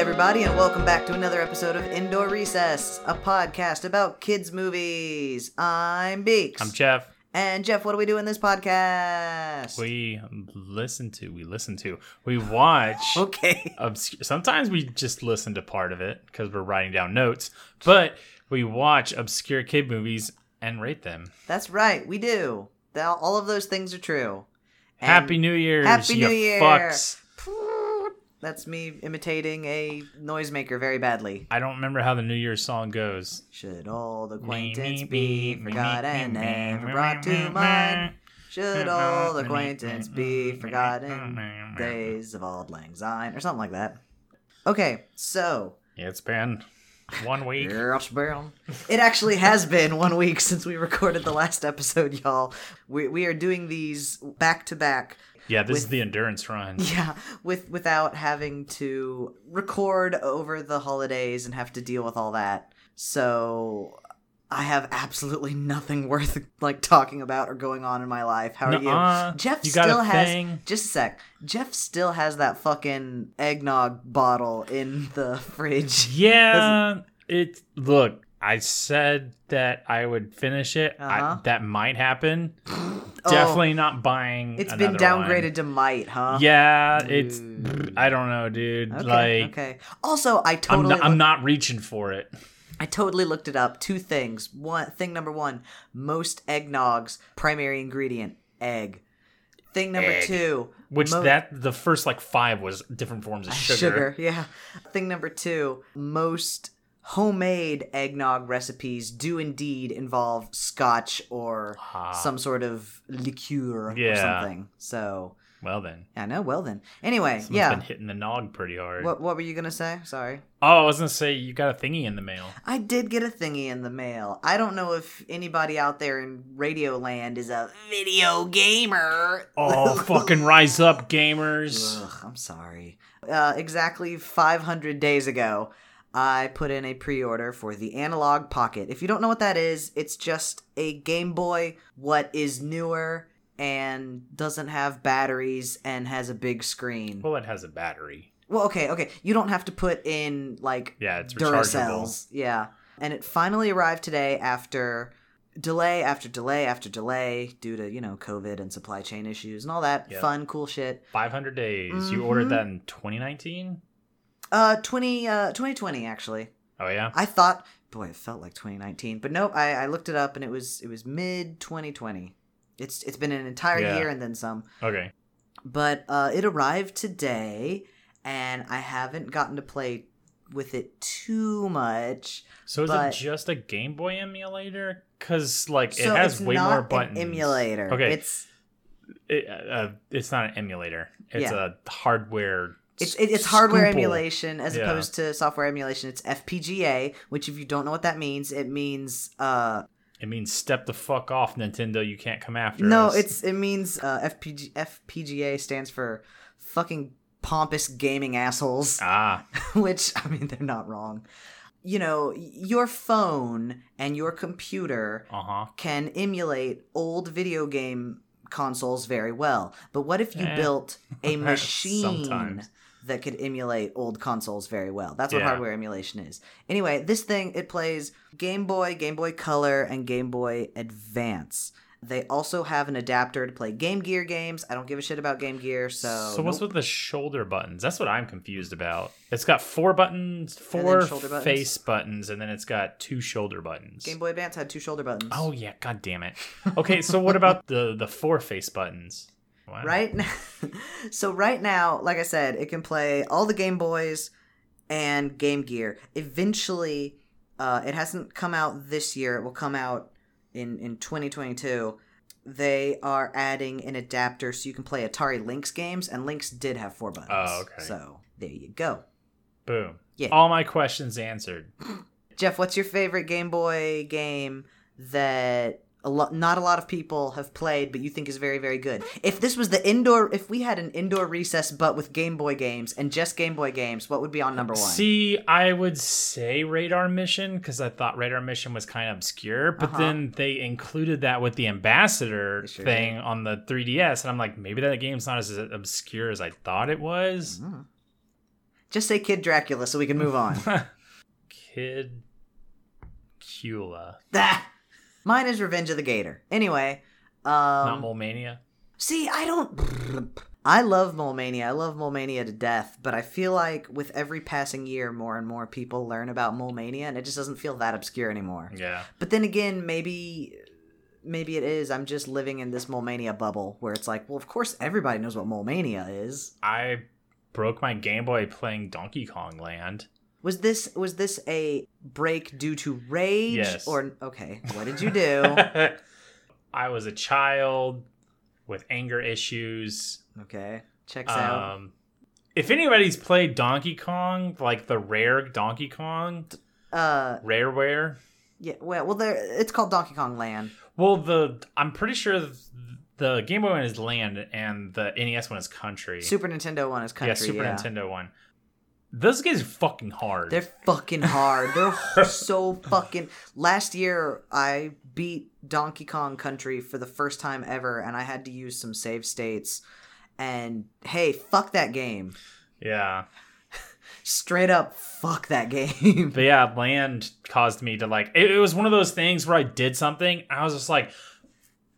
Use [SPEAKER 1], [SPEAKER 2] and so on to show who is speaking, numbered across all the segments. [SPEAKER 1] everybody, and welcome back to another episode of Indoor Recess, a podcast about kids' movies. I'm Beeks.
[SPEAKER 2] I'm Jeff.
[SPEAKER 1] And Jeff, what do we do in this podcast?
[SPEAKER 2] We listen to, we listen to, we watch.
[SPEAKER 1] okay.
[SPEAKER 2] obscure. Sometimes we just listen to part of it because we're writing down notes, but we watch obscure kid movies and rate them.
[SPEAKER 1] That's right, we do. Th- All of those things are true. And-
[SPEAKER 2] Happy New Year's,
[SPEAKER 1] Happy
[SPEAKER 2] you
[SPEAKER 1] New Year.
[SPEAKER 2] fucks.
[SPEAKER 1] That's me imitating a noisemaker very badly.
[SPEAKER 2] I don't remember how the New Year's song goes.
[SPEAKER 1] Should old acquaintance
[SPEAKER 2] Acquaintance
[SPEAKER 1] be forgot and never brought to mind? Should old acquaintance be forgotten? Days of Auld Lang Syne, or something like that. Okay, so
[SPEAKER 2] Yeah, it's been one week.
[SPEAKER 1] Yes, ma'am. It actually has been one week since we recorded the last episode, y'all. We, we are doing these back to back.
[SPEAKER 2] Yeah, this is
[SPEAKER 1] With-
[SPEAKER 2] the endurance run.
[SPEAKER 1] Yeah, with without having to record over the holidays and have to deal with all that. So I have absolutely nothing worth like talking about or going on in my life. How are
[SPEAKER 2] Nuh-uh.
[SPEAKER 1] you? Jeff
[SPEAKER 2] You got
[SPEAKER 1] still
[SPEAKER 2] a
[SPEAKER 1] has
[SPEAKER 2] thing?
[SPEAKER 1] just a sec. Jeff still has that fucking eggnog bottle in the fridge.
[SPEAKER 2] Yeah, it. Look, I said that I would finish it.
[SPEAKER 1] Uh-huh.
[SPEAKER 2] I, that might happen.
[SPEAKER 1] Oh.
[SPEAKER 2] Definitely not buying.
[SPEAKER 1] It's been
[SPEAKER 2] another one.
[SPEAKER 1] downgraded to might, huh?
[SPEAKER 2] Yeah, it's.
[SPEAKER 1] Ooh.
[SPEAKER 2] I don't know, dude.
[SPEAKER 1] Okay.
[SPEAKER 2] like,
[SPEAKER 1] okay. Also, I
[SPEAKER 2] I'm,
[SPEAKER 1] totally
[SPEAKER 2] not, I'm
[SPEAKER 1] look-
[SPEAKER 2] not reaching for it.
[SPEAKER 1] I totally looked it up. Two things. One thing number one: most eggnogs primary ingredient egg. Thing number
[SPEAKER 2] Egg.
[SPEAKER 1] two:
[SPEAKER 2] Which
[SPEAKER 1] mo- Ah,
[SPEAKER 2] that the first like five was different forms of sugar.
[SPEAKER 1] sugar. Yeah. Thing number two: most homemade eggnog recipes do indeed involve Scotch or
[SPEAKER 2] Ah,
[SPEAKER 1] some sort of liqueur or
[SPEAKER 2] Yeah.
[SPEAKER 1] something. So
[SPEAKER 2] well then,
[SPEAKER 1] I know. Well then, anyway,
[SPEAKER 2] someone's
[SPEAKER 1] yeah.
[SPEAKER 2] been hitting the nog pretty hard.
[SPEAKER 1] What what were you gonna say? Sorry.
[SPEAKER 2] Oh, I was gonna say you got a thingy in the mail.
[SPEAKER 1] I did get a thingy in the mail. I don't know if anybody out there in Radio Land is a video gamer.
[SPEAKER 2] Oh, fucking rise up, gamers!
[SPEAKER 1] Ugh, I'm sorry. Uh, exactly 500 days ago, I put in a pre order for the Analog Pocket. If you don't know what that is, it's just a Game Boy, what is newer and doesn't have batteries and has a big screen.
[SPEAKER 2] Well, it has a battery.
[SPEAKER 1] Well, okay, okay. You don't have to put in like
[SPEAKER 2] Yeah, it's rechargeable.
[SPEAKER 1] Duracells. Yeah. And it finally arrived today after delay after delay after delay due to, you know, COVID and supply chain issues and all that
[SPEAKER 2] Yep.
[SPEAKER 1] fun, cool shit.
[SPEAKER 2] Five hundred days. You
[SPEAKER 1] Mhm.
[SPEAKER 2] ordered that in 2019.
[SPEAKER 1] Uh, 20, uh, 2020, actually.
[SPEAKER 2] Oh yeah.
[SPEAKER 1] I thought, boy, it felt like 2019, but nope, I, I looked it up and it was, it was mid 2020. It's, it's been an entire
[SPEAKER 2] Yeah.
[SPEAKER 1] year and then some.
[SPEAKER 2] Okay.
[SPEAKER 1] but uh, it arrived today and I haven't gotten to play with it too much.
[SPEAKER 2] So is
[SPEAKER 1] But-
[SPEAKER 2] it just a Game Boy emulator? Because like
[SPEAKER 1] so
[SPEAKER 2] it
[SPEAKER 1] it's
[SPEAKER 2] has way
[SPEAKER 1] not
[SPEAKER 2] more buttons.
[SPEAKER 1] An emulator.
[SPEAKER 2] Okay.
[SPEAKER 1] It's
[SPEAKER 2] It, uh, it's not an emulator. It's
[SPEAKER 1] Yeah.
[SPEAKER 2] a hardware.
[SPEAKER 1] it's it- it's hardware
[SPEAKER 2] scoople.
[SPEAKER 1] emulation as
[SPEAKER 2] Yeah.
[SPEAKER 1] opposed to software emulation. It's FPGA, which if you don't know what that means, it means uh
[SPEAKER 2] It means step the fuck off, Nintendo. You can't come after
[SPEAKER 1] no,
[SPEAKER 2] us.
[SPEAKER 1] it's it means uh FPG, FPGA stands for fucking pompous gaming assholes.
[SPEAKER 2] ah
[SPEAKER 1] which I mean they're not wrong. You know, y- your phone and your computer
[SPEAKER 2] uh huh.
[SPEAKER 1] can emulate old video game consoles very well. But what if you
[SPEAKER 2] Eh.
[SPEAKER 1] built a machine
[SPEAKER 2] Sometimes.
[SPEAKER 1] that could emulate old consoles very well? That's what
[SPEAKER 2] Yeah.
[SPEAKER 1] hardware emulation is. Anyway, this thing it plays Game Boy, Game Boy Color, and Game Boy Advance. They also have an adapter to play Game Gear games. I don't give a shit about Game Gear, so
[SPEAKER 2] So, what's
[SPEAKER 1] nope.
[SPEAKER 2] with the shoulder buttons? That's what I'm confused about. It's got four buttons,
[SPEAKER 1] then
[SPEAKER 2] four
[SPEAKER 1] shoulder buttons.
[SPEAKER 2] face buttons, and then it's got two shoulder buttons.
[SPEAKER 1] Game Boy Advance had two shoulder buttons.
[SPEAKER 2] Oh yeah, god damn it. Okay, so what about the the four face buttons? Wow.
[SPEAKER 1] Right now, so right now, like I said, it can play all the Game Boys and Game Gear. Eventually, uh, it hasn't come out this year. It will come out in in 2022. They are adding an adapter so you can play Atari Lynx games, and Lynx did have four buttons.
[SPEAKER 2] Oh, okay.
[SPEAKER 1] So there you go.
[SPEAKER 2] Boom.
[SPEAKER 1] Yeah.
[SPEAKER 2] All my questions answered.
[SPEAKER 1] Jeff, what's your favorite Game Boy game that a lot, not a lot of people have played, but you think is very, very good? If this was the indoor, if we had an indoor recess, but with Game Boy games and just Game Boy games, what would be on number one?
[SPEAKER 2] See, I would say Radar Mission because I thought Radar Mission was kind of obscure, but
[SPEAKER 1] Uh-huh.
[SPEAKER 2] then they included that with the Ambassador
[SPEAKER 1] They sure
[SPEAKER 2] thing on the 3DS, and I'm like, maybe that game's not as obscure as I thought it was.
[SPEAKER 1] Mm. Mm-hmm. Just say Kid Dracula so we can move on.
[SPEAKER 2] Kid Cula.
[SPEAKER 1] Ah! Mine is Revenge of the Gator. Anyway,
[SPEAKER 2] Not
[SPEAKER 1] um,
[SPEAKER 2] Mole Mania.
[SPEAKER 1] see, I don't. I love Mole Mania. I love Mole Mania to death, but I feel like with every passing year, more and more people learn about Mole Mania, and it just doesn't feel that obscure anymore.
[SPEAKER 2] Yeah.
[SPEAKER 1] But then again, maybe maybe it is. I'm just living in this Mole Mania bubble where it's like, well, of course everybody knows what Mole Mania is.
[SPEAKER 2] I broke my Game Boy playing Donkey Kong Land.
[SPEAKER 1] Was this was this a break due to rage
[SPEAKER 2] Yes.
[SPEAKER 1] or okay? What did you do?
[SPEAKER 2] I was a child with anger issues.
[SPEAKER 1] okay, checks out.
[SPEAKER 2] Um, if anybody's played Donkey Kong, like the rare Donkey Kong,
[SPEAKER 1] Uh,
[SPEAKER 2] rareware,
[SPEAKER 1] yeah. Well, well, there. It's called Donkey Kong Land.
[SPEAKER 2] well, the I'm pretty sure th- the Game Boy one is Land and the NES one is Country.
[SPEAKER 1] Super Nintendo one is country.
[SPEAKER 2] yeah, Super Nintendo one. Those games are fucking hard.
[SPEAKER 1] They're fucking hard. They're so fucking. Last year, I beat Donkey Kong Country for the first time ever, and I had to use some save states. And hey, fuck that game.
[SPEAKER 2] yeah.
[SPEAKER 1] Straight up, fuck that game.
[SPEAKER 2] But yeah, land caused me to like it, it was one of those things where I did something and I was just like,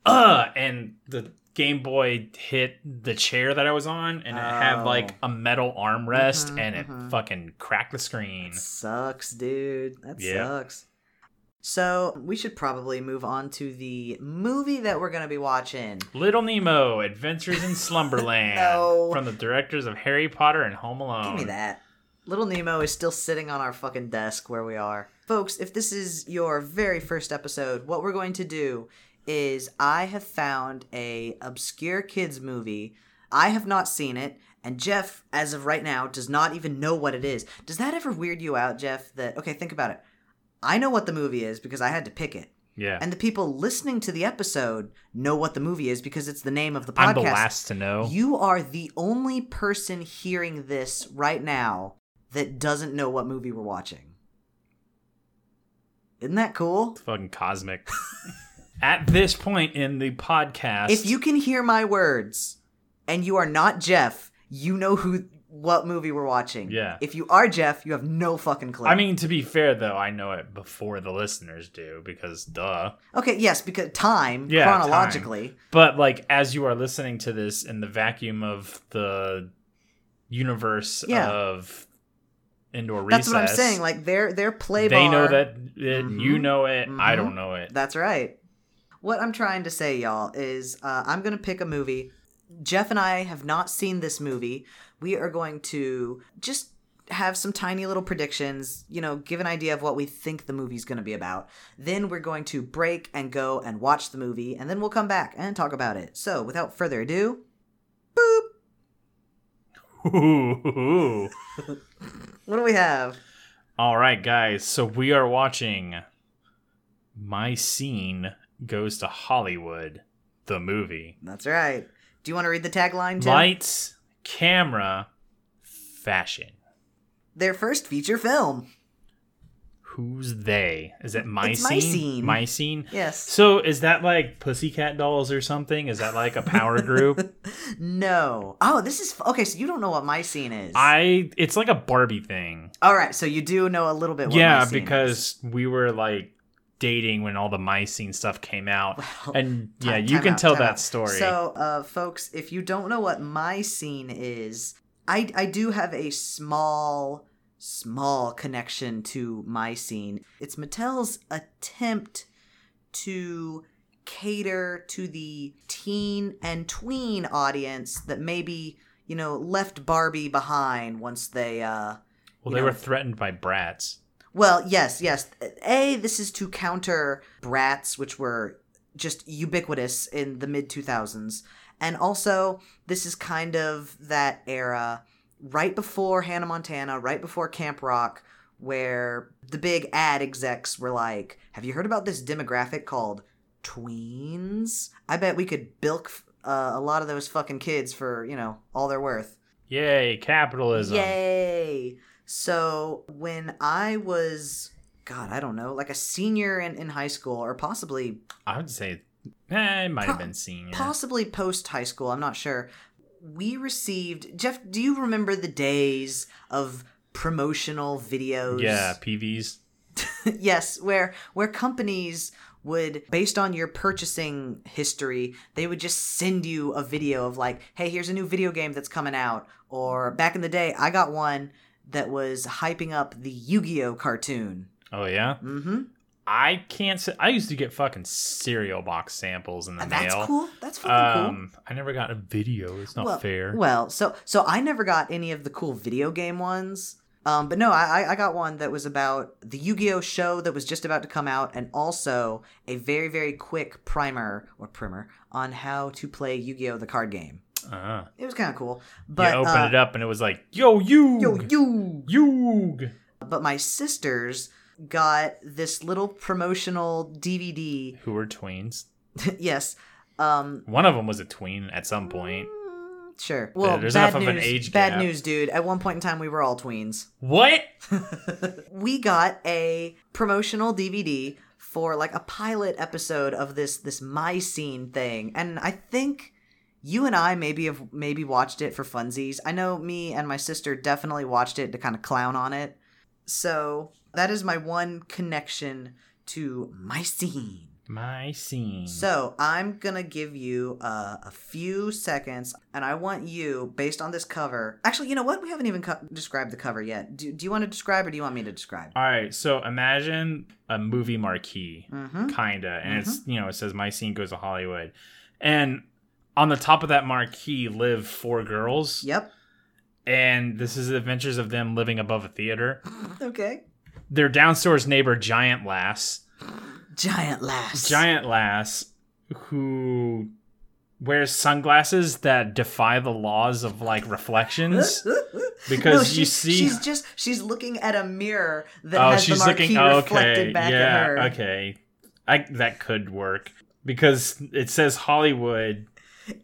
[SPEAKER 2] uh and the Game Boy hit the chair that I was on and it had
[SPEAKER 1] Oh.
[SPEAKER 2] like a metal armrest
[SPEAKER 1] Mhm,
[SPEAKER 2] and it
[SPEAKER 1] mhm.
[SPEAKER 2] fucking cracked the screen.
[SPEAKER 1] Sucks, dude. That
[SPEAKER 2] Yeah.
[SPEAKER 1] sucks. So we should probably move on to the movie that we're gonna be watching.
[SPEAKER 2] Little Nemo, Adventures in Slumberland
[SPEAKER 1] No.
[SPEAKER 2] from the directors of Harry Potter and Home Alone.
[SPEAKER 1] Give me that. Little Nemo is still sitting on our fucking desk where we are. Folks, if this is your very first episode, what we're going to do is I have found a obscure kids movie. I have not seen it, and Jeff, as of right now, does not even know what it is. Does that ever weird you out, Jeff? That okay, think about it. I know what the movie is because I had to pick it.
[SPEAKER 2] Yeah.
[SPEAKER 1] And the people listening to the episode know what the movie is because it's the name of the podcast.
[SPEAKER 2] I'm the last to know.
[SPEAKER 1] You are the only person hearing this right now that doesn't know what movie we're watching. Isn't that cool?
[SPEAKER 2] fucking cosmic. At this point in the podcast,
[SPEAKER 1] If you can hear my words and you are not Jeff, you know who what movie we're watching.
[SPEAKER 2] Yeah.
[SPEAKER 1] If you are Jeff, you have no fucking clue.
[SPEAKER 2] I mean, to be fair though, I know it before the listeners do because duh.
[SPEAKER 1] okay, yes, because time
[SPEAKER 2] Yeah, time.
[SPEAKER 1] chronologically.
[SPEAKER 2] But like as you are listening to this in the vacuum of the universe
[SPEAKER 1] Yeah.
[SPEAKER 2] of indoor
[SPEAKER 1] That's
[SPEAKER 2] recess,
[SPEAKER 1] what I'm saying. Like their their play
[SPEAKER 2] they
[SPEAKER 1] bar.
[SPEAKER 2] know that it, you
[SPEAKER 1] Mhm.
[SPEAKER 2] know it. I
[SPEAKER 1] Mhm.
[SPEAKER 2] don't know it.
[SPEAKER 1] That's right. What I'm trying to say, y'all, is uh, I'm going to pick a movie. Jeff and I have not seen this movie. We are going to just have some tiny little predictions, you know, give an idea of what we think the movie's going to be about. Then we're going to break and go and watch the movie, and then we'll come back and talk about it. So, without further ado,
[SPEAKER 2] Ooh.
[SPEAKER 1] what do we have?
[SPEAKER 2] All right, guys. So we are watching. My scene goes to Hollywood, the movie.
[SPEAKER 1] That's right. Do you want to read the tagline, Tim?
[SPEAKER 2] Lights, camera, fashion.
[SPEAKER 1] Their first feature film.
[SPEAKER 2] Who's they? Is it my
[SPEAKER 1] It's
[SPEAKER 2] scene?
[SPEAKER 1] my scene.
[SPEAKER 2] My scene?
[SPEAKER 1] Yes.
[SPEAKER 2] So is that like Pussycat Dolls or something? Is that like a power group?
[SPEAKER 1] No. Oh, this is okay. So you don't know what my scene is.
[SPEAKER 2] I it's like a Barbie thing.
[SPEAKER 1] All right, so you do know a little bit. What
[SPEAKER 2] yeah,
[SPEAKER 1] my scene is.
[SPEAKER 2] because we were like dating when all the my scene stuff came out.
[SPEAKER 1] Well,
[SPEAKER 2] and
[SPEAKER 1] ti-
[SPEAKER 2] yeah, you
[SPEAKER 1] time
[SPEAKER 2] can
[SPEAKER 1] out,
[SPEAKER 2] tell
[SPEAKER 1] time
[SPEAKER 2] that
[SPEAKER 1] out.
[SPEAKER 2] story.
[SPEAKER 1] So, uh, folks, if you don't know what my scene is, I I do have a small small connection to my scene. It's Mattel's attempt to cater to the teen and tween audience that maybe you know left Barbie behind once they uh
[SPEAKER 2] well,
[SPEAKER 1] you
[SPEAKER 2] they
[SPEAKER 1] know-
[SPEAKER 2] were threatened by brats.
[SPEAKER 1] Well, yes, yes. A, this is to counter brats, which were just ubiquitous in the mid 2000s. And also, this is kind of that era right before Hannah Montana, right before Camp Rock, where the big ad execs were like, Have you heard about this demographic called tweens? I bet we could bilk uh, a lot of those fucking kids for, you know, all they're worth.
[SPEAKER 2] Yay, capitalism.
[SPEAKER 1] Yay! So when I was, God, I don't know, like a senior in, in high school or possibly
[SPEAKER 2] I would say eh, it might
[SPEAKER 1] Po-
[SPEAKER 2] have been seen. yeah.
[SPEAKER 1] possibly post high school, I'm not sure. we received Jeff. Do you remember the days of promotional videos?
[SPEAKER 2] Yeah, PVs.
[SPEAKER 1] yes, where where companies would based on your purchasing history, they would just send you a video of like, "Hey, here's a new video game that's coming out." Or back in the day, I got one that was hyping up the Yu-Gi-Oh cartoon.
[SPEAKER 2] Oh yeah.
[SPEAKER 1] Mhm.
[SPEAKER 2] I can't say I used to get fucking cereal box samples in the
[SPEAKER 1] That's
[SPEAKER 2] mail.
[SPEAKER 1] cool. That's fucking cool.
[SPEAKER 2] Um, I never got a video. It's not
[SPEAKER 1] well,
[SPEAKER 2] fair.
[SPEAKER 1] Well, so so I never got any of the cool video game ones. Um, but no, I I- I got one that was about the Yu-Gi-Oh show that was just about to come out, and also a very very quick primer or primer on how to play Yu-Gi-Oh the card game.
[SPEAKER 2] Uh,
[SPEAKER 1] It was kind of cool,
[SPEAKER 2] but,
[SPEAKER 1] but
[SPEAKER 2] you open
[SPEAKER 1] uh,
[SPEAKER 2] it up and it was like, yo, you,
[SPEAKER 1] yo you
[SPEAKER 2] Yoog.
[SPEAKER 1] But my sisters got this little promotional DVD.
[SPEAKER 2] Who were tweens?
[SPEAKER 1] yes. Um
[SPEAKER 2] One of them was a tween at some point.
[SPEAKER 1] mm, Sure. Well,
[SPEAKER 2] there's
[SPEAKER 1] bad
[SPEAKER 2] enough
[SPEAKER 1] news,
[SPEAKER 2] of an age
[SPEAKER 1] bad
[SPEAKER 2] gap.
[SPEAKER 1] news, dude. At one point in time, we were all tweens.
[SPEAKER 2] What?
[SPEAKER 1] We got a promotional DVD for like a pilot episode of this this my scene thing, and I think you and I maybe have maybe watched it for funsies. I know me and my sister definitely watched it to kind of clown on it. So that is my one connection to my scene.
[SPEAKER 2] My scene.
[SPEAKER 1] So I'm gonna give you uh, a few seconds, and I want you, based on this cover. Actually, you know what? We haven't even co- described the cover yet. Do, do you want to describe, or do you want me to describe?
[SPEAKER 2] All right, so imagine a movie marquee,
[SPEAKER 1] Mm-hmm.
[SPEAKER 2] kinda, and it's you know it says my scene goes to Hollywood, and on the top of that marquee live four girls,
[SPEAKER 1] Yep.
[SPEAKER 2] and this is the adventures of them living above a theater.
[SPEAKER 1] Okay.
[SPEAKER 2] Their downstairs neighbor, Giant Lass,
[SPEAKER 1] Giant lass.
[SPEAKER 2] Giant Lass, who wears sunglasses that defy the laws of like reflections. Because
[SPEAKER 1] No,
[SPEAKER 2] you
[SPEAKER 1] she's-
[SPEAKER 2] see-
[SPEAKER 1] she's just she's looking at a mirror that
[SPEAKER 2] oh,
[SPEAKER 1] has
[SPEAKER 2] she's
[SPEAKER 1] the marquee
[SPEAKER 2] looking. Oh,
[SPEAKER 1] reflected
[SPEAKER 2] okay,
[SPEAKER 1] back
[SPEAKER 2] yeah,
[SPEAKER 1] at her.
[SPEAKER 2] okay. I that could work because it says Hollywood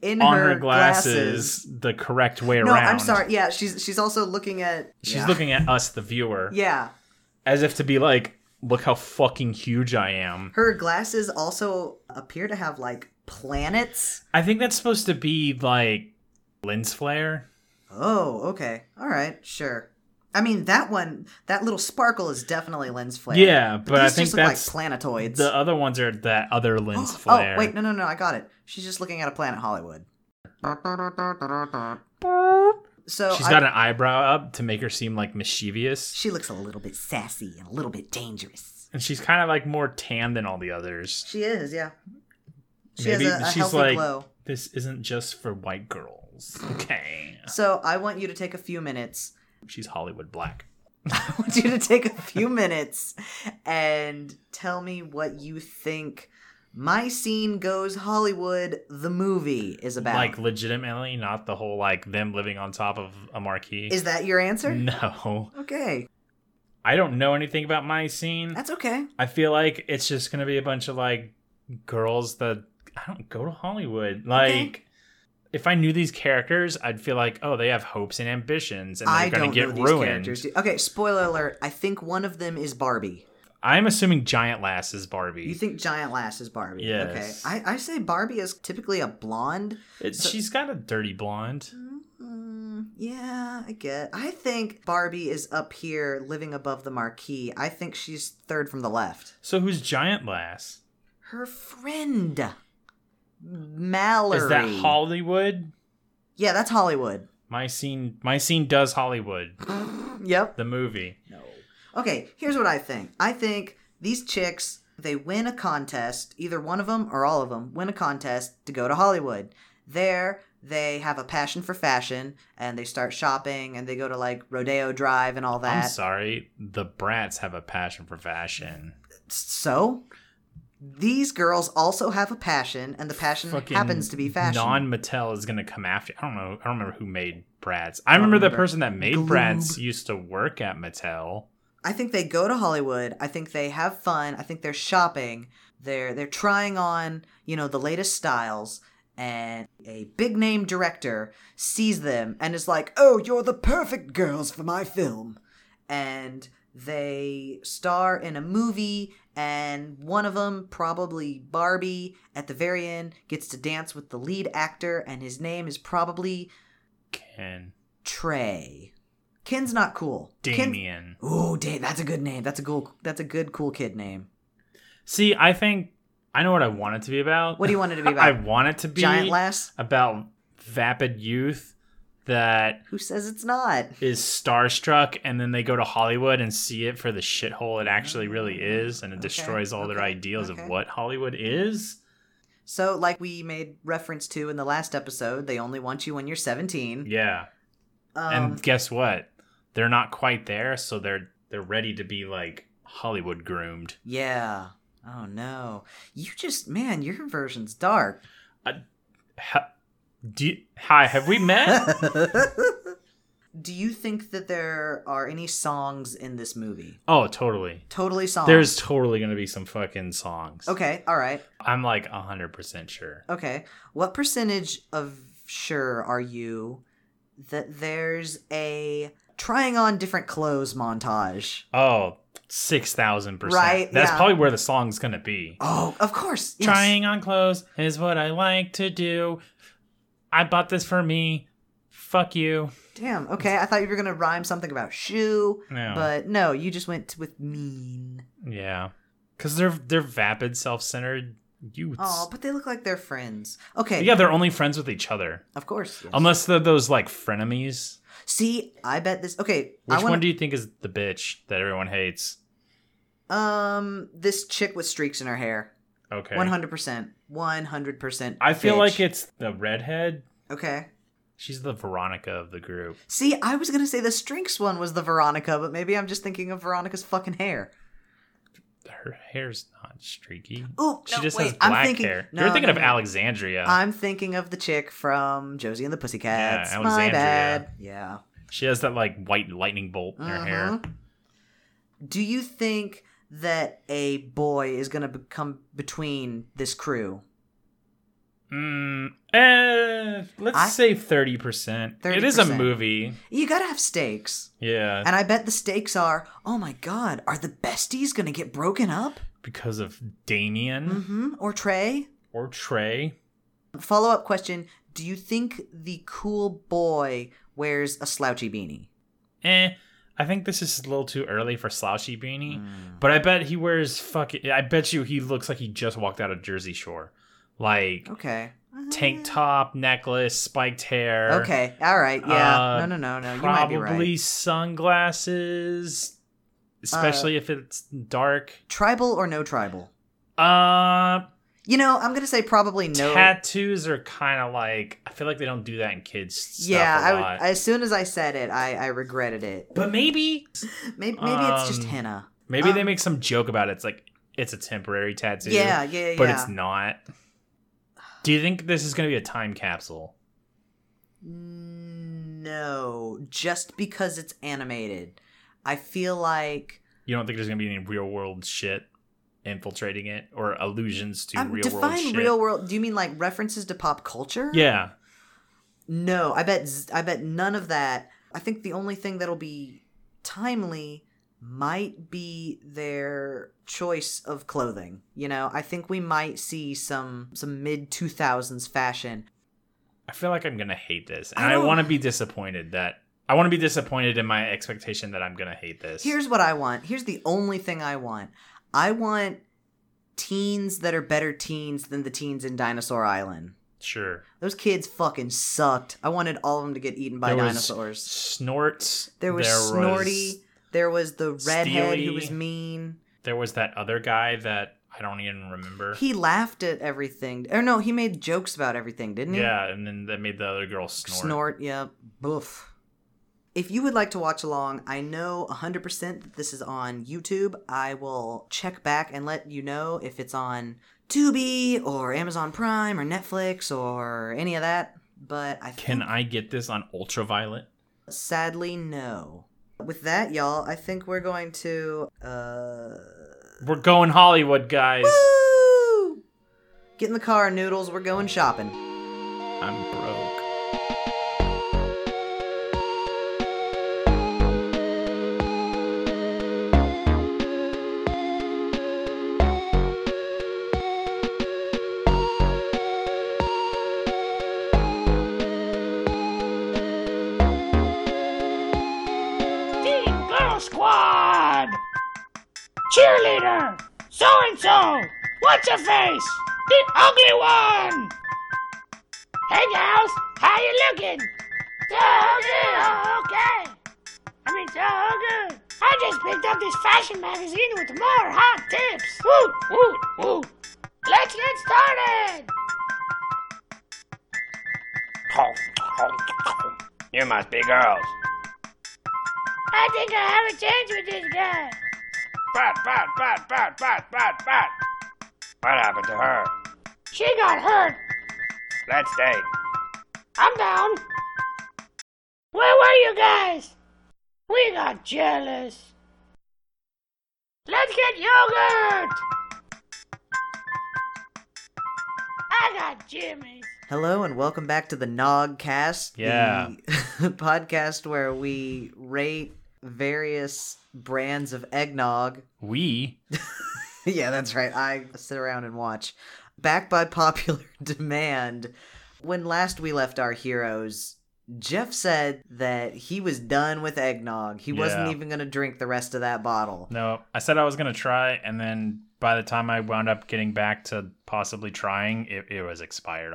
[SPEAKER 1] In
[SPEAKER 2] on
[SPEAKER 1] her,
[SPEAKER 2] her glasses, the correct way
[SPEAKER 1] No,
[SPEAKER 2] around.
[SPEAKER 1] I'm sorry. Yeah, she's she's also looking at.
[SPEAKER 2] She's
[SPEAKER 1] yeah.
[SPEAKER 2] looking at us, the viewer,
[SPEAKER 1] Yeah.
[SPEAKER 2] as if to be like, "Look how fucking huge I am."
[SPEAKER 1] Her glasses also appear to have like planets.
[SPEAKER 2] I think that's supposed to be like lens flare.
[SPEAKER 1] Oh, okay. All right, sure. I mean, that one, that little sparkle is definitely lens flare.
[SPEAKER 2] Yeah, but, I
[SPEAKER 1] these
[SPEAKER 2] think
[SPEAKER 1] just look
[SPEAKER 2] that's
[SPEAKER 1] like planetoids.
[SPEAKER 2] The other ones are that other lens
[SPEAKER 1] oh,
[SPEAKER 2] flare.
[SPEAKER 1] wait, no, no, no, I got it. She's just looking at a planet Hollywood. So
[SPEAKER 2] She's
[SPEAKER 1] I-
[SPEAKER 2] got an eyebrow up to make her seem like mischievous,
[SPEAKER 1] she looks a little bit sassy and a little bit dangerous.
[SPEAKER 2] and she's kind of like more tan than all the others.
[SPEAKER 1] She is, yeah. She
[SPEAKER 2] Maybe
[SPEAKER 1] has a, a
[SPEAKER 2] she's
[SPEAKER 1] healthy
[SPEAKER 2] like,
[SPEAKER 1] glow.
[SPEAKER 2] this isn't just for white girls. Okay,
[SPEAKER 1] So I want you to take a few minutes
[SPEAKER 2] she's Hollywood black.
[SPEAKER 1] I want you to take a few minutes and tell me what you think My Scene Goes Hollywood, the movie, is about.
[SPEAKER 2] Like legitimately, not the whole like them living on top of a marquee.
[SPEAKER 1] is that your answer?
[SPEAKER 2] no,
[SPEAKER 1] Okay.
[SPEAKER 2] I don't know anything about my scene.
[SPEAKER 1] That's okay.
[SPEAKER 2] I feel like it's just gonna be a bunch of like girls that I don't go to Hollywood. Like if I knew these characters, I'd feel like, oh, they have hopes and ambitions and they're
[SPEAKER 1] I
[SPEAKER 2] gonna
[SPEAKER 1] don't
[SPEAKER 2] get
[SPEAKER 1] know these
[SPEAKER 2] ruined.
[SPEAKER 1] characters. do- Okay, spoiler alert. I think one of them is Barbie.
[SPEAKER 2] I'm assuming Giant Lass is Barbie.
[SPEAKER 1] You think Giant Lass is Barbie?
[SPEAKER 2] Yes.
[SPEAKER 1] Okay. I, I say Barbie is typically a blonde.
[SPEAKER 2] It's- she's got a dirty blonde.
[SPEAKER 1] Mm, yeah, I get. I think Barbie is up here living above the marquee. I think she's third from the left.
[SPEAKER 2] So who's Giant Lass?
[SPEAKER 1] her friend Mallory.
[SPEAKER 2] Is that Hollywood?
[SPEAKER 1] Yeah, that's Hollywood.
[SPEAKER 2] My scene my scene does Hollywood.
[SPEAKER 1] Yep.
[SPEAKER 2] The movie.
[SPEAKER 1] No. Okay, here's what I think. I think these chicks they win a contest, either one of them or all of them win a contest to go to Hollywood. There they have a passion for fashion and they start shopping and they go to like Rodeo Drive and all
[SPEAKER 2] I'm
[SPEAKER 1] that.
[SPEAKER 2] sorry. The brats have a passion for fashion.
[SPEAKER 1] So these girls also have a passion and the passion
[SPEAKER 2] Fucking
[SPEAKER 1] happens to be fashion.
[SPEAKER 2] Non Mattel is gonna come after. I don't know. I don't remember who made Bratz. I remember the
[SPEAKER 1] remember.
[SPEAKER 2] person that made
[SPEAKER 1] Gloob.
[SPEAKER 2] Bratz used to work at Mattel.
[SPEAKER 1] I think they go to Hollywood. I think they have fun. I think they're shopping. They're they're trying on, you know, the latest styles and a big name director sees them and is like, "Oh, you're the perfect girls for my film." And they star in a movie and one of them, probably Barbie, at the very end gets to dance with the lead actor and his name is probably
[SPEAKER 2] Ken,
[SPEAKER 1] Trey. Ken's not cool. Ken.
[SPEAKER 2] Damien.
[SPEAKER 1] Ooh, Dave, that's a good name. That's a cool. That's a good cool kid name.
[SPEAKER 2] See, I think I know what I want it to be about.
[SPEAKER 1] What do you want it to be
[SPEAKER 2] I
[SPEAKER 1] about?
[SPEAKER 2] want it to be
[SPEAKER 1] Giant Lass?
[SPEAKER 2] about vapid youth that
[SPEAKER 1] Who says it's not?
[SPEAKER 2] is starstruck and then they go to Hollywood and see it for the shithole it actually really is and it
[SPEAKER 1] Okay,
[SPEAKER 2] destroys all their
[SPEAKER 1] okay,
[SPEAKER 2] ideals
[SPEAKER 1] okay.
[SPEAKER 2] of what Hollywood is.
[SPEAKER 1] So, like we made reference to in the last episode, they only want you when you're 17.
[SPEAKER 2] Yeah.
[SPEAKER 1] Um,
[SPEAKER 2] and guess what? They're not quite there, so they're they're ready to be like Hollywood groomed.
[SPEAKER 1] yeah. Oh no. You just man, your version's dark.
[SPEAKER 2] Ha- do you- hi, have we met?
[SPEAKER 1] Do you think that there are any songs in this movie?
[SPEAKER 2] oh, totally.
[SPEAKER 1] Totally songs.
[SPEAKER 2] There's totally going to be some fucking songs.
[SPEAKER 1] Okay, all right.
[SPEAKER 2] I'm like 100% sure.
[SPEAKER 1] Okay. What percentage of sure are you that there's a trying on different clothes montage?
[SPEAKER 2] Oh, 6,000%.
[SPEAKER 1] Right,
[SPEAKER 2] That's
[SPEAKER 1] yeah.
[SPEAKER 2] probably where the song's going to be.
[SPEAKER 1] Oh, of course. Yes.
[SPEAKER 2] Trying on clothes is what I like to do. I bought this for me. Fuck you.
[SPEAKER 1] Damn. Okay, I thought you were gonna rhyme something about shoe,
[SPEAKER 2] No.
[SPEAKER 1] but no, you just went with mean.
[SPEAKER 2] yeah. Cuz they're they're vapid, self-centered youths.
[SPEAKER 1] Oh, but they look like they're friends. Okay.
[SPEAKER 2] Yeah, they're only friends with each other.
[SPEAKER 1] Of course. yes.
[SPEAKER 2] Unless they're those like frenemies.
[SPEAKER 1] See, I bet this. Okay,
[SPEAKER 2] Which
[SPEAKER 1] I want
[SPEAKER 2] one do you think is the bitch that everyone hates?
[SPEAKER 1] um this chick with streaks in her hair.
[SPEAKER 2] Okay.
[SPEAKER 1] One hundred percent. One hundred percent.
[SPEAKER 2] I feel like it's the redhead.
[SPEAKER 1] Okay.
[SPEAKER 2] She's the Veronica of the group.
[SPEAKER 1] See, I was gonna say the Strinks one was the Veronica, but maybe I'm just thinking of Veronica's fucking hair.
[SPEAKER 2] Her hair's not streaky.
[SPEAKER 1] Ooh,
[SPEAKER 2] She
[SPEAKER 1] no,
[SPEAKER 2] just
[SPEAKER 1] wait,
[SPEAKER 2] has black
[SPEAKER 1] I'm thinking,
[SPEAKER 2] hair.
[SPEAKER 1] No,
[SPEAKER 2] You're thinking
[SPEAKER 1] no,
[SPEAKER 2] of
[SPEAKER 1] no.
[SPEAKER 2] Alexandria.
[SPEAKER 1] I'm thinking of the chick from Josie and the Pussycats.
[SPEAKER 2] Yeah,
[SPEAKER 1] My
[SPEAKER 2] Alexandria.
[SPEAKER 1] bad. Yeah.
[SPEAKER 2] she has that like white lightning bolt in her hair.
[SPEAKER 1] Mhm. Do you think that a boy is gonna become between this crew?
[SPEAKER 2] Mm, eh, let's
[SPEAKER 1] I-
[SPEAKER 2] say thirty percent. It is a
[SPEAKER 1] 30%.
[SPEAKER 2] movie.
[SPEAKER 1] You gotta have stakes.
[SPEAKER 2] Yeah,
[SPEAKER 1] And I bet the stakes are, oh my god, are the besties gonna get broken up?
[SPEAKER 2] because of Damien
[SPEAKER 1] Mm-hmm. Or Trey?
[SPEAKER 2] or Trey.
[SPEAKER 1] Follow up question Do you think the cool boy wears a slouchy beanie?
[SPEAKER 2] Eh, I think this is a little too early for slouchy beanie. But I bet he wears fucking. I bet you he looks like he just walked out of Jersey Shore, like
[SPEAKER 1] Okay.
[SPEAKER 2] tank top, necklace, spiked hair.
[SPEAKER 1] Mm. Okay. All right. Yeah.
[SPEAKER 2] Uh,
[SPEAKER 1] no, no, no, no. You might be
[SPEAKER 2] probably
[SPEAKER 1] right.
[SPEAKER 2] sunglasses especially
[SPEAKER 1] Uh,
[SPEAKER 2] if it's dark
[SPEAKER 1] Tribal or no tribal?
[SPEAKER 2] uh
[SPEAKER 1] You know, I'm going to say probably no.
[SPEAKER 2] tattoos are kind of like i feel like they don't do that in kids stuff
[SPEAKER 1] yeah,
[SPEAKER 2] a
[SPEAKER 1] I
[SPEAKER 2] lot.
[SPEAKER 1] would, as soon as I said it, I, I regretted it.
[SPEAKER 2] but maybe
[SPEAKER 1] Maybe, maybe it's just
[SPEAKER 2] Um,
[SPEAKER 1] henna.
[SPEAKER 2] maybe they
[SPEAKER 1] Um,
[SPEAKER 2] make some joke about it it's like it's a temporary tattoo
[SPEAKER 1] yeah, yeah, yeah.
[SPEAKER 2] but it's not do you think this is going to be a time capsule
[SPEAKER 1] no, just because it's animated. I feel like
[SPEAKER 2] you don't think there's going to be any real world shit infiltrating it or allusions to
[SPEAKER 1] um,
[SPEAKER 2] real world
[SPEAKER 1] define
[SPEAKER 2] shit
[SPEAKER 1] real world. Do you mean like references to pop culture?
[SPEAKER 2] yeah
[SPEAKER 1] No, I bet z- I bet none of that. I think the only thing that'll be timely might be their choice of clothing. You know, I think we might see some some mid 2000s fashion.
[SPEAKER 2] I feel like I'm gonna hate this, and
[SPEAKER 1] I
[SPEAKER 2] I,
[SPEAKER 1] don't-
[SPEAKER 2] want to be disappointed that I want to be disappointed in my expectation that I'm gonna hate this.
[SPEAKER 1] Here's what I want. Here's the only thing I want. I want teens that are better teens than the teens in Dinosaur Island.
[SPEAKER 2] sure,
[SPEAKER 1] Those kids fucking sucked. I wanted all of them to get eaten by
[SPEAKER 2] There was
[SPEAKER 1] dinosaurs.
[SPEAKER 2] snorts.
[SPEAKER 1] there was Snorty. there was the redhead who was
[SPEAKER 2] Steely.
[SPEAKER 1] mean.
[SPEAKER 2] there was that other guy that I don't even remember.
[SPEAKER 1] He laughed at everything. Or no, he made jokes about everything, didn't he?
[SPEAKER 2] yeah, and then that made the other girl snort.
[SPEAKER 1] Snort, yeah. Boof. If you would like to watch along, I know 100% that this is on YouTube. I will check back and let you know if it's on Tubi or Amazon Prime or Netflix or any of that. But I
[SPEAKER 2] Can
[SPEAKER 1] think-
[SPEAKER 2] I get this on ultraviolet?
[SPEAKER 1] sadly no. With that, y'all, I think we're going to uh
[SPEAKER 2] We're going Hollywood, guys.
[SPEAKER 1] woo! get in the car, noodles. We're going shopping.
[SPEAKER 2] I'm broke.
[SPEAKER 3] Bomb Squad! Cheerleader! So and so! What's your face? The ugly one! Hey gals, how you looking? So good! okay! I mean, so good! I just picked up this fashion magazine with more hot tips! Woo! Woo! Woo! Let's get started!
[SPEAKER 4] You must be girls.
[SPEAKER 3] I think I have a chance with this guy.
[SPEAKER 4] Bat, bat, bat, bat, bat, bat, bat. What happened to her?
[SPEAKER 3] She got hurt.
[SPEAKER 4] Let's date.
[SPEAKER 3] I'm down. Where were you guys? We got jealous. Let's get yogurt. I got Jimmy's.
[SPEAKER 1] Hello and welcome back to the Nogcast,
[SPEAKER 2] Yeah.
[SPEAKER 1] the podcast where we rate various brands of eggnog.
[SPEAKER 2] We
[SPEAKER 1] yeah, that's right. I sit around and watch. Back by popular demand, when last we left our heroes, Jeff said that he was done with eggnog. He wasn't
[SPEAKER 2] Yeah.
[SPEAKER 1] even going to drink the rest of that bottle.
[SPEAKER 2] no. I said I was gonna try, and then by the time I wound up getting back to possibly trying, it, it was expired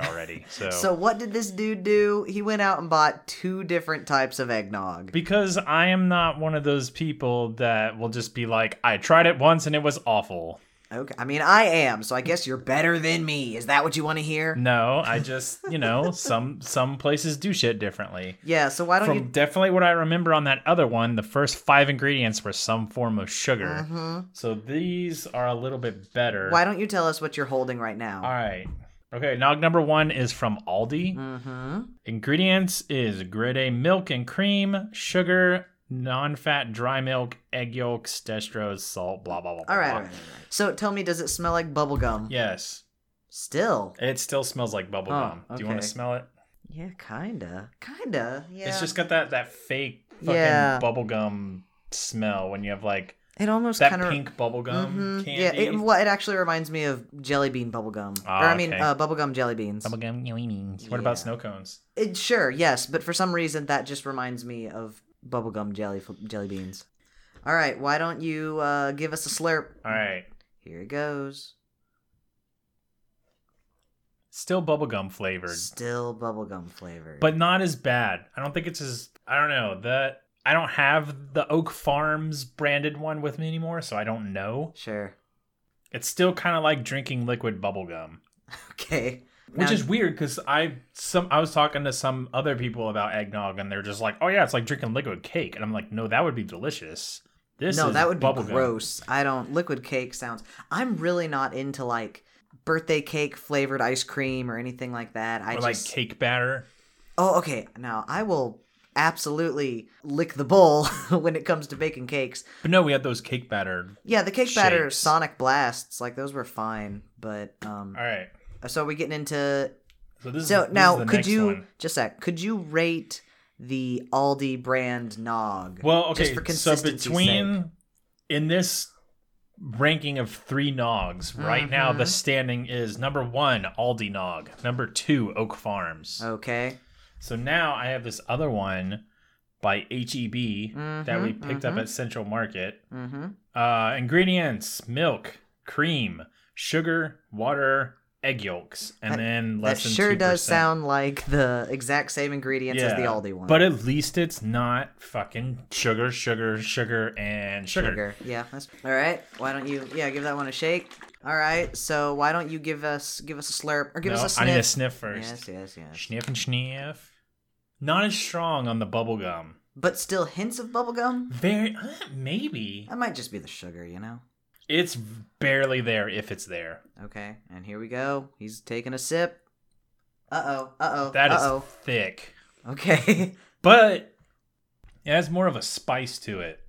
[SPEAKER 2] already. So,
[SPEAKER 1] So what did this dude do? He went out and bought two different types of eggnog.
[SPEAKER 2] because I am not one of those people that will just be like, I tried it once and it was awful.
[SPEAKER 1] Okay. I mean, I am, so I guess you're better than me. Is that what you want to hear?
[SPEAKER 2] No, I just you know some some places do shit differently.
[SPEAKER 1] Yeah, so why don't
[SPEAKER 2] From
[SPEAKER 1] you
[SPEAKER 2] definitely what I remember on that other one, the first five ingredients were some form of sugar.
[SPEAKER 1] Mhm.
[SPEAKER 2] So these are a little bit better.
[SPEAKER 1] Why don't you tell us what you're holding right now?
[SPEAKER 2] All right. Okay, nog number one is from Aldi.
[SPEAKER 1] Mhm.
[SPEAKER 2] Ingredients is grade A milk and cream, sugar, non-fat dry milk, egg yolks, dextrose, salt, blah blah blah. blah,
[SPEAKER 1] All right,
[SPEAKER 2] blah.
[SPEAKER 1] all right, all right. So tell me, does it smell like bubblegum?
[SPEAKER 2] Yes,
[SPEAKER 1] Still.
[SPEAKER 2] it still smells like bubble gum.
[SPEAKER 1] Oh,
[SPEAKER 2] Do you want
[SPEAKER 1] okay.
[SPEAKER 2] to smell it?
[SPEAKER 1] Yeah, kinda. Kinda. Yeah.
[SPEAKER 2] It's just got that that fake fucking
[SPEAKER 1] Yeah.
[SPEAKER 2] bubble gum smell when you have like
[SPEAKER 1] it almost
[SPEAKER 2] that
[SPEAKER 1] kind of
[SPEAKER 2] pink bubble gum candy.
[SPEAKER 1] Mm-hmm. Yeah, it, well, it actually reminds me of jelly bean bubblegum.
[SPEAKER 2] Ah,
[SPEAKER 1] or I mean
[SPEAKER 2] okay.
[SPEAKER 1] uh, bubblegum jelly beans.
[SPEAKER 2] Bubble gum, yummy means. What
[SPEAKER 1] Yeah.
[SPEAKER 2] about snow cones?
[SPEAKER 1] It, sure, yes, but for some reason that just reminds me of bubblegum jelly jelly beans. All right, why don't you uh, give us a slurp?
[SPEAKER 2] All right,
[SPEAKER 1] Here it goes.
[SPEAKER 2] still bubble gum flavored.
[SPEAKER 1] Still bubblegum flavored.
[SPEAKER 2] but not as bad. I don't think it's as I don't know the I don't have the Oak Farms branded one with me anymore, so I don't know.
[SPEAKER 1] sure.
[SPEAKER 2] It's still kind of like drinking liquid bubblegum,
[SPEAKER 1] Okay.
[SPEAKER 2] which
[SPEAKER 1] Now-
[SPEAKER 2] is weird because I some I was talking to some other people about eggnog and they're just like, oh yeah, it's like drinking liquid cake, and I'm like, no, that would be delicious. This
[SPEAKER 1] no,
[SPEAKER 2] is
[SPEAKER 1] that would be
[SPEAKER 2] bubblegum.
[SPEAKER 1] gross. I don't. Liquid cake sounds. I'm really not into like birthday cake flavored ice cream or anything like that. I
[SPEAKER 2] Or like
[SPEAKER 1] just.
[SPEAKER 2] cake batter.
[SPEAKER 1] Oh, okay. Now I will absolutely lick the bowl when it comes to baking cakes.
[SPEAKER 2] But no, we had those cake batter.
[SPEAKER 1] Yeah, the cake batter
[SPEAKER 2] Shakes.
[SPEAKER 1] sonic blasts like those were fine, but um.
[SPEAKER 2] All right.
[SPEAKER 1] So are we getting into
[SPEAKER 2] So this
[SPEAKER 1] so
[SPEAKER 2] is this
[SPEAKER 1] now
[SPEAKER 2] is the
[SPEAKER 1] could
[SPEAKER 2] next
[SPEAKER 1] you
[SPEAKER 2] one.
[SPEAKER 1] just a sec, could you rate the Aldi brand nog?
[SPEAKER 2] Well, okay.
[SPEAKER 1] just for consistency's
[SPEAKER 2] so between in this ranking of three nogs, right now
[SPEAKER 1] Mm-hmm.
[SPEAKER 2] the standing is number one Aldi Nog, number two Oak Farms.
[SPEAKER 1] Oh. okay.
[SPEAKER 2] So now I have this other one by HEB that we picked up at Central Market.
[SPEAKER 1] Mm-hmm.
[SPEAKER 2] Uh, ingredients: milk, cream, sugar, water, egg yolks, and
[SPEAKER 1] That-
[SPEAKER 2] then
[SPEAKER 1] That
[SPEAKER 2] less than
[SPEAKER 1] sure does
[SPEAKER 2] 2%.
[SPEAKER 1] sound like the exact same ingredients as the Aldi one.
[SPEAKER 2] But at least it's not fucking sugar, sugar, sugar, and sugar.
[SPEAKER 1] sugar. Yeah. That's, all right. Why don't you? Yeah, give that one a shake. All right. So why don't you give us give us a slurp or give
[SPEAKER 2] no,
[SPEAKER 1] us a sniff?
[SPEAKER 2] I need a sniff first.
[SPEAKER 1] Yes, yes, yes.
[SPEAKER 2] Sniff and sniff. Not as strong on the bubble gum.
[SPEAKER 1] But still, hints of bubblegum.
[SPEAKER 2] Very uh, maybe
[SPEAKER 1] That might just be the sugar, you know.
[SPEAKER 2] it's barely there if it's there.
[SPEAKER 1] Okay. And here we go. He's taking a sip. Uh oh. Uh oh.
[SPEAKER 2] That is
[SPEAKER 1] Uh
[SPEAKER 2] thick,
[SPEAKER 1] oh. Okay.
[SPEAKER 2] but it has more of a spice to it.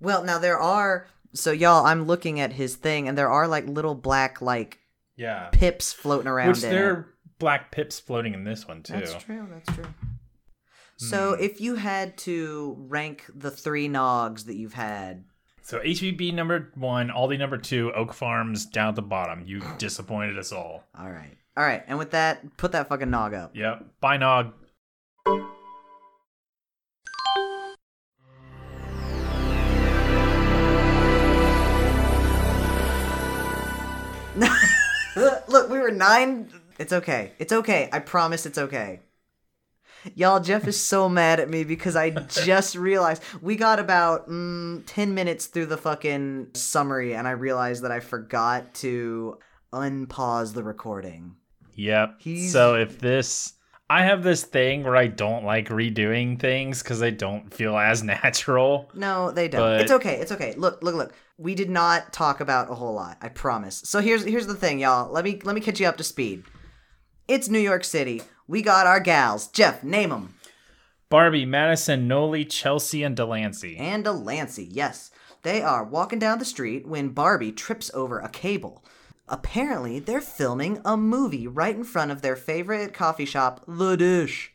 [SPEAKER 1] well, now there are. So y'all, I'm looking at his thing, and there are like little black like
[SPEAKER 2] Yeah,
[SPEAKER 1] pips floating around.
[SPEAKER 2] which
[SPEAKER 1] in
[SPEAKER 2] there
[SPEAKER 1] it.
[SPEAKER 2] are black pips floating in this one too. Hmm.
[SPEAKER 1] That's true. That's true. So, if you had to rank the three nogs that you've had,
[SPEAKER 2] So HBB number one, Aldi number two, Oak Farms down at the bottom. You disappointed us all.
[SPEAKER 1] all right, all right, and with that, put that fucking nog up.
[SPEAKER 2] Yep. Bye, Nog.
[SPEAKER 1] Look, we were nine. It's okay. It's okay. I promise it's okay. Y'all, Jeff is so mad at me because I just realized we got about mm, 10 minutes through the fucking summary and I realized that I forgot to unpause the recording.
[SPEAKER 2] Yep.
[SPEAKER 1] He's-
[SPEAKER 2] So if this, I have this thing where I don't like redoing things because they don't feel as natural.
[SPEAKER 1] No, they don't.
[SPEAKER 2] But-
[SPEAKER 1] It's okay. It's okay. Look, look, look. We did not talk about a whole lot. I promise. So here's here's the thing, y'all. Let me let me catch you up to speed. It's New York City. We got our gals. Jeff, name them.
[SPEAKER 2] Barbie, Madison, Noli, Chelsea, and Delancey.
[SPEAKER 1] And a Lancy. Yes, they are walking down the street when Barbie trips over a cable. Apparently, they're filming a movie right in front of their favorite coffee shop, The Dish.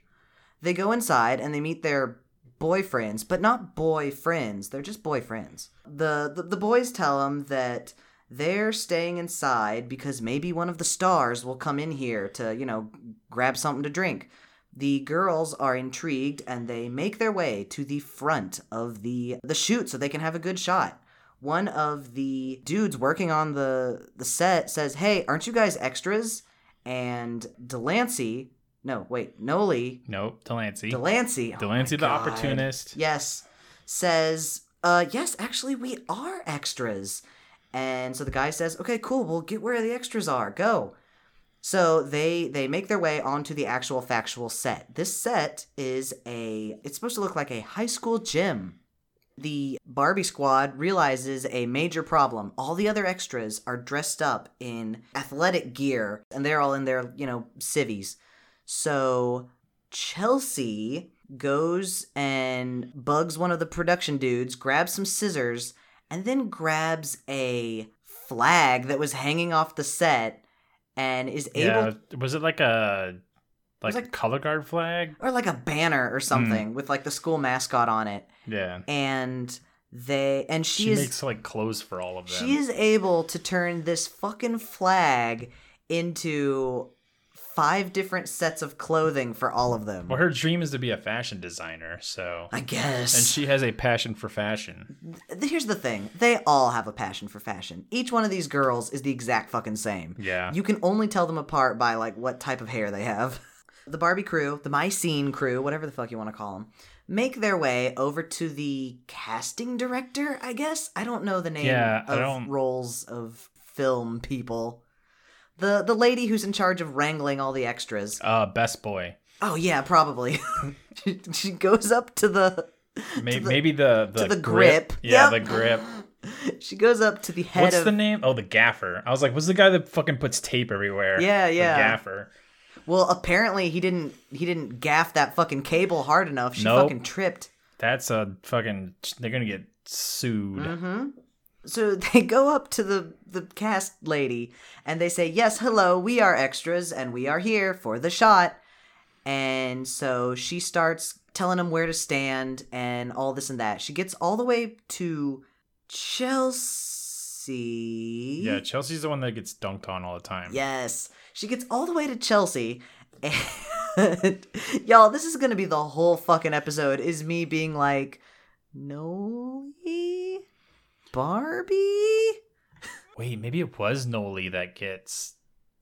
[SPEAKER 1] They go inside and they meet their boyfriends, but not boyfriends. They're just boyfriends. The, the the boys tell them that they're staying inside because maybe one of the stars will come in here to, you know, grab something to drink. The girls are intrigued and they make their way to the front of the the shoot so they can have a good shot. One of the dudes working on the the set says, "Hey, aren't you guys extras?" And Delancey, no, wait, Noli
[SPEAKER 2] Nope, Delancey.
[SPEAKER 1] Delancey. oh
[SPEAKER 2] Delancey,
[SPEAKER 1] my
[SPEAKER 2] the
[SPEAKER 1] God.
[SPEAKER 2] opportunist.
[SPEAKER 1] Yes. Says, uh, yes, actually, we are extras. And so the guy says, okay, cool, we'll get where the extras are. Go. So they they make their way onto the actual factual set. This set is a it's supposed to look like a high school gym. The Barbie squad realizes a major problem. All the other extras are dressed up in athletic gear and they're all in their, you know, civvies. So Chelsea goes and bugs one of the production dudes, grabs some scissors, and then grabs a flag that was hanging off the set and is able
[SPEAKER 2] Yeah. Was it like a like,
[SPEAKER 1] was like-
[SPEAKER 2] a color guard flag?
[SPEAKER 1] or like a banner
[SPEAKER 2] Hmm.
[SPEAKER 1] or something with like the school mascot on it
[SPEAKER 2] Yeah.
[SPEAKER 1] and they and she,
[SPEAKER 2] She
[SPEAKER 1] is
[SPEAKER 2] makes like clothes for all of them.
[SPEAKER 1] she is able to turn this fucking flag into five different sets of clothing for all of them
[SPEAKER 2] Well, her dream is to be a fashion designer. So,
[SPEAKER 1] i guess
[SPEAKER 2] and she has a passion for fashion.
[SPEAKER 1] here's the thing they all have a passion for fashion each one of these girls is the exact fucking same
[SPEAKER 2] Yeah.
[SPEAKER 1] you can only tell them apart by like what type of hair they have the barbie crew the my scene crew whatever the fuck you want to call them make their way over to the casting director i guess i don't know the name
[SPEAKER 2] Yeah, I
[SPEAKER 1] of
[SPEAKER 2] don't-
[SPEAKER 1] roles of film people the the lady who's in charge of wrangling all the extras
[SPEAKER 2] Uh, best boy.
[SPEAKER 1] oh yeah probably she, she goes up to the
[SPEAKER 2] Maybe the, maybe the the,
[SPEAKER 1] to the grip.
[SPEAKER 2] Yeah,
[SPEAKER 1] Yep.
[SPEAKER 2] the grip.
[SPEAKER 1] she goes up to the head
[SPEAKER 2] What's
[SPEAKER 1] of
[SPEAKER 2] the name? Oh, the gaffer. I was like, what's the guy that fucking puts tape everywhere?
[SPEAKER 1] Yeah, yeah.
[SPEAKER 2] The gaffer.
[SPEAKER 1] Well, apparently he didn't he didn't gaff that fucking cable hard enough. She
[SPEAKER 2] Nope.
[SPEAKER 1] fucking tripped.
[SPEAKER 2] That's a fucking. They're gonna get sued.
[SPEAKER 1] Um, Mm-hmm. So they go up to the the cast lady and they say, "Yes, hello, we are extras and we are here for the shot." And so she starts telling them where to stand and all this and that. She gets all the way to Chelsea.
[SPEAKER 2] Yeah, Chelsea's the one that gets dunked on all the time.
[SPEAKER 1] Yes. She gets all the way to Chelsea. And y'all, this is going to be the whole fucking episode is me being like, no, Barbie?
[SPEAKER 2] Wait, maybe it was Noli that gets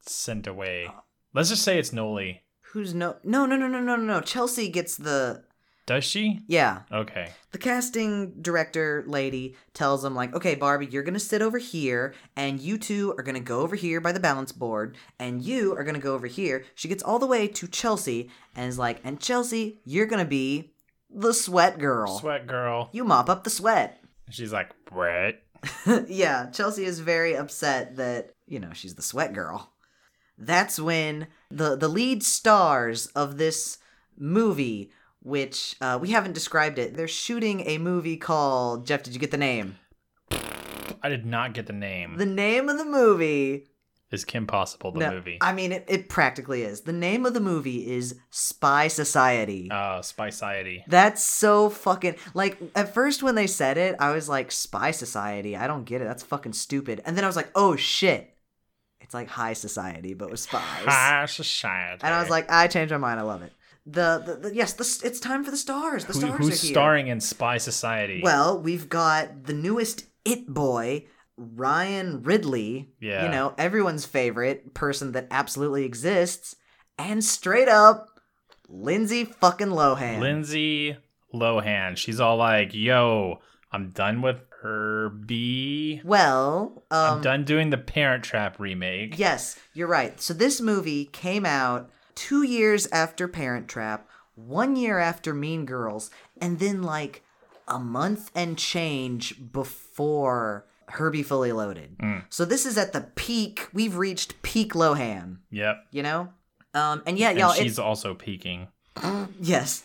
[SPEAKER 2] sent away.
[SPEAKER 1] Uh,
[SPEAKER 2] Let's just say it's Noli.
[SPEAKER 1] Who's no, no, no, no, no, no, no, no. Chelsea gets the,
[SPEAKER 2] Does she?
[SPEAKER 1] yeah.
[SPEAKER 2] Okay.
[SPEAKER 1] The casting director lady tells him, like, okay, Barbie, you're going to sit over here, and you two are going to go over here by the balance board, and you are going to go over here. She gets all the way to Chelsea and is like, and Chelsea, you're going to be the sweat girl.
[SPEAKER 2] Sweat girl.
[SPEAKER 1] You mop up the sweat.
[SPEAKER 2] She's like, what?
[SPEAKER 1] yeah, Chelsea is very upset that, you know, she's the sweat girl. That's when the the lead stars of this movie, which uh, we haven't described it, they're shooting a movie called Jeff. Did you get the name?
[SPEAKER 2] I did not get the name.
[SPEAKER 1] The name of the movie.
[SPEAKER 2] Is Kim Possible the
[SPEAKER 1] no,
[SPEAKER 2] movie?
[SPEAKER 1] I mean, it, it practically is. The name of the movie is Spy Society.
[SPEAKER 2] Uh, Spy Society.
[SPEAKER 1] That's so fucking like at first when they said it, I was like, Spy Society, I don't get it. That's fucking stupid. And then I was like, oh shit. It's like high society, but with spies.
[SPEAKER 2] Spy Ah, Society.
[SPEAKER 1] And I was like, I changed my mind. I love it. The, the, the yes, the, s- it's time for the stars. The
[SPEAKER 2] Who-
[SPEAKER 1] stars
[SPEAKER 2] who's
[SPEAKER 1] are here.
[SPEAKER 2] starring in Spy Society?
[SPEAKER 1] Well, we've got the newest It Boy, Ryan Ridley,
[SPEAKER 2] Yeah.
[SPEAKER 1] you know, everyone's favorite person that absolutely exists, and straight up Lindsay fucking Lohan.
[SPEAKER 2] Lindsay Lohan. She's all like, "Yo, I'm done with her B.
[SPEAKER 1] well, um,
[SPEAKER 2] am done doing the Parent Trap remake."
[SPEAKER 1] Yes, you're right. So this movie came out two years after Parent Trap, one year after Mean Girls, and then like a month and change before Herbie Fully Loaded.
[SPEAKER 2] Mm.
[SPEAKER 1] So this is at the peak. We've reached peak Lohan.
[SPEAKER 2] Yep.
[SPEAKER 1] You know. Um, and yeah,
[SPEAKER 2] And
[SPEAKER 1] y'all. it's-
[SPEAKER 2] she's also peaking.
[SPEAKER 1] Yes.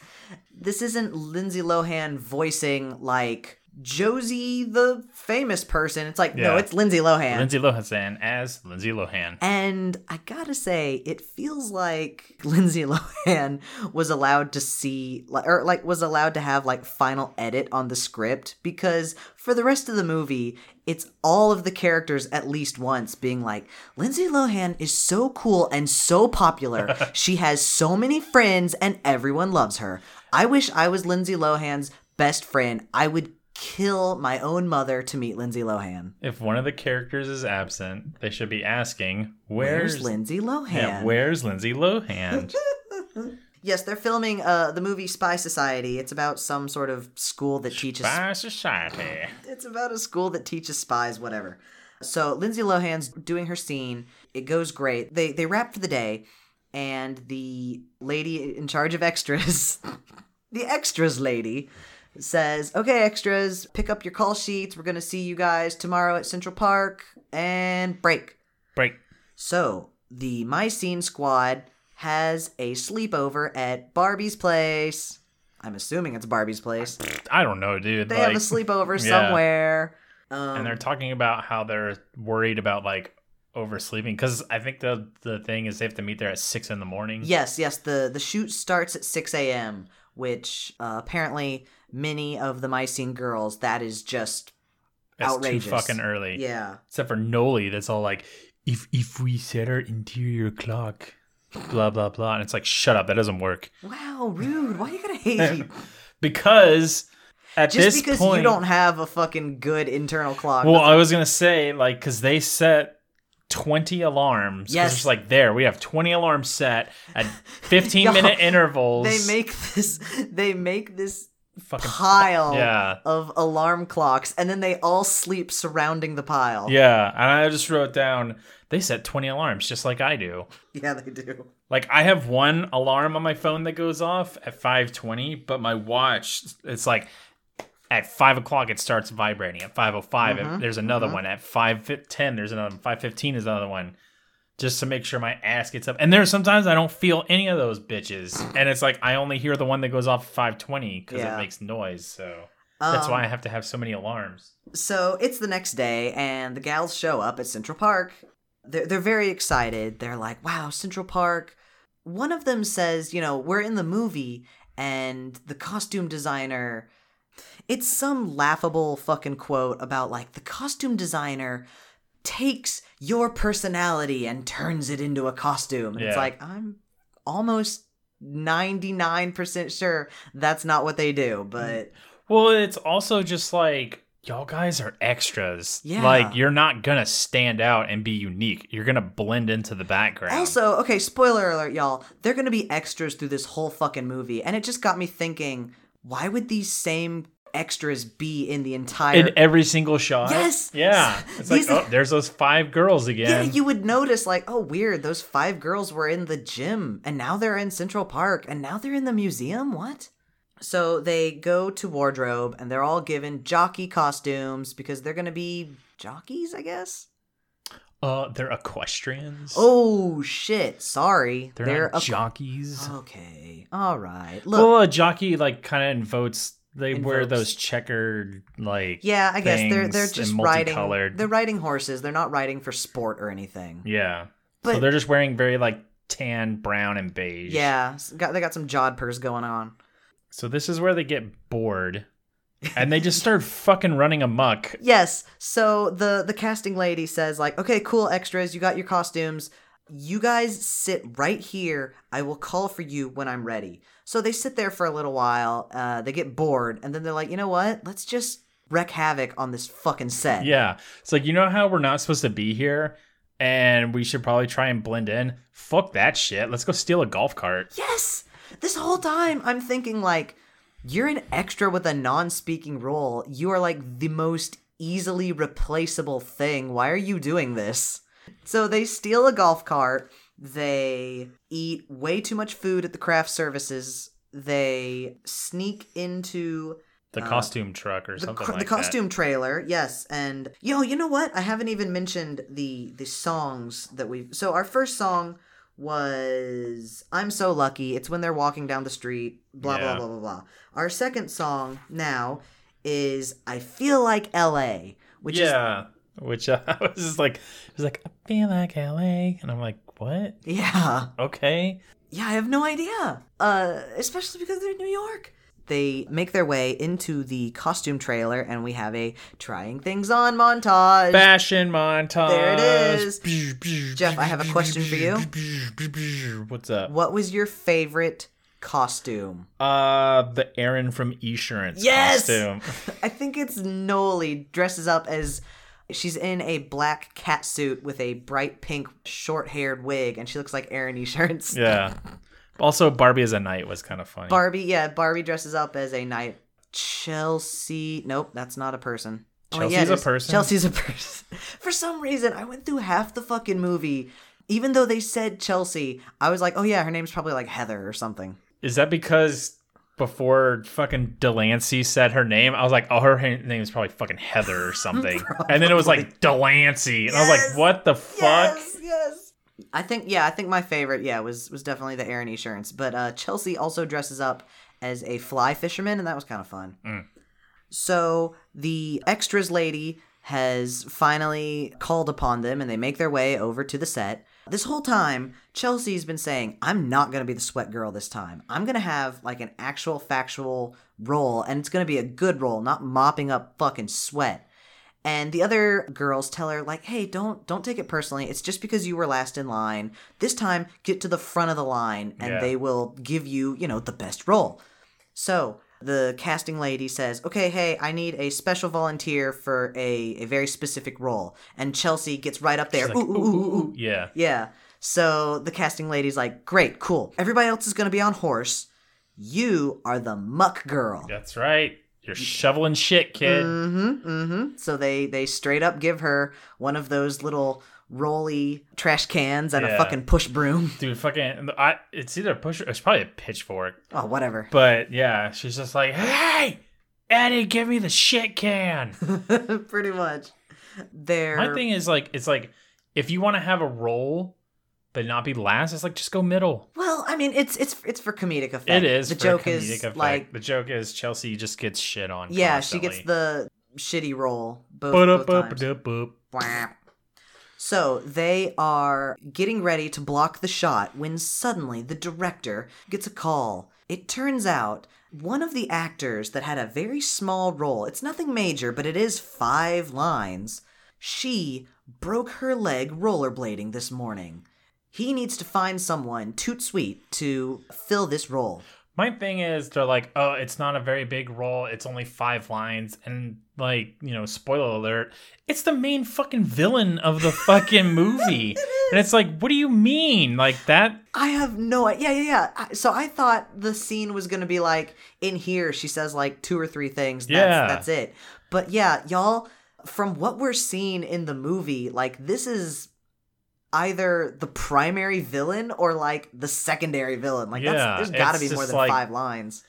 [SPEAKER 1] This isn't Lindsay Lohan voicing like Josie the famous person. It's like, no,
[SPEAKER 2] Yeah.
[SPEAKER 1] it's Lindsay Lohan.
[SPEAKER 2] Lindsay Lohan as Lindsay Lohan.
[SPEAKER 1] and I gotta say, it feels like Lindsay Lohan was allowed to see, li- or like was allowed to have like final edit on the script because for the rest of the movie, it's all of the characters at least once being like, Lindsay Lohan is so cool and so popular. she has so many friends and everyone loves her. I wish I was Lindsay Lohan's best friend. I would kill my own mother to meet Lindsay Lohan.
[SPEAKER 2] If one of the characters is absent, they should be asking,
[SPEAKER 1] Where's,
[SPEAKER 2] "Where's,
[SPEAKER 1] Lindsay Lohan?
[SPEAKER 2] Yeah, where's Lindsay Lohan?"
[SPEAKER 1] Yes, they're filming uh, the movie Spy Society. It's about some sort of school that teaches.
[SPEAKER 2] By society.
[SPEAKER 1] It's about a school that teaches spies, whatever. So Lindsay Lohan's doing her scene. It goes great. They they wrap for the day, and the lady in charge of extras, the extras lady, says, "Okay, extras, pick up your call sheets. We're gonna see you guys tomorrow at Central Park and break."
[SPEAKER 2] Break.
[SPEAKER 1] So the My Scene Squad has a sleepover at Barbie's place. I'm assuming it's Barbie's place.
[SPEAKER 2] I don't know, dude.
[SPEAKER 1] They
[SPEAKER 2] like,
[SPEAKER 1] have a sleepover
[SPEAKER 2] yeah.
[SPEAKER 1] somewhere. Um,
[SPEAKER 2] and they're talking about how they're worried about like oversleeping because I think the the thing is they have to meet there at six in the morning.
[SPEAKER 1] yes, yes. The the shoot starts at 6 a.m., which uh, apparently many of the My Scene girls that is just
[SPEAKER 2] it's
[SPEAKER 1] outrageous.
[SPEAKER 2] too fucking early.
[SPEAKER 1] yeah.
[SPEAKER 2] Except for Noli, that's all like, if if we set our interior clock, blah blah blah, and it's like, shut up, that doesn't work
[SPEAKER 1] Wow, rude. Why you gotta hate? you?
[SPEAKER 2] because at
[SPEAKER 1] Just
[SPEAKER 2] this
[SPEAKER 1] because
[SPEAKER 2] point,
[SPEAKER 1] you don't have a fucking good internal clock.
[SPEAKER 2] Well, I was gonna say like because they set. 20 alarms. 'cause
[SPEAKER 1] Yes.
[SPEAKER 2] It's like there, we have 20 alarms set at 15
[SPEAKER 1] Y'all,
[SPEAKER 2] minute intervals.
[SPEAKER 1] they make this. They make this
[SPEAKER 2] fucking
[SPEAKER 1] pile
[SPEAKER 2] Yeah.
[SPEAKER 1] of alarm clocks, and then they all sleep surrounding the pile.
[SPEAKER 2] Yeah, and I just wrote down they set 20 alarms just like I do.
[SPEAKER 1] Yeah, they do.
[SPEAKER 2] Like I have one alarm on my phone that goes off at 5:20, but my watch it's like at five o'clock it starts vibrating. At 5:05 it-
[SPEAKER 1] Mhm,
[SPEAKER 2] there's another one. At 5:10 there's another. one. 5:15 is another one. Just to make sure my ass gets up. And there's sometimes I don't feel any of those bitches, and it's like I only hear the one that goes off at 5:20 because
[SPEAKER 1] Yeah.
[SPEAKER 2] it makes noise. So that's
[SPEAKER 1] Um,
[SPEAKER 2] why I have to have so many alarms.
[SPEAKER 1] So it's the next day, and the gals show up at Central Park. They're, they're very excited. They're like, wow, Central Park. One of them says, you know, we're in the movie, and the costume designer. It's some laughable fucking quote about like the costume designer takes your personality and turns it into a costume. And it's
[SPEAKER 2] Yeah.
[SPEAKER 1] like, I'm almost 99% sure that's not what they do, but
[SPEAKER 2] Well, it's also just like y'all guys are extras.
[SPEAKER 1] Yeah.
[SPEAKER 2] Like you're not gonna stand out and be unique. You're gonna blend into the background.
[SPEAKER 1] Also, okay, spoiler alert, y'all. They're gonna be extras through this whole fucking movie, and it just got me thinking: Why would these same extras be in the entire?
[SPEAKER 2] in every single shot.
[SPEAKER 1] Yes!
[SPEAKER 2] Yeah. It's like
[SPEAKER 1] These-
[SPEAKER 2] oh, there's those five girls
[SPEAKER 1] yeah,
[SPEAKER 2] again.
[SPEAKER 1] you would notice like, oh, weird. Those five girls were in the gym, and now they're in Central Park, and now they're in the museum. What? So they go to wardrobe, and they're all given jockey costumes because they're gonna be jockeys, I guess.
[SPEAKER 2] uh, they're equestrians.
[SPEAKER 1] Oh shit! Sorry,
[SPEAKER 2] they're, not
[SPEAKER 1] a-
[SPEAKER 2] jockeys.
[SPEAKER 1] okay. All right. uh, Look.
[SPEAKER 2] well, a jockey like kind of invokes. They wear
[SPEAKER 1] Invokes.
[SPEAKER 2] those checkered like.
[SPEAKER 1] Yeah, I guess they're they're
[SPEAKER 2] things
[SPEAKER 1] just
[SPEAKER 2] and
[SPEAKER 1] riding.
[SPEAKER 2] multicolored.
[SPEAKER 1] They're riding horses. They're not riding for sport or anything.
[SPEAKER 2] Yeah. so
[SPEAKER 1] But-
[SPEAKER 2] they're just wearing very like tan, brown, and beige.
[SPEAKER 1] Yeah, s- got, they got some jodhpurs going on.
[SPEAKER 2] So this is where they get bored. And they just start fucking running amok.
[SPEAKER 1] Yes. So the the casting lady says like, "Okay, cool extras, you got your costumes. You guys sit right here. I will call for you when I'm ready." So they sit there for a little while. Uh, they get bored, and then they're like, "You know what? Let's just wreak havoc on this fucking set.
[SPEAKER 2] Yeah. It's like, you know how we're not supposed to be here and we should probably try and blend in? Fuck that shit. Let's go steal a golf cart.
[SPEAKER 1] Yes. This whole time I'm thinking like you're an extra with a non-speaking role. You are like the most easily replaceable thing. Why are you doing this? So they steal a golf cart. They eat way too much food at the craft services. They sneak into
[SPEAKER 2] The costume truck or
[SPEAKER 1] Uh, the,
[SPEAKER 2] something
[SPEAKER 1] cr-
[SPEAKER 2] like
[SPEAKER 1] the costume trailer yes and yo you know what i haven't even mentioned the the songs that we've so our first song was i'm so lucky it's when they're walking down the street blah blah
[SPEAKER 2] Yeah.
[SPEAKER 1] blah blah blah our second song now is i feel like la
[SPEAKER 2] that.
[SPEAKER 1] which
[SPEAKER 2] yeah. Which uh, I was just like, I was like, I feel like LA. And I'm like, what?
[SPEAKER 1] is yeah
[SPEAKER 2] Okay.
[SPEAKER 1] Yeah, I have no idea. Uh, especially because they're in New York. They make their way into the costume trailer, and we have a trying things on montage.
[SPEAKER 2] Fashion montage.
[SPEAKER 1] There it is. Jeff, I have a question for you.
[SPEAKER 2] What's up?
[SPEAKER 1] What was your favorite costume?
[SPEAKER 2] Uh, the Aaron from Insurance
[SPEAKER 1] Yes!
[SPEAKER 2] costume.
[SPEAKER 1] I think it's Noli dresses up as she's in a black cat suit with a bright pink short haired wig, and she looks like Erin Insurance.
[SPEAKER 2] Yeah. Also, Barbie as a Knight was kind of funny.
[SPEAKER 1] Barbie, yeah, Barbie dresses up as a knight. Chelsea, nope, that's not a person. Oh, wait, yeah,
[SPEAKER 2] Chelsea's a
[SPEAKER 1] it is.
[SPEAKER 2] person?
[SPEAKER 1] Chelsea's a person. For some reason, I went through half the fucking movie. Even though they said Chelsea, I was like, oh yeah, her name's probably like Heather or something.
[SPEAKER 2] Is that because before fucking Delancey said her name, I was like, oh, her ha- name is probably fucking Heather or something. and then it was like Delancey. And I was
[SPEAKER 1] Yes!
[SPEAKER 2] like, what the fuck?
[SPEAKER 1] Yes, yes. I think yeah, I think my favorite yeah was was definitely the Aaron Insurance, but uh, Chelsea also dresses up as a fly fisherman, and that was kind of fun.
[SPEAKER 2] Mm.
[SPEAKER 1] So the extras lady has finally called upon them, and they make their way over to the set. This whole time, Chelsea's been saying, "I'm not gonna be the sweat girl this time. I'm gonna have like an actual factual role, and it's gonna be a good role, not mopping up fucking sweat." and the other girls tell her like hey don't don't take it personally it's just because you were last in line this time get to the front of the line and
[SPEAKER 2] Yeah.
[SPEAKER 1] they will give you you know the best role so the casting lady says okay hey i need a special volunteer for a, a very specific role and chelsea gets right up there
[SPEAKER 2] She's like,
[SPEAKER 1] ooh, ooh, ooh, ooh, ooh.
[SPEAKER 2] Yeah.
[SPEAKER 1] Yeah. So the casting lady's like, great, cool. Everybody else is going to be on horse. You are the muck girl.
[SPEAKER 2] That's right. You're shoveling shit, kid.
[SPEAKER 1] Mm-hmm. Mm-hmm. So they they straight up give her one of those little rolly trash cans and a
[SPEAKER 2] Yeah.
[SPEAKER 1] fucking push broom.
[SPEAKER 2] Dude, fucking. I, it's either a pusher, it's probably a pitchfork.
[SPEAKER 1] Oh, whatever.
[SPEAKER 2] But yeah, she's just like, hey, Eddie, give me the shit can.
[SPEAKER 1] Pretty much. They're
[SPEAKER 2] My thing is like, it's like, if you want to have a role but not be last, it's like, just go middle.
[SPEAKER 1] well, I mean, it's it's it's for comedic effect.
[SPEAKER 2] It is.
[SPEAKER 1] The
[SPEAKER 2] for
[SPEAKER 1] joke
[SPEAKER 2] comedic
[SPEAKER 1] is
[SPEAKER 2] effect.
[SPEAKER 1] like,
[SPEAKER 2] the joke is Chelsea just gets shit on.
[SPEAKER 1] yeah,
[SPEAKER 2] constantly.
[SPEAKER 1] she gets the shitty roll. Both, both times.
[SPEAKER 2] Ba-da-ba-ba-da-boop.
[SPEAKER 1] Wah. So they are getting ready to block the shot when suddenly the director gets a call. It turns out one of the actors that had a very small role, it's nothing major, but it is five lines, she broke her leg rollerblading this morning. He needs to find someone toot sweet to fill this role.
[SPEAKER 2] My thing is, they're like, oh, it's not a very big role. It's only five lines, and like, you know, spoiler alert, it's the main fucking villain of the fucking movie. and it's like, what do you mean? Like that?
[SPEAKER 1] I have no idea. Yeah, yeah, yeah. I- So I thought the scene was going to be like in here she says like two or three things. That's,
[SPEAKER 2] Yeah.
[SPEAKER 1] That's it. But yeah, y'all, from what we're seeing in the movie, like this is either the primary villain or like the secondary villain. Like
[SPEAKER 2] Yeah,
[SPEAKER 1] that's, there's got to
[SPEAKER 2] it's
[SPEAKER 1] be more
[SPEAKER 2] just
[SPEAKER 1] than
[SPEAKER 2] like-
[SPEAKER 1] five lines.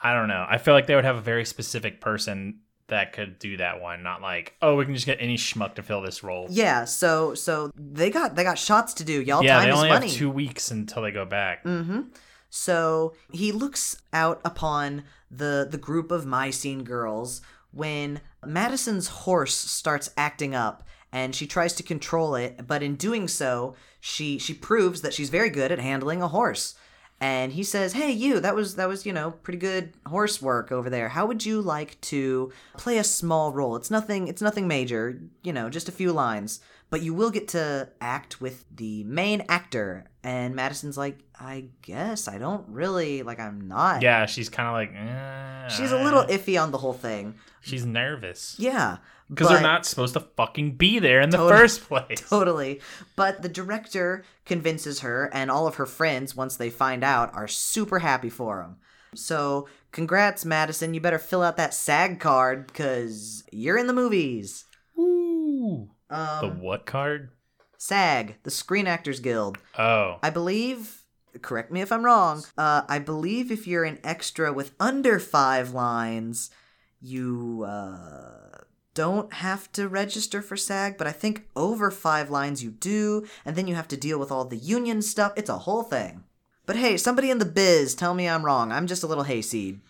[SPEAKER 2] I don't know. I feel like they would have a very specific person that could do that one. Not like, oh, we can just get any schmuck to fill this role.
[SPEAKER 1] Yeah. So so they got they got shots to do. Y'all
[SPEAKER 2] yeah,
[SPEAKER 1] time
[SPEAKER 2] they
[SPEAKER 1] is
[SPEAKER 2] only
[SPEAKER 1] money.
[SPEAKER 2] have two weeks until they go back.
[SPEAKER 1] Mm-hmm. So he looks out upon the the group of Mycene girls when Madison's horse starts acting up and she tries to control it, but in doing so, she she proves that she's very good at handling a horse. And he says, "Hey you, that was that was, you know, pretty good horse work over there. How would you like to play a small role? It's nothing it's nothing major, you know, just a few lines, But you will get to act with the main actor. And Madison's like, I guess I don't really like. I'm not.
[SPEAKER 2] Yeah, she's kind of like. "Eh,
[SPEAKER 1] She's a little iffy on the whole thing.
[SPEAKER 2] She's nervous
[SPEAKER 1] Yeah.
[SPEAKER 2] because they're
[SPEAKER 1] but-
[SPEAKER 2] not supposed to fucking be there in the
[SPEAKER 1] Totally.
[SPEAKER 2] first place.
[SPEAKER 1] Totally. But the director convinces her, and all of her friends, once they find out, are super happy for him. So, congrats, Madison. You better fill out that SAG card because you're in the movies.
[SPEAKER 2] Ooh.
[SPEAKER 1] Um,
[SPEAKER 2] the what card?
[SPEAKER 1] SAG, the Screen Actors Guild.
[SPEAKER 2] Oh,
[SPEAKER 1] I believe, correct me if I'm wrong, uh, I believe if you're an extra with under five lines, you uh, don't have to register for SAG, but I think over five lines you do, and then you have to deal with all the union stuff. It's a whole thing. But hey, somebody in the biz, tell me I'm wrong. I'm just a little hayseed.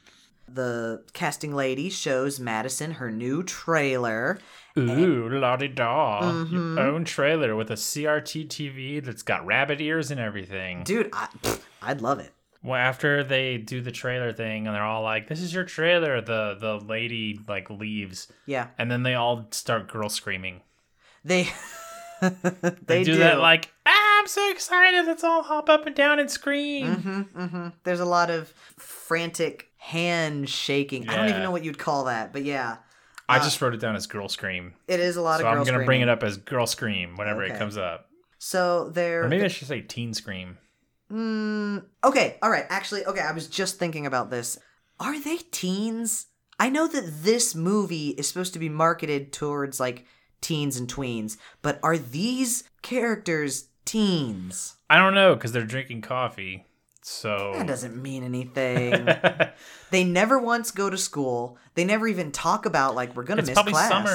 [SPEAKER 1] The casting lady shows Madison her new trailer.
[SPEAKER 2] ooh, la di da!
[SPEAKER 1] Mhm.
[SPEAKER 2] Your own trailer with a CRT TV that's got rabbit ears and everything.
[SPEAKER 1] Dude, I, pfft, I'd love it.
[SPEAKER 2] Well, after they do the trailer thing and they're all like, "This is your trailer," the the lady like leaves,
[SPEAKER 1] Yeah,
[SPEAKER 2] and then they all start girl screaming.
[SPEAKER 1] they they,
[SPEAKER 2] They, do, that like, ah, "I'm so excited! Let's all hop up and down and scream."
[SPEAKER 1] hmm hmm There's a lot of frantic hand shaking. I don't even
[SPEAKER 2] Yeah.
[SPEAKER 1] know what you'd call that, but yeah,
[SPEAKER 2] I just wrote it down as girl scream,
[SPEAKER 1] it is Uh, a lot
[SPEAKER 2] so
[SPEAKER 1] of.
[SPEAKER 2] I'm
[SPEAKER 1] girl
[SPEAKER 2] gonna bring
[SPEAKER 1] screaming.
[SPEAKER 2] it up as girl scream whenever
[SPEAKER 1] Okay.
[SPEAKER 2] it comes up.
[SPEAKER 1] So there.
[SPEAKER 2] Or maybe I should say teen scream.
[SPEAKER 1] Mm, okay, all right. Actually, okay. I was just thinking about this. Are they teens? I know that this movie is supposed to be marketed towards like teens and tweens, but are these characters teens?
[SPEAKER 2] I don't know because they're drinking coffee, so
[SPEAKER 1] That doesn't mean anything. they never once go to school. They never even talk about like we're gonna
[SPEAKER 2] it's
[SPEAKER 1] miss
[SPEAKER 2] probably
[SPEAKER 1] class. Mm.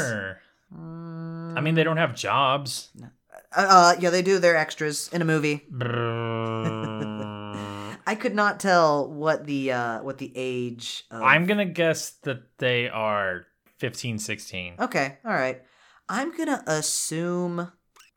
[SPEAKER 2] summer. I mean, they don't have jobs.
[SPEAKER 1] Uh, uh, yeah, they do. They're extras in a movie. I could not tell what the uh what the age. Of...
[SPEAKER 2] I'm gonna guess that they are 15, 16.
[SPEAKER 1] okay. All right. I'm gonna assume.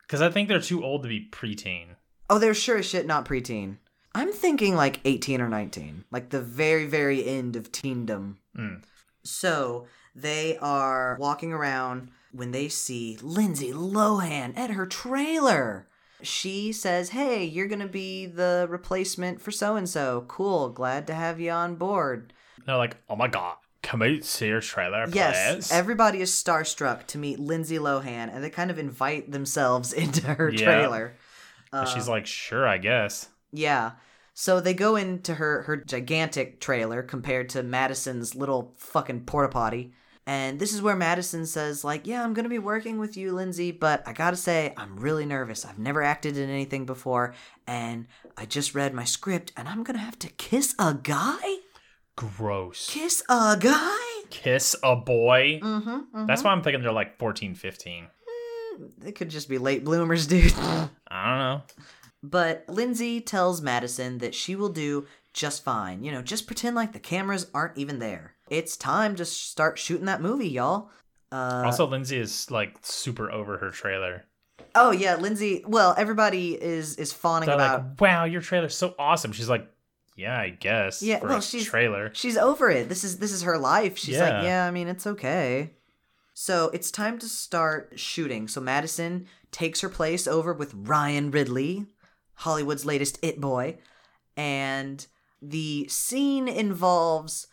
[SPEAKER 2] Because I think they're too old to be preteen.
[SPEAKER 1] Oh, they're sure as shit not preteen. I'm thinking like 18 or 19, like the very very end of teendom.
[SPEAKER 2] Mm.
[SPEAKER 1] So they are walking around when they see Lindsay Lohan at her trailer. She says, Hey, you're going to be the replacement for so and so. Cool. Glad to have you on board.
[SPEAKER 2] They're like, oh my god, come out see your trailer, please.
[SPEAKER 1] Yes, everybody is starstruck to meet Lindsay Lohan, and they kind of invite themselves into her
[SPEAKER 2] Yeah.
[SPEAKER 1] trailer. uh,
[SPEAKER 2] And she's like, sure, I guess.
[SPEAKER 1] Yeah. So they go into her her gigantic trailer compared to Madison's little fucking porta potty. And this is where Madison says like, "Yeah, I'm going to be working with you, Lindsay, but I got to say I'm really nervous. I've never acted in anything before, and I just read my script and I'm going to have to kiss a guy?
[SPEAKER 2] Gross.
[SPEAKER 1] Kiss a guy?"
[SPEAKER 2] Kiss a boy.
[SPEAKER 1] Mhm. mhm.
[SPEAKER 2] That's why I'm thinking they're like 14, 15.
[SPEAKER 1] it could just be late bloomers, dude.
[SPEAKER 2] I don't know.
[SPEAKER 1] But Lindsay tells Madison that she will do just fine. You know, just pretend like the cameras aren't even there. It's time to start shooting that movie, y'all. Uh,
[SPEAKER 2] also, Lindsay is like super over her trailer.
[SPEAKER 1] oh yeah, Lindsay. Well, everybody is is fawning
[SPEAKER 2] They're
[SPEAKER 1] about.
[SPEAKER 2] like, wow, your trailer's so awesome. She's like, yeah, I guess.
[SPEAKER 1] Yeah,
[SPEAKER 2] for
[SPEAKER 1] well,
[SPEAKER 2] a
[SPEAKER 1] she's-
[SPEAKER 2] trailer.
[SPEAKER 1] She's over it. This is this is her life. She's
[SPEAKER 2] Yeah.
[SPEAKER 1] like, yeah, I mean, it's okay. So it's time to start shooting. So Madison takes her place over with Ryan Ridley, Hollywood's latest it boy, and the scene involves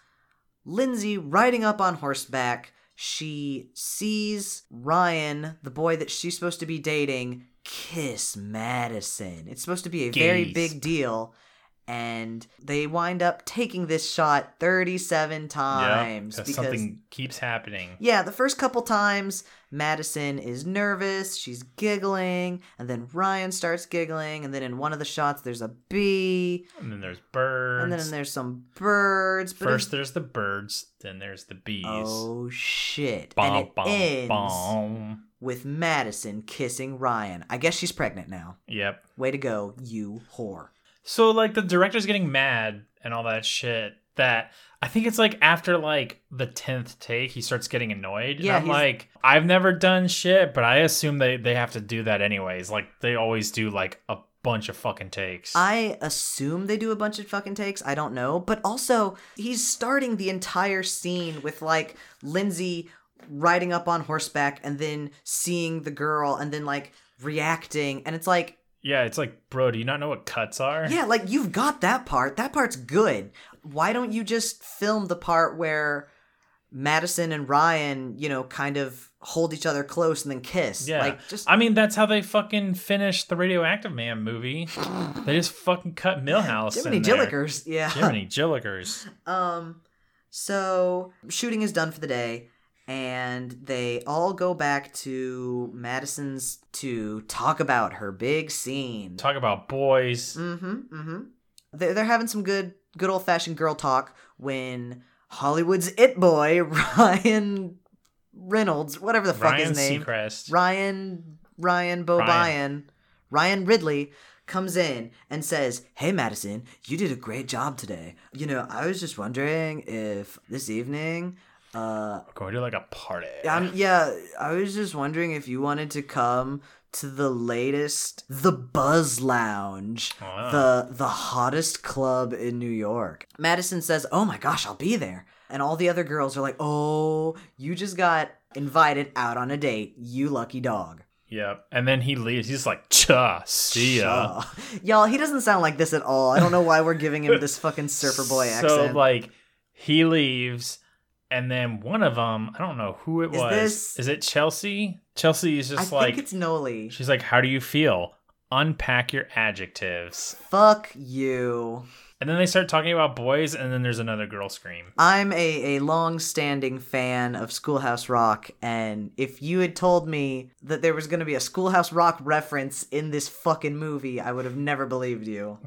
[SPEAKER 1] Lindsay riding up on horseback. She sees Ryan, the boy that she's supposed to be dating, kiss Madison. It's supposed to be a very
[SPEAKER 2] Gaze.
[SPEAKER 1] big deal. And they wind up taking this shot 37 times.
[SPEAKER 2] Yeah, 'cause something keeps happening.
[SPEAKER 1] Yeah, the first couple times, Madison is nervous, she's giggling, and then Ryan starts giggling, and then in one of the shots, there's a bee,
[SPEAKER 2] And then there's birds.
[SPEAKER 1] and then there's some birds. But
[SPEAKER 2] First,
[SPEAKER 1] it-
[SPEAKER 2] there's the birds, then there's the bees.
[SPEAKER 1] oh shit!
[SPEAKER 2] Bom,
[SPEAKER 1] and it
[SPEAKER 2] bom,
[SPEAKER 1] ends
[SPEAKER 2] bom.
[SPEAKER 1] with Madison kissing Ryan. I guess she's pregnant now.
[SPEAKER 2] Yep.
[SPEAKER 1] Way to go, you whore!
[SPEAKER 2] So like the director's getting mad and all that shit. That I think it's like after like the tenth take, he starts getting annoyed.
[SPEAKER 1] Yeah,
[SPEAKER 2] and I'm
[SPEAKER 1] he's-
[SPEAKER 2] like, I've never done shit, but I assume they they have to do that anyways. Like they always do like a bunch of fucking takes.
[SPEAKER 1] I assume they do a bunch of fucking takes. I don't know. But also, he's starting the entire scene with like Lindsay riding up on horseback and then seeing the girl and then like reacting and it's like
[SPEAKER 2] Yeah, it's like, bro, do you not know what cuts are?
[SPEAKER 1] yeah like you've got that part that part's good why don't you just film the part where madison and ryan you know kind of hold each other close and then kiss
[SPEAKER 2] Yeah.
[SPEAKER 1] like just
[SPEAKER 2] I mean, that's how they fucking finished the Radioactive Man movie. they just fucking cut Millhouse.
[SPEAKER 1] jiminy
[SPEAKER 2] in there.
[SPEAKER 1] jillikers yeah
[SPEAKER 2] Jiminy Jillikers.
[SPEAKER 1] Um, so shooting is done for the day, and they all go back to Madison's to talk about her big scene.
[SPEAKER 2] Talk about boys.
[SPEAKER 1] Mm-hmm. Mm-hmm. They're, they're having some good, good old fashioned girl talk when Hollywood's it boy Ryan Reynolds, whatever the fuck
[SPEAKER 2] Ryan
[SPEAKER 1] his name,
[SPEAKER 2] Seacrest.
[SPEAKER 1] Ryan Ryan Bobian Ryan.
[SPEAKER 2] Ryan.
[SPEAKER 1] Ridley comes in and says, "Hey Madison, you did a great job today. You know, I was just wondering if this evening uh
[SPEAKER 2] We're going to like a party.
[SPEAKER 1] um yeah, I was just wondering if you wanted to come to the latest The Buzz Lounge,
[SPEAKER 2] Wow.
[SPEAKER 1] the the hottest club in New York." Madison says, "Oh my gosh, I'll be there." And all the other girls are like, "Oh, you just got invited out on a date. You lucky dog."
[SPEAKER 2] Yep. And then he leaves. He's like, cha, see ya.
[SPEAKER 1] Uh, y'all, he doesn't sound like this at all. I don't know why we're giving him this fucking surfer boy
[SPEAKER 2] so,
[SPEAKER 1] accent.
[SPEAKER 2] like, he leaves. And then one of them, I don't know who it
[SPEAKER 1] Is
[SPEAKER 2] was.
[SPEAKER 1] this-
[SPEAKER 2] Is it Chelsea? Chelsea is
[SPEAKER 1] I
[SPEAKER 2] just
[SPEAKER 1] think
[SPEAKER 2] like,
[SPEAKER 1] it's Noli.
[SPEAKER 2] she's like, how do you feel? Unpack your adjectives.
[SPEAKER 1] Fuck you.
[SPEAKER 2] And then they start talking about boys, and then there's another girl scream.
[SPEAKER 1] I'm a, a long standing fan of Schoolhouse Rock, and if you had told me that there was going to be a Schoolhouse Rock reference in this fucking movie, I would have never believed you.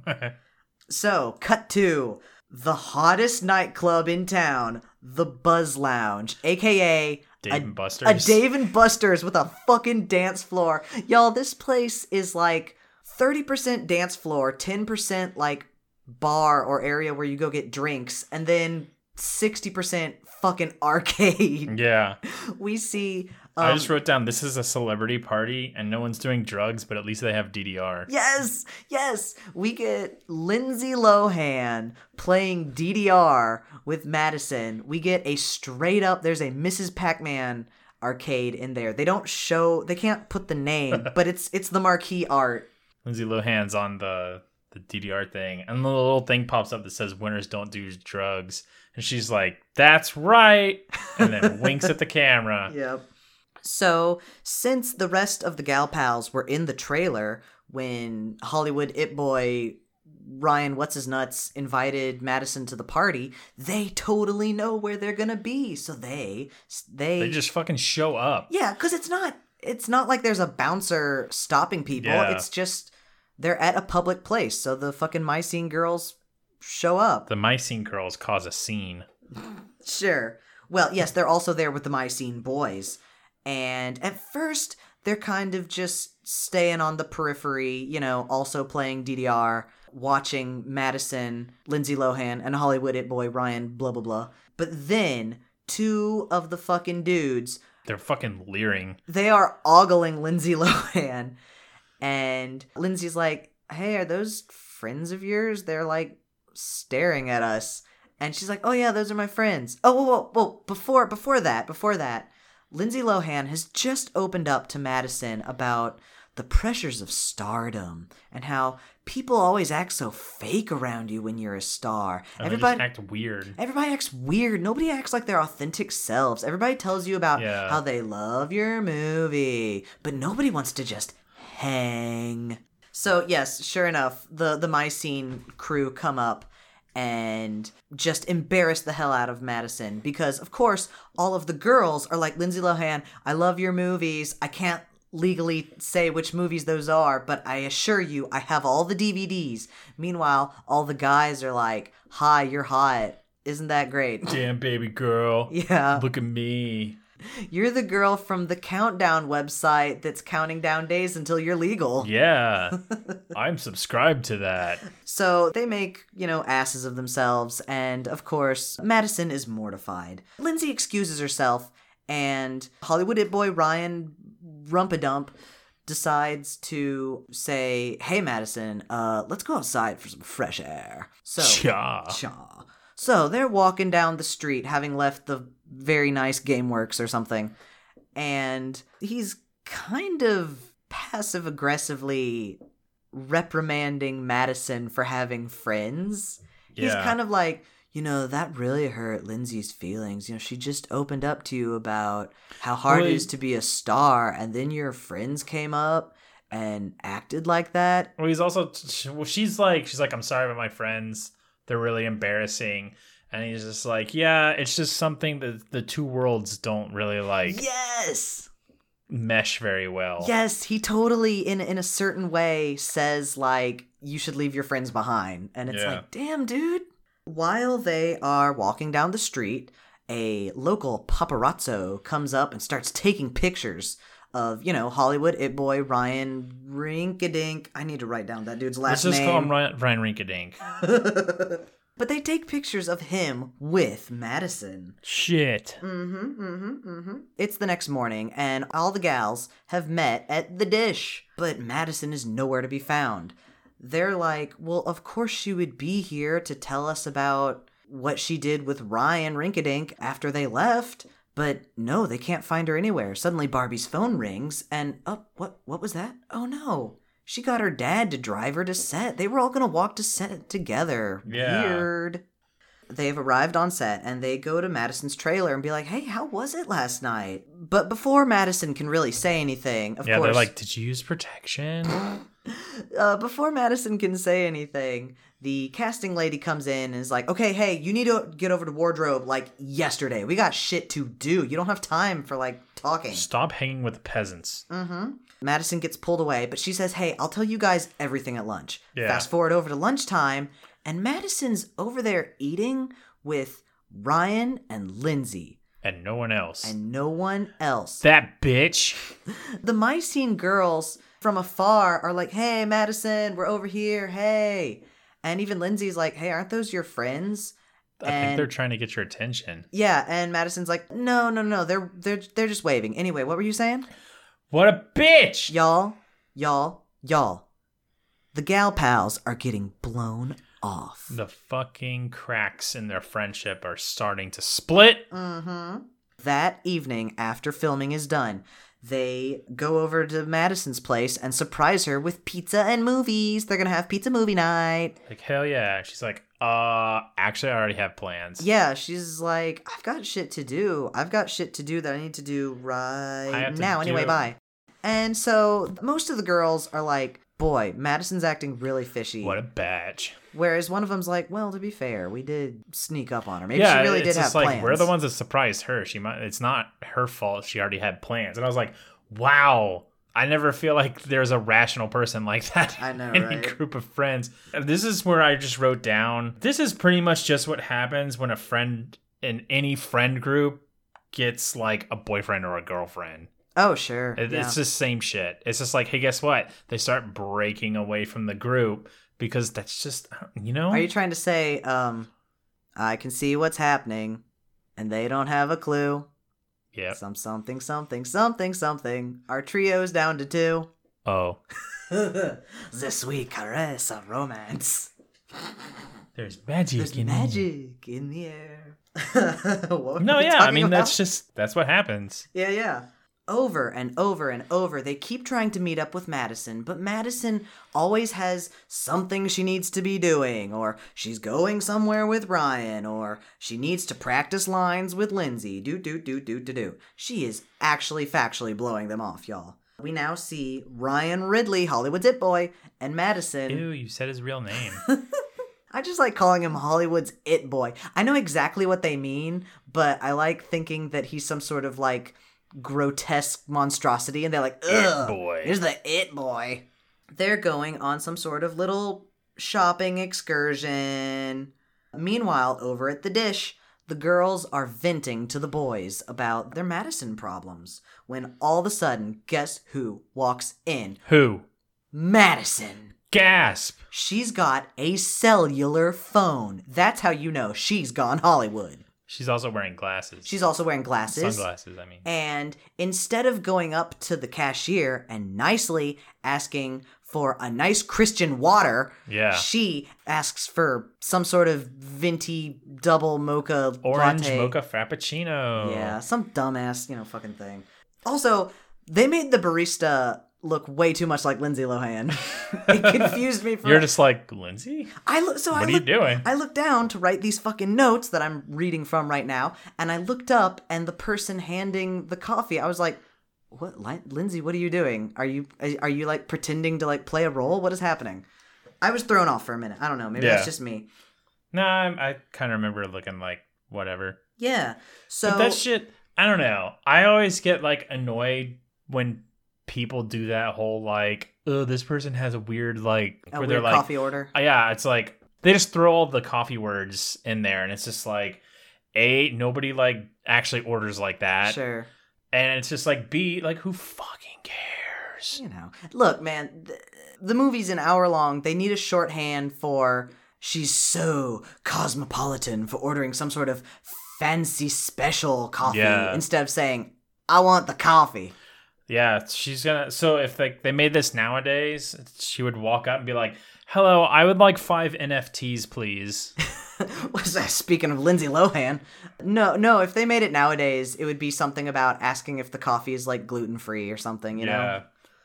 [SPEAKER 1] so, cut to the hottest nightclub in town, the Buzz Lounge, aka
[SPEAKER 2] Dave
[SPEAKER 1] a
[SPEAKER 2] and Buster's.
[SPEAKER 1] a Dave and Buster's with a fucking dance floor. Y'all, this place is like 30% dance floor, 10% like bar or area where you go get drinks, and then 60% fucking arcade.
[SPEAKER 2] Yeah.
[SPEAKER 1] We see.
[SPEAKER 2] Hmm.
[SPEAKER 1] um,
[SPEAKER 2] I just wrote down this is a celebrity party and no one's doing drugs, but at least they have DDR.
[SPEAKER 1] Yes, yes, we get Lindsay Lohan playing DDR with Madison. We get a straight up, there's a Mrs. Pac Man arcade in there. They don't show, they can't put the name, but it's it's the marquee art.
[SPEAKER 2] Lindsay Lohan's on the the DDR thing, and the little thing pops up that says winners don't do drugs, and she's like, "That's right," and then winks at the camera.
[SPEAKER 1] Yep. So, since the rest of the gal pals were in the trailer when Hollywood It Boy Ryan What's His Nuts invited Madison to the party, they totally know where they're going to be. So they they,
[SPEAKER 2] They just fucking show up.
[SPEAKER 1] Yeah, because it's not it's not like there's a bouncer stopping people.
[SPEAKER 2] Yeah.
[SPEAKER 1] It's just they're at a public place, so the fucking Mycene girls show up.
[SPEAKER 2] The Mycene girls cause a scene.
[SPEAKER 1] Sure. Well, yes, they're also there with the Mycene boys. And at first, they're kind of just staying on the periphery, you know, also playing DDR, watching Madison, Lindsay Lohan, and Hollywood It Boy Ryan, blah, blah, blah. But then, two of the fucking dudes
[SPEAKER 2] They're fucking leering.
[SPEAKER 1] they are ogling Lindsay Lohan. And Lindsay's like, Hey, are those friends of yours? They're like staring at us. And she's like, Oh yeah, those are my friends. Oh, whoa, whoa, whoa. Before before that, before that, Lindsay Lohan has just opened up to Madison about the pressures of stardom and how people always act so fake around you when you're a star.
[SPEAKER 2] And
[SPEAKER 1] Everybody
[SPEAKER 2] they just act weird.
[SPEAKER 1] Everybody acts weird. Nobody acts like their authentic selves. Everybody tells you about
[SPEAKER 2] Yeah.
[SPEAKER 1] how they love your movie, but nobody wants to just hang. So yes, sure enough, the the Mycene crew come up and just embarrass the hell out of Madison because of course all of the girls are like Lindsay Lohan, I love your movies. I can't legally say which movies those are, but I assure you I have all the DVDs. Meanwhile, all the guys are like, "Hi, you're hot. Isn't that great?"
[SPEAKER 2] Damn baby girl.
[SPEAKER 1] yeah.
[SPEAKER 2] Look at me.
[SPEAKER 1] You're the girl from the countdown website that's counting down days until you're legal.
[SPEAKER 2] Yeah. I'm subscribed to that.
[SPEAKER 1] So they make, you know, asses of themselves, and of course, Madison is mortified. Lindsay excuses herself, and Hollywood It Boy Ryan Rumpadump decides to say, Hey, Madison, uh, let's go outside for some fresh air. So,
[SPEAKER 2] Cha.
[SPEAKER 1] Cha. So they're walking down the street, having left the very nice GameWorks or something. And he's kind of passive aggressively reprimanding Madison for having friends. He's
[SPEAKER 2] Yeah.
[SPEAKER 1] kind of like, you know, that really hurt Lindsay's feelings. You know, she just opened up to you about how hard
[SPEAKER 2] Well,
[SPEAKER 1] it is to be a star, and then your friends came up and acted like that.
[SPEAKER 2] Well, he's also she- well, she's like she's like I'm sorry about my friends. They're really embarrassing. And he's just like, yeah, it's just something that the two worlds don't really like
[SPEAKER 1] yes.
[SPEAKER 2] mesh very well.
[SPEAKER 1] Yes, he totally in in a certain way says like you should leave your friends behind. And it's
[SPEAKER 2] Yeah.
[SPEAKER 1] like, "Damn, dude." While they are walking down the street, a local paparazzo comes up and starts taking pictures of, you know, Hollywood it boy Ryan Rinkadink. I need to write down that dude's
[SPEAKER 2] Let's
[SPEAKER 1] last
[SPEAKER 2] just
[SPEAKER 1] name.
[SPEAKER 2] call him Ryan, Ryan Rinkadink.
[SPEAKER 1] but they take pictures of him with Madison.
[SPEAKER 2] Shit.
[SPEAKER 1] Mm-hmm, mm-hmm, mm-hmm. It's the next morning, and all the gals have met at the dish, but Madison is nowhere to be found. They're like, well, of course she would be here to tell us about what she did with Ryan Rinkadink after they left, but no, they can't find her anywhere. Suddenly, Barbie's phone rings, and oh, what? What was that? Oh no. She got her dad to drive her to set. They were all gonna walk to set together.
[SPEAKER 2] Yeah.
[SPEAKER 1] Weird they've arrived on set and they go to Madison's trailer and be like, "Hey, how was it last night?" But before Madison can really say anything, of
[SPEAKER 2] yeah,
[SPEAKER 1] course,
[SPEAKER 2] they're like, did you use protection?
[SPEAKER 1] uh, before Madison can say anything, the casting lady comes in and is like, "Okay, hey, you need to get over to wardrobe like yesterday. We got shit to do. You don't have time for like talking."
[SPEAKER 2] Stop hanging with the peasants.
[SPEAKER 1] Mm-hmm. Madison gets pulled away, but she says, Hey, I'll tell you guys everything at lunch.
[SPEAKER 2] Yeah.
[SPEAKER 1] Fast forward over to lunchtime, and Madison's over there eating with Ryan and Lindsay.
[SPEAKER 2] And no one else.
[SPEAKER 1] and no one else.
[SPEAKER 2] that bitch.
[SPEAKER 1] the Mycene girls from afar are like, hey, Madison, we're over here, hey. And even Lindsay's like, hey, aren't those your friends?
[SPEAKER 2] I think
[SPEAKER 1] And-
[SPEAKER 2] they're trying to get your attention.
[SPEAKER 1] Yeah, and Madison's like, no, no, no, they're they're they're just waving. Anyway, what were you saying?
[SPEAKER 2] What a bitch!
[SPEAKER 1] Y'all, y'all, y'all. The gal pals are getting blown off.
[SPEAKER 2] The fucking cracks in their friendship are starting to split.
[SPEAKER 1] Mm-hmm. That evening, after filming is done, they go over to Madison's place and surprise her with pizza and movies. They're gonna have pizza movie night.
[SPEAKER 2] Like, hell yeah. She's like, uh, actually, I already have plans.
[SPEAKER 1] Yeah, she's like, I've got shit to do. I've got shit to do that I need to do
[SPEAKER 2] I
[SPEAKER 1] right
[SPEAKER 2] have to
[SPEAKER 1] now. Anyway,
[SPEAKER 2] do-
[SPEAKER 1] bye. And so most of the girls are like, boy, Madison's acting really fishy.
[SPEAKER 2] What a bitch.
[SPEAKER 1] Whereas one of them's like, well, to be fair, we did sneak up on her. Maybe
[SPEAKER 2] yeah,
[SPEAKER 1] she really
[SPEAKER 2] it's
[SPEAKER 1] did
[SPEAKER 2] just
[SPEAKER 1] have
[SPEAKER 2] like
[SPEAKER 1] plans.
[SPEAKER 2] we're the ones that surprised her. She might. It's not her fault. She already had plans. And I was like, wow. I never feel like there's a rational person like that.
[SPEAKER 1] I know,
[SPEAKER 2] in a
[SPEAKER 1] right?
[SPEAKER 2] group of friends. This is where I just wrote down. This is pretty much just what happens when a friend in any friend group gets like a boyfriend or a girlfriend.
[SPEAKER 1] Oh, sure.
[SPEAKER 2] It-
[SPEAKER 1] yeah.
[SPEAKER 2] It's just same shit. It's just like, hey, guess what? They start breaking away from the group because that's just I don't- you know.
[SPEAKER 1] Are you trying to say, um, I can see what's happening, and they don't have a clue?
[SPEAKER 2] yeah.
[SPEAKER 1] Some something something something something. Our trio's down to two.
[SPEAKER 2] Oh,
[SPEAKER 1] the sweet caress of romance.
[SPEAKER 2] there's magic.
[SPEAKER 1] There's
[SPEAKER 2] in it.
[SPEAKER 1] magic in the air. What were
[SPEAKER 2] No,
[SPEAKER 1] we
[SPEAKER 2] yeah. I
[SPEAKER 1] talking
[SPEAKER 2] mean,
[SPEAKER 1] about?
[SPEAKER 2] that's just that's what happens.
[SPEAKER 1] Yeah, yeah. Over and over and over, they keep trying to meet up with Madison, but Madison always has something she needs to be doing, or she's going somewhere with Ryan, or she needs to practice lines with Lindsay. Do, do, do, do, do, do. She is actually factually blowing them off, y'all. We now see Ryan Ridley, Hollywood's It Boy, and Madison.
[SPEAKER 2] Ew, you said his real name.
[SPEAKER 1] I just like calling him Hollywood's it boy. I know exactly what they mean, but I like thinking that he's some sort of like grotesque monstrosity, and they're like, "Ugh,
[SPEAKER 2] boy."
[SPEAKER 1] Here's the it boy. They're going on some sort of little shopping excursion. Meanwhile, over at the dish, the girls are venting to the boys about their Madison problems. When all of a sudden, guess who walks in?
[SPEAKER 2] Who?
[SPEAKER 1] Madison.
[SPEAKER 2] Gasp!
[SPEAKER 1] She's got a cellular phone. That's how you know she's gone Hollywood.
[SPEAKER 2] She's also wearing glasses.
[SPEAKER 1] She's also wearing glasses.
[SPEAKER 2] sunglasses. I mean,
[SPEAKER 1] And instead of going up to the cashier and nicely asking for a nice Christian water,
[SPEAKER 2] Yeah.
[SPEAKER 1] she asks for some sort of venti double mocha
[SPEAKER 2] Orange
[SPEAKER 1] latte.
[SPEAKER 2] mocha frappuccino.
[SPEAKER 1] Yeah, some dumbass, you know, fucking thing. Also, they made the barista look way too much like Lindsay Lohan. it confused me. For
[SPEAKER 2] You're just like, Lindsay?
[SPEAKER 1] I look. So
[SPEAKER 2] What
[SPEAKER 1] Oh, I
[SPEAKER 2] are you
[SPEAKER 1] looked.
[SPEAKER 2] doing?
[SPEAKER 1] I looked down to write these fucking notes that I'm reading from right now, and I looked up, and the person handing the coffee, I was like, "What, Lin- Lindsay? What are you doing? Are you are you like pretending to like play a role? What is happening?" I was thrown off for a minute. I don't know. Maybe
[SPEAKER 2] Yeah.
[SPEAKER 1] that's just me.
[SPEAKER 2] Nah, I'm, I kind of remember looking like whatever.
[SPEAKER 1] Yeah. So
[SPEAKER 2] but that shit, I don't know. I always get like annoyed when people do that whole like, oh, this person has a weird like,
[SPEAKER 1] a
[SPEAKER 2] where
[SPEAKER 1] weird
[SPEAKER 2] they're like,
[SPEAKER 1] coffee order.
[SPEAKER 2] Uh, yeah, it's like they just throw all the coffee words in there, and it's just like, a nobody like actually orders like that,
[SPEAKER 1] Sure.
[SPEAKER 2] and it's just like b like who fucking cares?
[SPEAKER 1] you know look man th- the movie's an hour long they need a shorthand for she's so cosmopolitan for ordering some sort of fancy special coffee
[SPEAKER 2] Yeah.
[SPEAKER 1] instead of saying i want the coffee
[SPEAKER 2] Yeah, she's gonna. So if like they made this nowadays, she would walk up and be like, "Hello, I would like five NFTs, please."
[SPEAKER 1] was that speaking of lindsay lohan no no if they made it nowadays it would be something about asking if the coffee is like gluten-free or something you
[SPEAKER 2] yeah,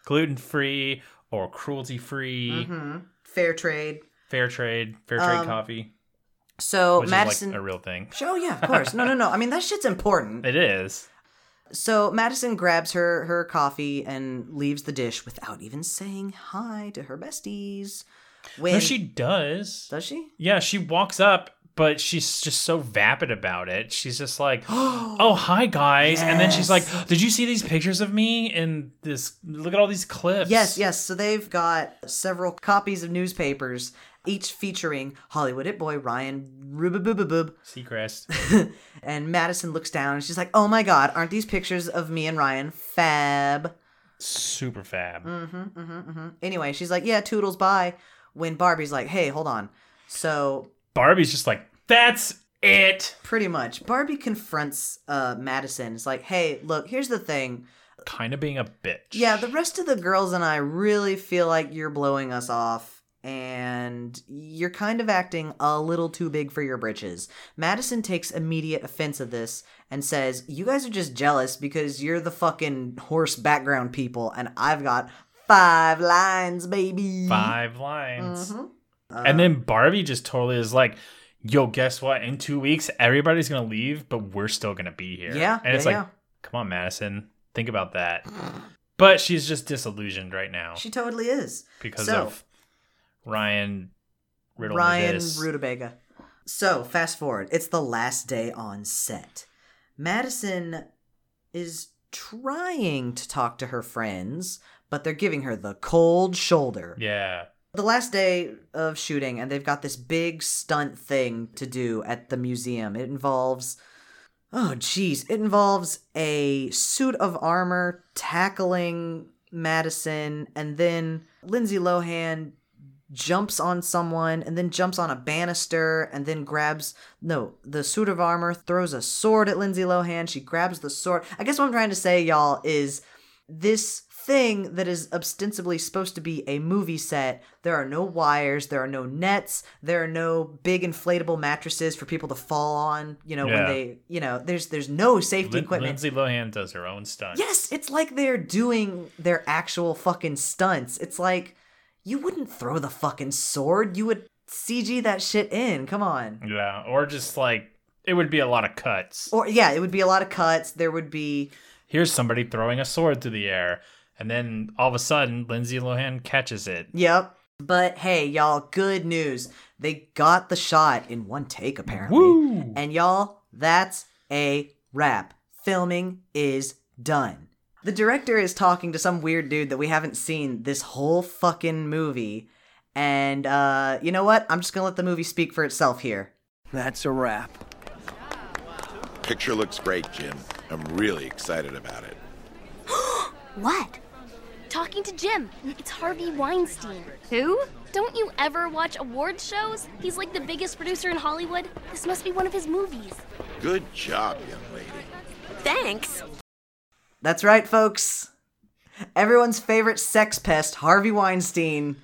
[SPEAKER 2] gluten free or cruelty
[SPEAKER 1] know
[SPEAKER 2] free,
[SPEAKER 1] hmm fair trade
[SPEAKER 2] fair trade, fair trade
[SPEAKER 1] Um,
[SPEAKER 2] coffee,
[SPEAKER 1] so
[SPEAKER 2] which
[SPEAKER 1] madison
[SPEAKER 2] is like a real thing.
[SPEAKER 1] oh yeah of course no no no i mean that shit's important
[SPEAKER 2] It is.
[SPEAKER 1] So Madison grabs her her coffee and leaves the dish without even saying hi to her besties. When
[SPEAKER 2] no, she does.
[SPEAKER 1] does she?
[SPEAKER 2] Yeah, she walks up, but she's just so vapid about it. She's just like, "Oh, hi guys," and then she's like,
[SPEAKER 1] Yes.
[SPEAKER 2] "Did you see these pictures of me in this? Look at all these clips."
[SPEAKER 1] Yes, yes. So they've got several copies of newspapers, each featuring Hollywood It Boy Ryan Rubabubabub.
[SPEAKER 2] Seacrest.
[SPEAKER 1] And Madison looks down and she's like, "Oh my God, aren't these pictures of me and Ryan fab?" Mm-hmm,
[SPEAKER 2] Super fab.
[SPEAKER 1] Mm. Anyway, she's like, "Yeah, toodles, bye." When Barbie's like, "Hey, hold on." So
[SPEAKER 2] Barbie's just like, "That's it."
[SPEAKER 1] pretty much, Barbie confronts uh, Madison. It's like, "Hey, look, here's the thing."
[SPEAKER 2] Kind of being a bitch.
[SPEAKER 1] Yeah, the rest of the girls and I really feel like you're blowing us off and you're kind of acting a little too big for your britches. Madison takes immediate offense of this and says, "You guys are just jealous because you're the fucking horse background people and I've got five lines, baby."
[SPEAKER 2] five lines.
[SPEAKER 1] Mhm.
[SPEAKER 2] And then Barbie just totally is like, "Yo, guess what? In two weeks, everybody's gonna leave, but we're still gonna be here."
[SPEAKER 1] Yeah,
[SPEAKER 2] and it's
[SPEAKER 1] yeah,
[SPEAKER 2] like,
[SPEAKER 1] yeah.
[SPEAKER 2] "Come on, Madison, think about that." But she's just disillusioned right now
[SPEAKER 1] She totally is.
[SPEAKER 2] because
[SPEAKER 1] so-
[SPEAKER 2] of Ryan Riddle.
[SPEAKER 1] Ryan
[SPEAKER 2] this.
[SPEAKER 1] Rutabaga. So, fast forward. It's the last day on set. Madison is trying to talk to her friends, but they're giving her the cold shoulder.
[SPEAKER 2] yeah,
[SPEAKER 1] The last day of shooting, and they've got this big stunt thing to do at the museum. It involves. Oh, jeez. It involves a suit of armor tackling Madison, and then Lindsay Lohan jumps on someone, and then jumps on a banister, and then grabs. No, the suit of armor throws a sword at Lindsay Lohan. She grabs the sword. I guess what I'm trying to say, y'all, is this thing that is ostensibly supposed to be a movie set there are no wires there are no nets there are no big inflatable mattresses for people to fall on you know when
[SPEAKER 2] Yeah.
[SPEAKER 1] they you know there's there's no safety
[SPEAKER 2] Lin-
[SPEAKER 1] equipment
[SPEAKER 2] Lindsay Lohan does her own stunt.
[SPEAKER 1] yes it's like they're doing their actual fucking stunts it's like you wouldn't throw the fucking sword you would cg that shit in come on
[SPEAKER 2] yeah, or just like it would be a lot of cuts.
[SPEAKER 1] or yeah it would be a lot of cuts there would be
[SPEAKER 2] Here's somebody throwing a sword through the air, and then all of a sudden, Lindsay Lohan catches it.
[SPEAKER 1] Yep. But hey, y'all, good news. They got the shot in one take, apparently.
[SPEAKER 2] Woo!
[SPEAKER 1] And y'all, that's a wrap. Filming is done. The director is talking to some weird dude that we haven't seen this whole fucking movie. And uh, you know what? I'm just gonna let the movie speak for itself here.
[SPEAKER 5] That's a wrap.
[SPEAKER 6] Picture looks great, Jim. I'm really excited about it.
[SPEAKER 7] What?
[SPEAKER 8] Talking to Jim. It's Harvey Weinstein.
[SPEAKER 7] Who?
[SPEAKER 8] Don't you ever watch award shows? He's like the biggest producer in Hollywood. This must be one of his movies.
[SPEAKER 6] Good job, young lady.
[SPEAKER 7] Thanks.
[SPEAKER 1] That's right, folks. everyone's favorite sex pest, Harvey Weinstein,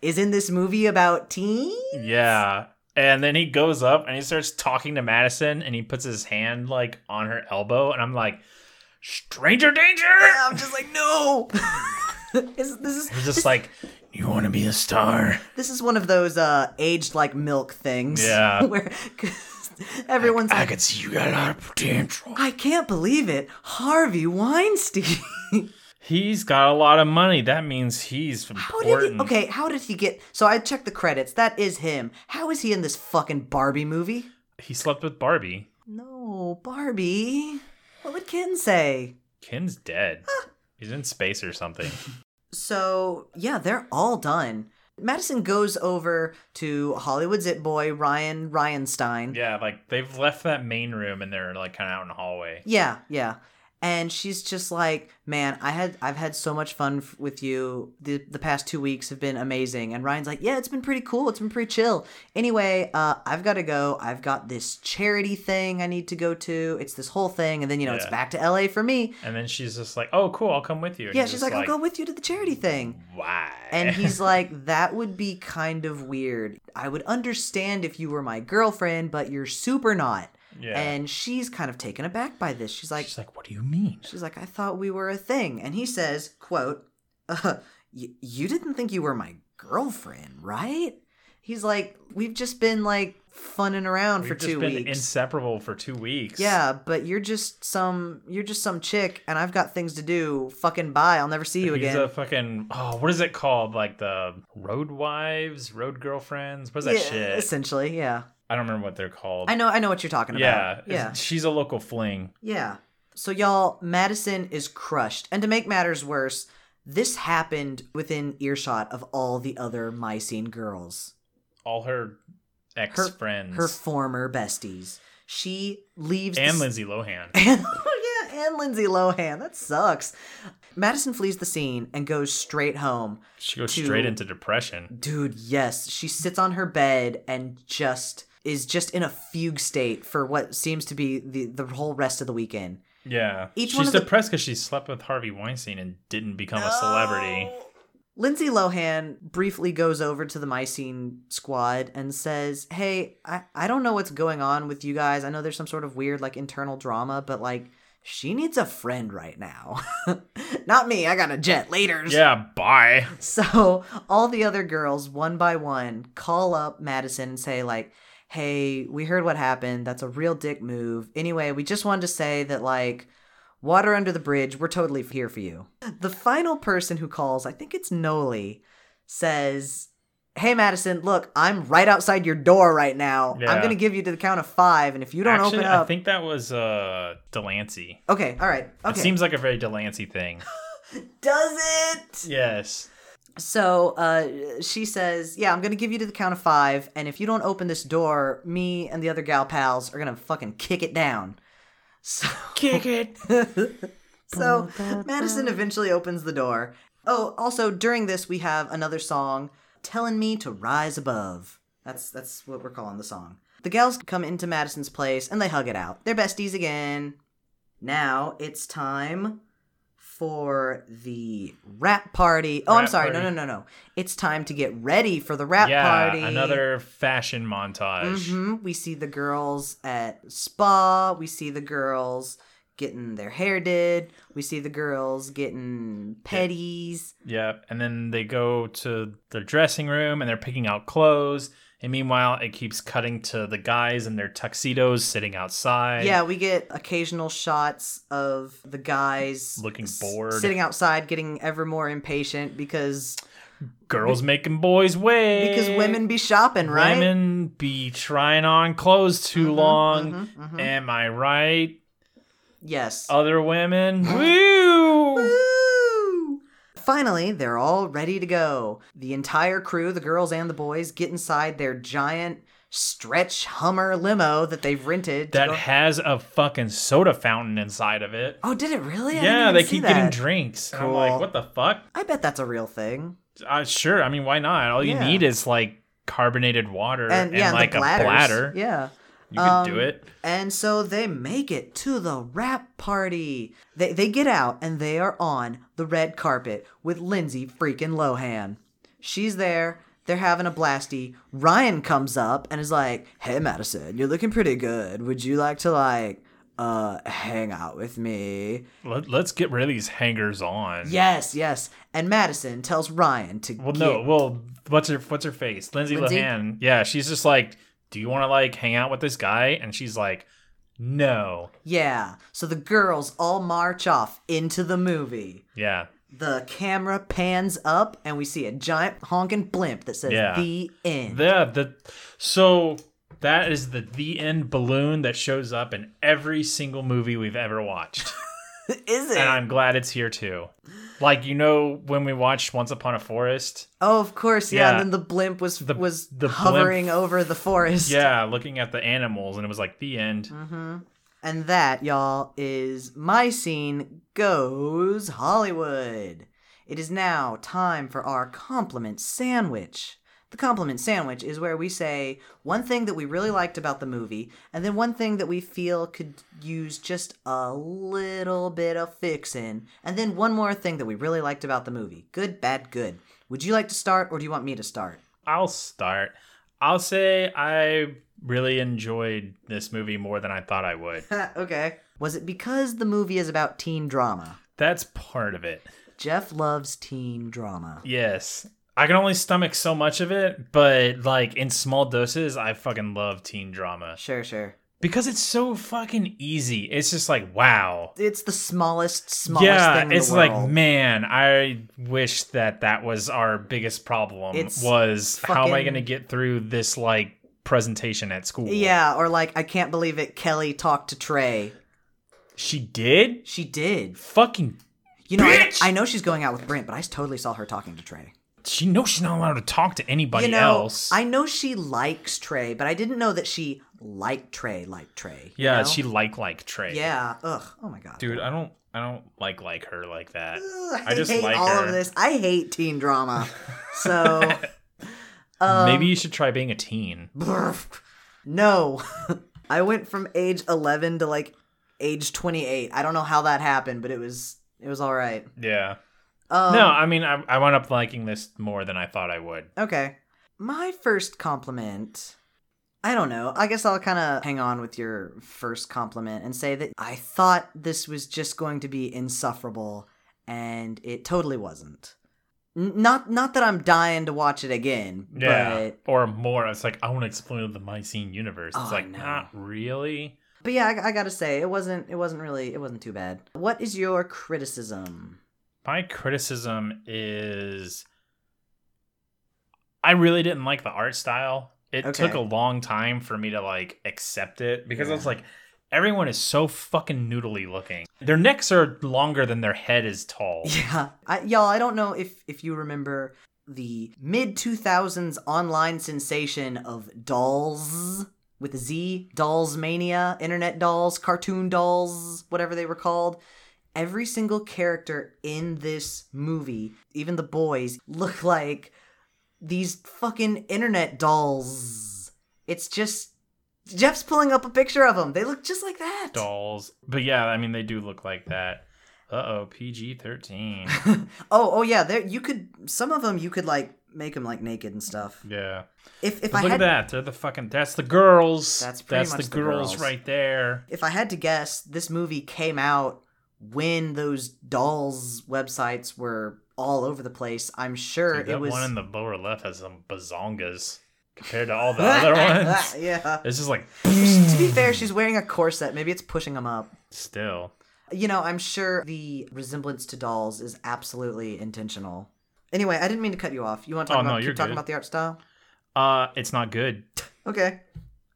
[SPEAKER 1] is in this movie about teen.
[SPEAKER 2] Yeah. And then he goes up and he starts talking to Madison and he puts his hand like on her elbow and I'm like, Stranger danger!
[SPEAKER 1] I'm just like, no. This- this is
[SPEAKER 2] He's just like, You wanna be a star?
[SPEAKER 1] this is one of those uh, aged like milk things.
[SPEAKER 2] Yeah.
[SPEAKER 1] where 'cause everyone's
[SPEAKER 2] I
[SPEAKER 1] like,
[SPEAKER 2] could see you got a lot of potential.
[SPEAKER 1] I can't believe it, Harvey Weinstein.
[SPEAKER 2] He's got a lot of money. That means he's
[SPEAKER 1] How did
[SPEAKER 2] important.
[SPEAKER 1] he, okay, how did he get? So I checked the credits. That is him. How is he in this fucking Barbie movie?
[SPEAKER 2] He slept with Barbie.
[SPEAKER 1] No, Barbie. What would Ken say?
[SPEAKER 2] Ken's dead. He's in space or something.
[SPEAKER 1] So, yeah, they're all done. Madison goes over to Hollywood's it boy, Ryan Ryanstein.
[SPEAKER 2] Yeah, like they've left that main room and they're like kind of out in the hallway.
[SPEAKER 1] Yeah, yeah. And she's just like, "Man, I had I've had so much fun f- with you. The the past 2 weeks have been amazing." And Ryan's like, "Yeah, it's been pretty cool. It's been pretty chill. Anyway, uh I've got to go. I've got this charity thing I need to go to. It's this whole thing and then you know, it's
[SPEAKER 2] Yeah.
[SPEAKER 1] back to LA for me."
[SPEAKER 2] And then she's just like, "Oh, cool, I'll come with you." And
[SPEAKER 1] Yeah,
[SPEAKER 2] he's
[SPEAKER 1] she's
[SPEAKER 2] just
[SPEAKER 1] like, "I'll go with you to the charity thing."
[SPEAKER 2] Why?
[SPEAKER 1] And he's like, that would be kind of weird. I would understand if you were my girlfriend, but you're super not.
[SPEAKER 2] Yeah.
[SPEAKER 1] And she's kind of taken aback by this. She's like,
[SPEAKER 2] she's like, "What do you mean?"
[SPEAKER 1] she's like, I thought we were a thing. And he says, quote, uh, y- you didn't think you were my girlfriend, right? He's like, we've just been like funning around
[SPEAKER 2] We've
[SPEAKER 1] for
[SPEAKER 2] just
[SPEAKER 1] two
[SPEAKER 2] been
[SPEAKER 1] weeks.
[SPEAKER 2] inseparable for two weeks.
[SPEAKER 1] yeah, but you're just some you're just some chick and I've got things to do. Fucking bye. I'll never see you
[SPEAKER 2] He's
[SPEAKER 1] again.
[SPEAKER 2] a fucking oh, what is it called? Like the road wives, road girlfriends. What's that
[SPEAKER 1] Yeah,
[SPEAKER 2] shit?
[SPEAKER 1] Essentially, yeah.
[SPEAKER 2] I don't remember what they're called.
[SPEAKER 1] I know I know what you're talking
[SPEAKER 2] Yeah,
[SPEAKER 1] about. Yeah.
[SPEAKER 2] She's a local fling.
[SPEAKER 1] Yeah. So y'all, Madison is crushed. And to make matters worse, this happened within earshot of all the other Mycene girls.
[SPEAKER 2] All her ex
[SPEAKER 1] Her
[SPEAKER 2] friends
[SPEAKER 1] Her former besties. She leaves the
[SPEAKER 2] and
[SPEAKER 1] s-
[SPEAKER 2] Lindsay Lohan.
[SPEAKER 1] Oh, yeah, and Lindsay Lohan. That sucks. Madison flees the scene and goes straight home.
[SPEAKER 2] She goes
[SPEAKER 1] to-
[SPEAKER 2] straight into depression.
[SPEAKER 1] Dude, yes. She sits on her bed and just is just in a fugue state for what seems to be the, the whole rest of the weekend.
[SPEAKER 2] Yeah,
[SPEAKER 1] Each
[SPEAKER 2] she's
[SPEAKER 1] one of the-
[SPEAKER 2] depressed because she slept with Harvey Weinstein and didn't become a celebrity.
[SPEAKER 1] Lindsay Lohan briefly goes over to the Mycene squad and says, Hey, I, I don't know what's going on with you guys. I know there's some sort of weird, like, internal drama, but, like, she needs a friend right now. Not me. I got a jet later.
[SPEAKER 2] Yeah, bye.
[SPEAKER 1] So all the other girls, one by one, call up Madison and say, like, hey, we heard what happened. That's a real dick move. Anyway, we just wanted to say that, like, water under the bridge, we're totally here for you. The final person who calls, I think it's Noli, says, Hey Madison, look, I'm right outside your door right now. I'm
[SPEAKER 2] Yeah.
[SPEAKER 1] gonna give you to the count of five, and if you don't
[SPEAKER 2] Actually,
[SPEAKER 1] open up,
[SPEAKER 2] I think that was uh Delancey.
[SPEAKER 1] okay, all right, okay,
[SPEAKER 2] It seems like a very Delancey thing.
[SPEAKER 1] does it?
[SPEAKER 2] yes.
[SPEAKER 1] So uh, she says, Yeah, I'm going to give you to the count of five. And if you don't open this door, me and the other gal pals are going to fucking kick it down. So,
[SPEAKER 2] Kick it.
[SPEAKER 1] so Madison eventually opens the door. Oh, also during this, we have another song, Telling Me to Rise Above. That's, that's what we're calling the song. The gals come into Madison's place and they hug it out. They're besties again. Now it's time for the rap party. Oh, I'm
[SPEAKER 2] Rap
[SPEAKER 1] sorry. No,
[SPEAKER 2] party.
[SPEAKER 1] no, no, no. It's time to get ready for the rap
[SPEAKER 2] yeah,
[SPEAKER 1] party.
[SPEAKER 2] another fashion montage.
[SPEAKER 1] hmm We see the girls at spa. We see the girls getting their hair did. We see the girls getting pedis.
[SPEAKER 2] Yeah, and then they go to their dressing room and they're picking out clothes. And meanwhile, it keeps cutting to the guys in their tuxedos sitting outside.
[SPEAKER 1] Yeah, we get occasional shots of the guys
[SPEAKER 2] Looking
[SPEAKER 1] s-
[SPEAKER 2] bored.
[SPEAKER 1] sitting outside, getting ever more impatient because
[SPEAKER 2] girls making boys wait
[SPEAKER 1] because women be shopping, right? Mm-hmm,
[SPEAKER 2] women be trying on clothes too long. Am I right?
[SPEAKER 1] Yes.
[SPEAKER 2] Other women, woo.
[SPEAKER 1] Woo! Finally, they're all ready to go. The entire crew, the girls and the boys, get inside their giant stretch Hummer limo that they've rented. to
[SPEAKER 2] That
[SPEAKER 1] go-
[SPEAKER 2] has a fucking soda fountain inside of it.
[SPEAKER 1] oh, did it really? I didn't
[SPEAKER 2] yeah,
[SPEAKER 1] even
[SPEAKER 2] they
[SPEAKER 1] see
[SPEAKER 2] keep
[SPEAKER 1] that.
[SPEAKER 2] getting drinks. And I'm
[SPEAKER 1] Cool.
[SPEAKER 2] like, what the fuck?
[SPEAKER 1] I bet that's a real thing.
[SPEAKER 2] Uh, sure. I mean, why not? All you
[SPEAKER 1] Yeah.
[SPEAKER 2] need is like carbonated water
[SPEAKER 1] And,
[SPEAKER 2] and,
[SPEAKER 1] yeah, and
[SPEAKER 2] like
[SPEAKER 1] the
[SPEAKER 2] a
[SPEAKER 1] bladders.
[SPEAKER 2] bladder.
[SPEAKER 1] Yeah. Um,
[SPEAKER 2] You can do it.
[SPEAKER 1] And so they make it to the rap party. They they get out and they are on the red carpet with Lindsay freaking Lohan. She's there. They're having a blasty. Ryan comes up and is like, "Hey Madison, you're looking pretty good. Would you like to like uh hang out with me?"
[SPEAKER 2] Let, let's get rid of these hangers on.
[SPEAKER 1] Yes, yes. And Madison tells Ryan to
[SPEAKER 2] Well,
[SPEAKER 1] get-
[SPEAKER 2] no. Well, what's her what's her face? Lindsay,
[SPEAKER 1] Lindsay?
[SPEAKER 2] Lohan. Yeah, she's just like, do you want to like hang out with this guy? And she's like, no.
[SPEAKER 1] Yeah. So the girls all march off into the movie.
[SPEAKER 2] Yeah.
[SPEAKER 1] The camera pans up and we see a giant honking blimp that says
[SPEAKER 2] Yeah.
[SPEAKER 1] the end.
[SPEAKER 2] The the so that is the the end balloon that shows up in every single movie we've ever watched,
[SPEAKER 1] Is it?
[SPEAKER 2] and I'm glad it's here too. Like you know when we watched Once Upon a Forest,
[SPEAKER 1] oh, of course, yeah.
[SPEAKER 2] Yeah.
[SPEAKER 1] And then the blimp was was
[SPEAKER 2] the blimp-
[SPEAKER 1] hovering over the forest.
[SPEAKER 2] yeah, looking at the animals, and it was like the end.
[SPEAKER 1] Mm-hmm. And that, y'all, is my scene goes Hollywood. It is now time for our compliment sandwich. The compliment sandwich is where we say one thing that we really liked about the movie, and then one thing that we feel could use just a little bit of fixin', and then one more thing that we really liked about the movie. Good, bad, good. Would you like to start, or do you want me to start?
[SPEAKER 2] I'll start. I'll say I really enjoyed this movie more than I thought I would.
[SPEAKER 1] okay. Was it because the movie is about teen drama?
[SPEAKER 2] That's part of it.
[SPEAKER 1] Jeff loves teen drama.
[SPEAKER 2] Yes. I can only stomach so much of it, but like in small doses, I fucking love teen drama
[SPEAKER 1] Sure, sure.
[SPEAKER 2] because it's so fucking easy. It's just like, wow.
[SPEAKER 1] It's the smallest, smallest
[SPEAKER 2] yeah,
[SPEAKER 1] thing. In
[SPEAKER 2] it's
[SPEAKER 1] the
[SPEAKER 2] like,
[SPEAKER 1] world.
[SPEAKER 2] man, I wish that that was our biggest problem
[SPEAKER 1] It's
[SPEAKER 2] was how am I
[SPEAKER 1] fucking-
[SPEAKER 2] going to get through this like presentation at school?
[SPEAKER 1] Yeah, or like I can't believe it. Kelly talked to Trey.
[SPEAKER 2] She did?
[SPEAKER 1] She did.
[SPEAKER 2] Fucking
[SPEAKER 1] You know, I,
[SPEAKER 2] Bitch!
[SPEAKER 1] I know she's going out with Brent, but I totally saw her talking to Trey.
[SPEAKER 2] she knows she's not allowed to talk to anybody
[SPEAKER 1] you know,
[SPEAKER 2] else.
[SPEAKER 1] I know she likes Trey, but I didn't know that she liked Trey, like Trey. you
[SPEAKER 2] yeah,
[SPEAKER 1] know?
[SPEAKER 2] she like like Trey.
[SPEAKER 1] Yeah. Ugh. Oh my god.
[SPEAKER 2] Dude, I don't I don't like like her like that.
[SPEAKER 1] Ugh,
[SPEAKER 2] I just
[SPEAKER 1] hate
[SPEAKER 2] like
[SPEAKER 1] all
[SPEAKER 2] her.
[SPEAKER 1] of this. I hate teen drama. So. um,
[SPEAKER 2] Maybe you should try being a teen.
[SPEAKER 1] Brrf. No. I went from age 11 to like age 28. I don't know how that happened, but it was it was all right.
[SPEAKER 2] Yeah.
[SPEAKER 1] Um,
[SPEAKER 2] no, I mean, I, I wound up liking this more than I thought I would.
[SPEAKER 1] Okay. My first compliment. I don't know. I guess I'll kind of hang on with your first compliment and say that I thought this was just going to be insufferable and it totally wasn't. N- not not that I'm dying to watch it again,
[SPEAKER 2] Yeah.
[SPEAKER 1] but
[SPEAKER 2] Or more. It's like, I want to explore the My Scene universe.
[SPEAKER 1] Oh,
[SPEAKER 2] It's
[SPEAKER 1] I
[SPEAKER 2] like,
[SPEAKER 1] know.
[SPEAKER 2] not really.
[SPEAKER 1] But yeah, I, I gotta say it wasn't it wasn't really it wasn't too bad. What is your criticism?
[SPEAKER 2] My criticism is I really didn't like the art style. It
[SPEAKER 1] Okay.
[SPEAKER 2] took a long time for me to like accept it because I was
[SPEAKER 1] Yeah.
[SPEAKER 2] like, everyone is so fucking noodly looking. Their necks are longer than their head is tall.
[SPEAKER 1] Yeah, I, y'all, I don't know if if you remember the mid two thousands online sensation of dolls with a Z, dolls mania, internet dolls, cartoon dolls, whatever they were called. Every single character in this movie, even the boys, look like these fucking internet dolls. It's just Jeff's pulling up a picture of them. They look just like that.
[SPEAKER 2] dolls. But yeah, I mean they do look like that. Uh oh, PG thirteen.
[SPEAKER 1] Oh, oh yeah. There, you could. Some of them, you could like make them like naked and stuff.
[SPEAKER 2] Yeah.
[SPEAKER 1] If if
[SPEAKER 2] But
[SPEAKER 1] I
[SPEAKER 2] look
[SPEAKER 1] had,
[SPEAKER 2] at that. They're the fucking that's the girls.
[SPEAKER 1] That's
[SPEAKER 2] That's
[SPEAKER 1] pretty
[SPEAKER 2] the,
[SPEAKER 1] much the
[SPEAKER 2] girls,
[SPEAKER 1] girls.
[SPEAKER 2] right there.
[SPEAKER 1] if I had to guess, this movie came out when those dolls websites were all over the place. I'm sure
[SPEAKER 2] Dude, that
[SPEAKER 1] it was.
[SPEAKER 2] one in the lower left has some bazongas compared to all the other ones.
[SPEAKER 1] yeah.
[SPEAKER 2] It's just like
[SPEAKER 1] to be fair, she's wearing a corset. Maybe it's pushing them up.
[SPEAKER 2] still.
[SPEAKER 1] You know, I'm sure the resemblance to dolls is absolutely intentional. Anyway, I didn't mean to cut you off. You want to talk
[SPEAKER 2] Oh,
[SPEAKER 1] about
[SPEAKER 2] no,
[SPEAKER 1] keep
[SPEAKER 2] you're
[SPEAKER 1] talking
[SPEAKER 2] good.
[SPEAKER 1] about the art style?
[SPEAKER 2] Uh it's not good.
[SPEAKER 1] Okay,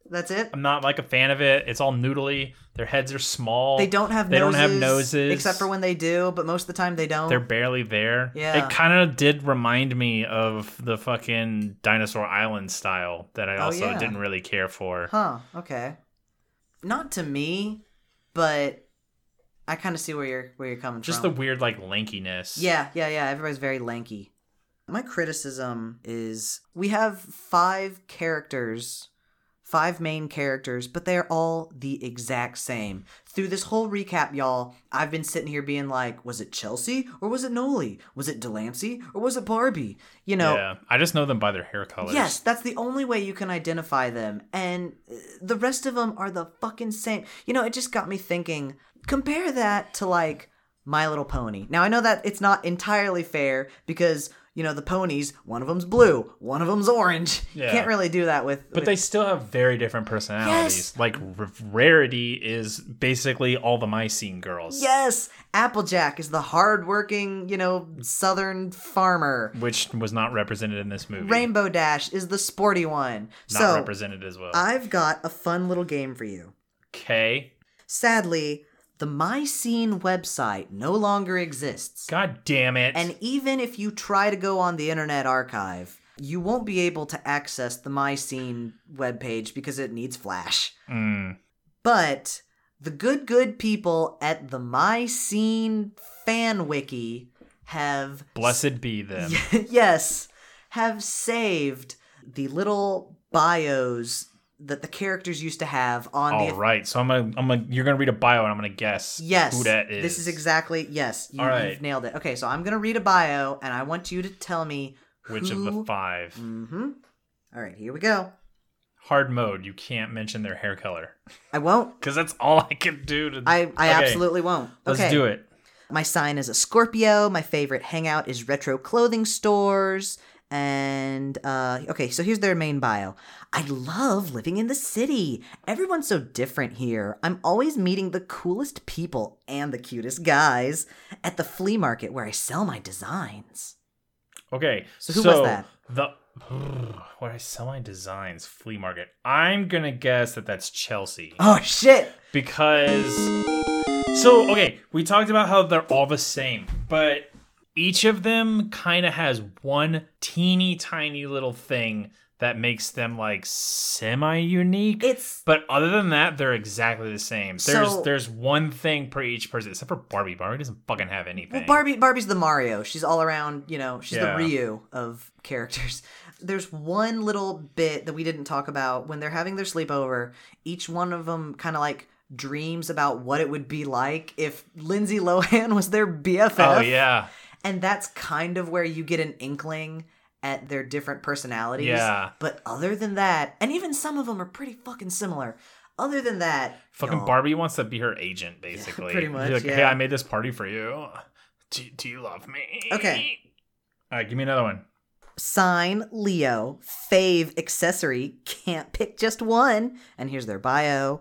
[SPEAKER 1] that's it.
[SPEAKER 2] I'm not like a fan of it. It's all noodly. Their heads are small.
[SPEAKER 1] They don't have
[SPEAKER 2] They
[SPEAKER 1] noses,
[SPEAKER 2] don't have noses.
[SPEAKER 1] except for when they do, but most of the time they don't.
[SPEAKER 2] they're barely there.
[SPEAKER 1] Yeah.
[SPEAKER 2] It kind of did remind me of the fucking Dinosaur Island style that I
[SPEAKER 1] Oh,
[SPEAKER 2] also
[SPEAKER 1] yeah.
[SPEAKER 2] didn't really care for.
[SPEAKER 1] Huh, okay. Not to me, but I kind of see where you're where you're coming
[SPEAKER 2] Just
[SPEAKER 1] from.
[SPEAKER 2] the weird like lankiness.
[SPEAKER 1] Yeah, yeah, yeah, everybody's very lanky. My criticism is we have 5 characters five main characters, but they're all the exact same. Through this whole recap, y'all, I've been sitting here being like, was it Chelsea or was it Noli? Was it Delancey or was it Barbie? You know,
[SPEAKER 2] Yeah, I just know them by their hair colors.
[SPEAKER 1] Yes, that's the only way you can identify them. And uh, the rest of them are the fucking same. You know, it just got me thinking compare that to like My Little Pony. Now, I know that it's not entirely fair because, you know, the ponies, one of them's blue, one of them's orange. You
[SPEAKER 2] Yeah.
[SPEAKER 1] can't really do that with.
[SPEAKER 2] But they still have very different personalities.
[SPEAKER 1] Yes.
[SPEAKER 2] Like R- Rarity is basically all the Mycene girls.
[SPEAKER 1] Yes! Applejack is the hardworking, you know, southern farmer.
[SPEAKER 2] Which was not represented in this movie.
[SPEAKER 1] Rainbow Dash is the sporty one.
[SPEAKER 2] Mm. not
[SPEAKER 1] so,
[SPEAKER 2] represented as well.
[SPEAKER 1] I've got a fun little game for you.
[SPEAKER 2] okay.
[SPEAKER 1] Sadly, the My Scene website no longer exists.
[SPEAKER 2] God damn it.
[SPEAKER 1] And even if you try to go on the Internet Archive, you won't be able to access the My Scene webpage because it needs Flash.
[SPEAKER 2] Mm.
[SPEAKER 1] But the good, good people at the My Scene fan wiki have.
[SPEAKER 2] Blessed be them.
[SPEAKER 1] yes, have saved the little bios that the characters used to have on
[SPEAKER 2] All
[SPEAKER 1] the
[SPEAKER 2] right. So I'm gonna, I'm gonna, you're gonna read a bio and I'm gonna guess
[SPEAKER 1] Yes.
[SPEAKER 2] who that is.
[SPEAKER 1] This is exactly yes. You,
[SPEAKER 2] All right.
[SPEAKER 1] You've nailed it. Okay, so I'm gonna read a bio, and I want you to tell me
[SPEAKER 2] Which of the five?
[SPEAKER 1] Mm-hmm. All right, here we go.
[SPEAKER 2] Hard mode. You can't mention their hair color
[SPEAKER 1] I won't.
[SPEAKER 2] because that's all I can do. To
[SPEAKER 1] I I
[SPEAKER 2] Okay,
[SPEAKER 1] absolutely won't.
[SPEAKER 2] Let's
[SPEAKER 1] Okay.
[SPEAKER 2] do it.
[SPEAKER 1] My sign is a Scorpio. My favorite hangout is retro clothing stores. And uh, okay, so here's their main bio. I love living in the city. Everyone's so different here. I'm always meeting the coolest people and the cutest guys at the flea market where I sell my designs.
[SPEAKER 2] Okay.
[SPEAKER 1] So who was that?
[SPEAKER 2] The what I sell my designs flea market. I'm gonna guess that that's Chelsea
[SPEAKER 1] Oh shit!
[SPEAKER 2] because. So okay, we talked about how they're all the same, but each of them kind of has one teeny tiny little thing that makes them like semi unique.
[SPEAKER 1] It's
[SPEAKER 2] But other than that, they're exactly the same. There's
[SPEAKER 1] So-
[SPEAKER 2] there's one thing per each person, except for Barbie. Barbie doesn't fucking have anything.
[SPEAKER 1] well, Barbie. Barbie's the Mario. She's all around. You know, she's
[SPEAKER 2] Yeah.
[SPEAKER 1] the Ryu of characters. There's one little bit that we didn't talk about when they're having their sleepover. Each one of them kind of like dreams about what it would be like if Lindsay Lohan was their BFF.
[SPEAKER 2] Oh yeah,
[SPEAKER 1] and that's kind of where you get an inkling at their different personalities.
[SPEAKER 2] Yeah.
[SPEAKER 1] But other than that, and even some of them are pretty fucking similar. Other than that,
[SPEAKER 2] fucking
[SPEAKER 1] y'all-
[SPEAKER 2] Barbie wants to be her agent, basically.
[SPEAKER 1] pretty
[SPEAKER 2] She's
[SPEAKER 1] much,
[SPEAKER 2] Like, Hey,
[SPEAKER 1] yeah.
[SPEAKER 2] I made this party for you. Do, do you love me?
[SPEAKER 1] Okay.
[SPEAKER 2] All right, give me another one.
[SPEAKER 1] sign Leo, fave accessory, can't pick just one. And here's their bio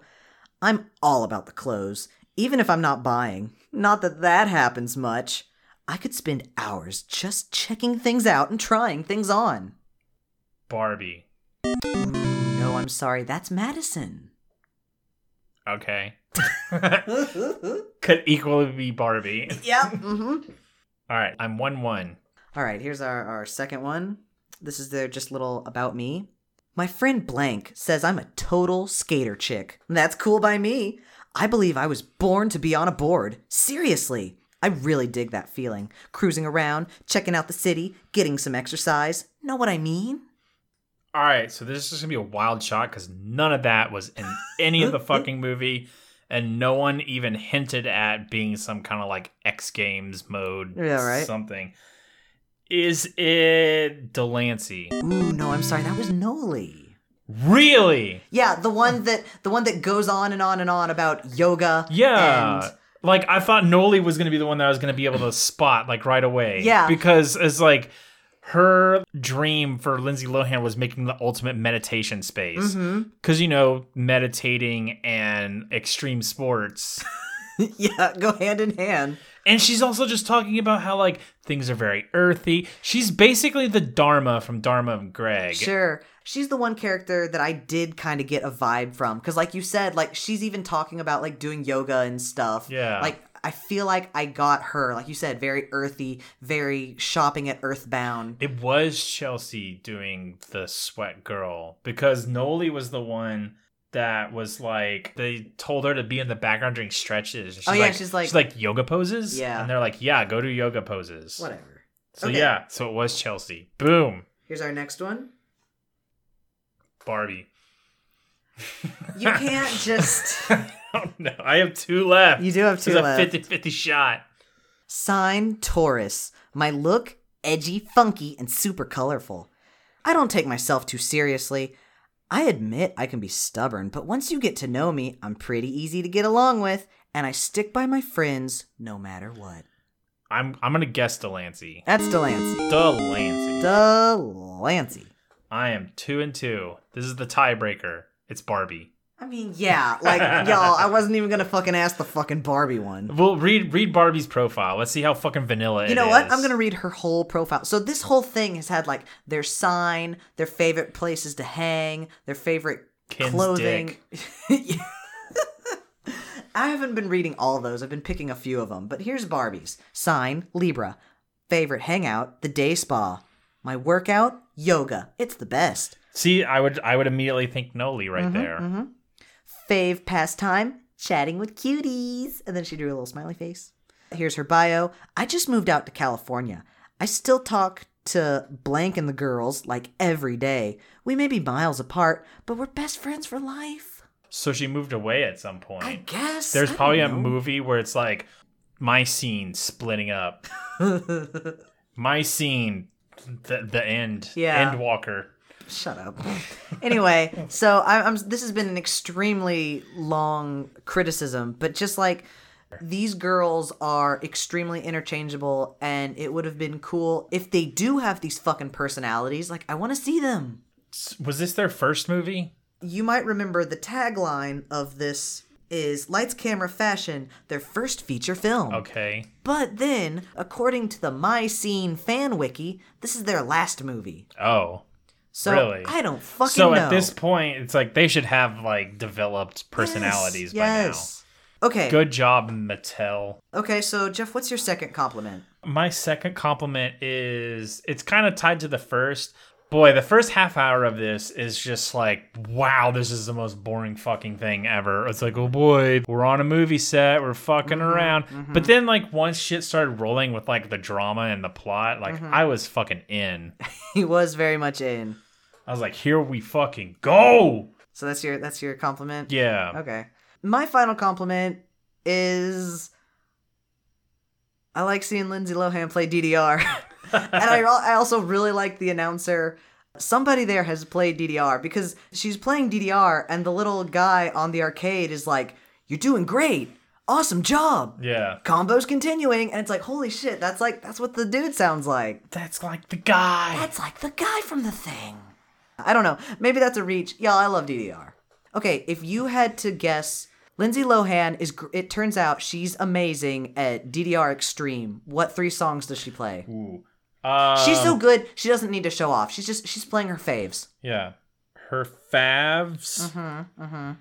[SPEAKER 1] I'm all about the clothes, even if I'm not buying. Not that that happens much. I could spend hours just checking things out and trying things on.
[SPEAKER 2] Barbie.
[SPEAKER 1] No, I'm sorry, that's Madison.
[SPEAKER 2] Okay.
[SPEAKER 1] yep.
[SPEAKER 2] Could equally be Barbie.
[SPEAKER 1] hmm
[SPEAKER 2] All right, I'm one one.
[SPEAKER 1] All right, here's our, our second one. This is their just little about me. My friend blank says I'm a total skater chick. That's cool by me. I believe I was born to be on a board. Seriously. I really dig that feeling. Cruising around, checking out the city, getting some exercise. Know what I mean?
[SPEAKER 2] All right, so this is just gonna be a wild shot because none of that was in any of the fucking movie, and no one even hinted at being some kind of like X Games mode,
[SPEAKER 1] Yeah, right.
[SPEAKER 2] Something. Is it Delancey?
[SPEAKER 1] Ooh, no, I'm sorry. That was Noli.
[SPEAKER 2] Really?
[SPEAKER 1] Yeah, the one that the one that goes on and on and on about yoga.
[SPEAKER 2] Yeah.
[SPEAKER 1] and-
[SPEAKER 2] like I thought Noli was gonna be the one that I was gonna be able to spot like right away.
[SPEAKER 1] Yeah.
[SPEAKER 2] Because it's like her dream for Lindsay Lohan was making the ultimate meditation space.
[SPEAKER 1] Mm-hmm.
[SPEAKER 2] Cause you know, meditating and extreme sports.
[SPEAKER 1] yeah, go hand in hand.
[SPEAKER 2] And she's also just talking about how like things are very earthy. She's basically the Dharma from Dharma and Greg.
[SPEAKER 1] Sure. She's the one character that I did kind of get a vibe from cuz like you said like she's even talking about like doing yoga and stuff.
[SPEAKER 2] Yeah.
[SPEAKER 1] Like I feel like I got her like you said very earthy, very shopping at Earthbound.
[SPEAKER 2] It was Chelsea doing the sweat girl because Noli was the one that was like they told her to be in the background doing stretches. And She's
[SPEAKER 1] Oh, yeah,
[SPEAKER 2] like,
[SPEAKER 1] she's like-
[SPEAKER 2] she's like yoga poses.
[SPEAKER 1] Yeah.
[SPEAKER 2] and they're like, yeah, go do yoga poses.
[SPEAKER 1] Whatever.
[SPEAKER 2] So
[SPEAKER 1] Okay.
[SPEAKER 2] yeah, so it was Chelsea. Boom,
[SPEAKER 1] Here's our next one.
[SPEAKER 2] Barbie.
[SPEAKER 1] You can't just
[SPEAKER 2] Oh no, I have two left.
[SPEAKER 1] You do have two
[SPEAKER 2] It's
[SPEAKER 1] left.
[SPEAKER 2] a 50-50 shot.
[SPEAKER 1] sign Taurus. My look, edgy, funky, and super colorful. I don't take myself too seriously. I admit I can be stubborn, but once you get to know me, I'm pretty easy to get along with, and I stick by my friends no matter what.
[SPEAKER 2] I'm I'm gonna guess Delancey.
[SPEAKER 1] That's Delancey.
[SPEAKER 2] Delancey.
[SPEAKER 1] Delancey.
[SPEAKER 2] I am two and two. This is the tiebreaker. It's Barbie.
[SPEAKER 1] I mean, yeah, like y'all, I wasn't even gonna fucking ask the fucking Barbie one.
[SPEAKER 2] Well, read read Barbie's profile. Let's see how fucking vanilla it
[SPEAKER 1] You know what?
[SPEAKER 2] is.
[SPEAKER 1] I'm gonna read her whole profile. So this whole thing has had like their sign, their favorite places to hang, their favorite
[SPEAKER 2] Ken's
[SPEAKER 1] clothing.
[SPEAKER 2] dick.
[SPEAKER 1] Yeah. I haven't been reading all those. I've been picking a few of them. But here's Barbie's sign Libra, favorite hangout, the day spa, my workout, yoga. It's the best.
[SPEAKER 2] See, I would I would immediately think Noli
[SPEAKER 1] Mm-hmm,
[SPEAKER 2] right there.
[SPEAKER 1] Fave pastime, chatting with cuties. And then she drew a little smiley face. Here's her bio. I just moved out to California. I still talk to Blank and the girls like every day. We may be miles apart, but we're best friends for life.
[SPEAKER 2] So she moved away at some point.
[SPEAKER 1] I guess.
[SPEAKER 2] There's
[SPEAKER 1] I don't
[SPEAKER 2] probably a
[SPEAKER 1] know.
[SPEAKER 2] movie where it's like my scene splitting up. my scene the, the end.
[SPEAKER 1] Yeah.
[SPEAKER 2] End walker.
[SPEAKER 1] Shut up. anyway, so I, I'm. This has been an extremely long criticism, but just like these girls are extremely interchangeable, and it would have been cool if they do have these fucking personalities. Like, I want to see them.
[SPEAKER 2] S- Was this their first movie?
[SPEAKER 1] You might remember the tagline of this is "Lights, Camera, Fashion," their first feature film.
[SPEAKER 2] Okay.
[SPEAKER 1] But then, according to the My Scene fan wiki, this is their last movie.
[SPEAKER 2] Oh.
[SPEAKER 1] So
[SPEAKER 2] Really?
[SPEAKER 1] I don't fucking
[SPEAKER 2] So
[SPEAKER 1] know.
[SPEAKER 2] at this point, it's like they should have like developed personalities
[SPEAKER 1] by now. Okay.
[SPEAKER 2] by now. Good job, Mattel.
[SPEAKER 1] Okay, so Jeff, what's your second compliment?
[SPEAKER 2] My second compliment is it's kind of tied to the first. Boy, the first half hour of this is just like, wow, this is the most boring fucking thing ever. It's like, oh boy, we're on a movie set, we're fucking
[SPEAKER 1] Mm-hmm,
[SPEAKER 2] around. But then, like, once shit started rolling with like the drama and the plot, like,
[SPEAKER 1] Mm-hmm.
[SPEAKER 2] I was fucking in.
[SPEAKER 1] He was very much in.
[SPEAKER 2] I was like, here we fucking go.
[SPEAKER 1] So that's your that's your compliment.
[SPEAKER 2] Yeah.
[SPEAKER 1] Okay. My final compliment is I like seeing Lindsay Lohan play DDR. and I, al- I also really like the announcer. Somebody there has played DDR because she's playing DDR and the little guy on the arcade is like, "You're doing great. Awesome job."
[SPEAKER 2] Yeah.
[SPEAKER 1] Combos continuing and it's like, "Holy shit, that's like that's what the dude sounds like."
[SPEAKER 2] That's like the guy.
[SPEAKER 1] That's like the guy from the thing. I don't know. Maybe that's a reach. Y'all, I love DDR. Okay, if you had to guess, Lindsay Lohan is. gr- It turns out she's amazing at DDR Extreme. What three songs does she play?
[SPEAKER 2] Ooh. Um,
[SPEAKER 1] she's so good. She doesn't need to show off. She's just she's playing her faves.
[SPEAKER 2] Yeah. Her favs.
[SPEAKER 1] Mm-hmm.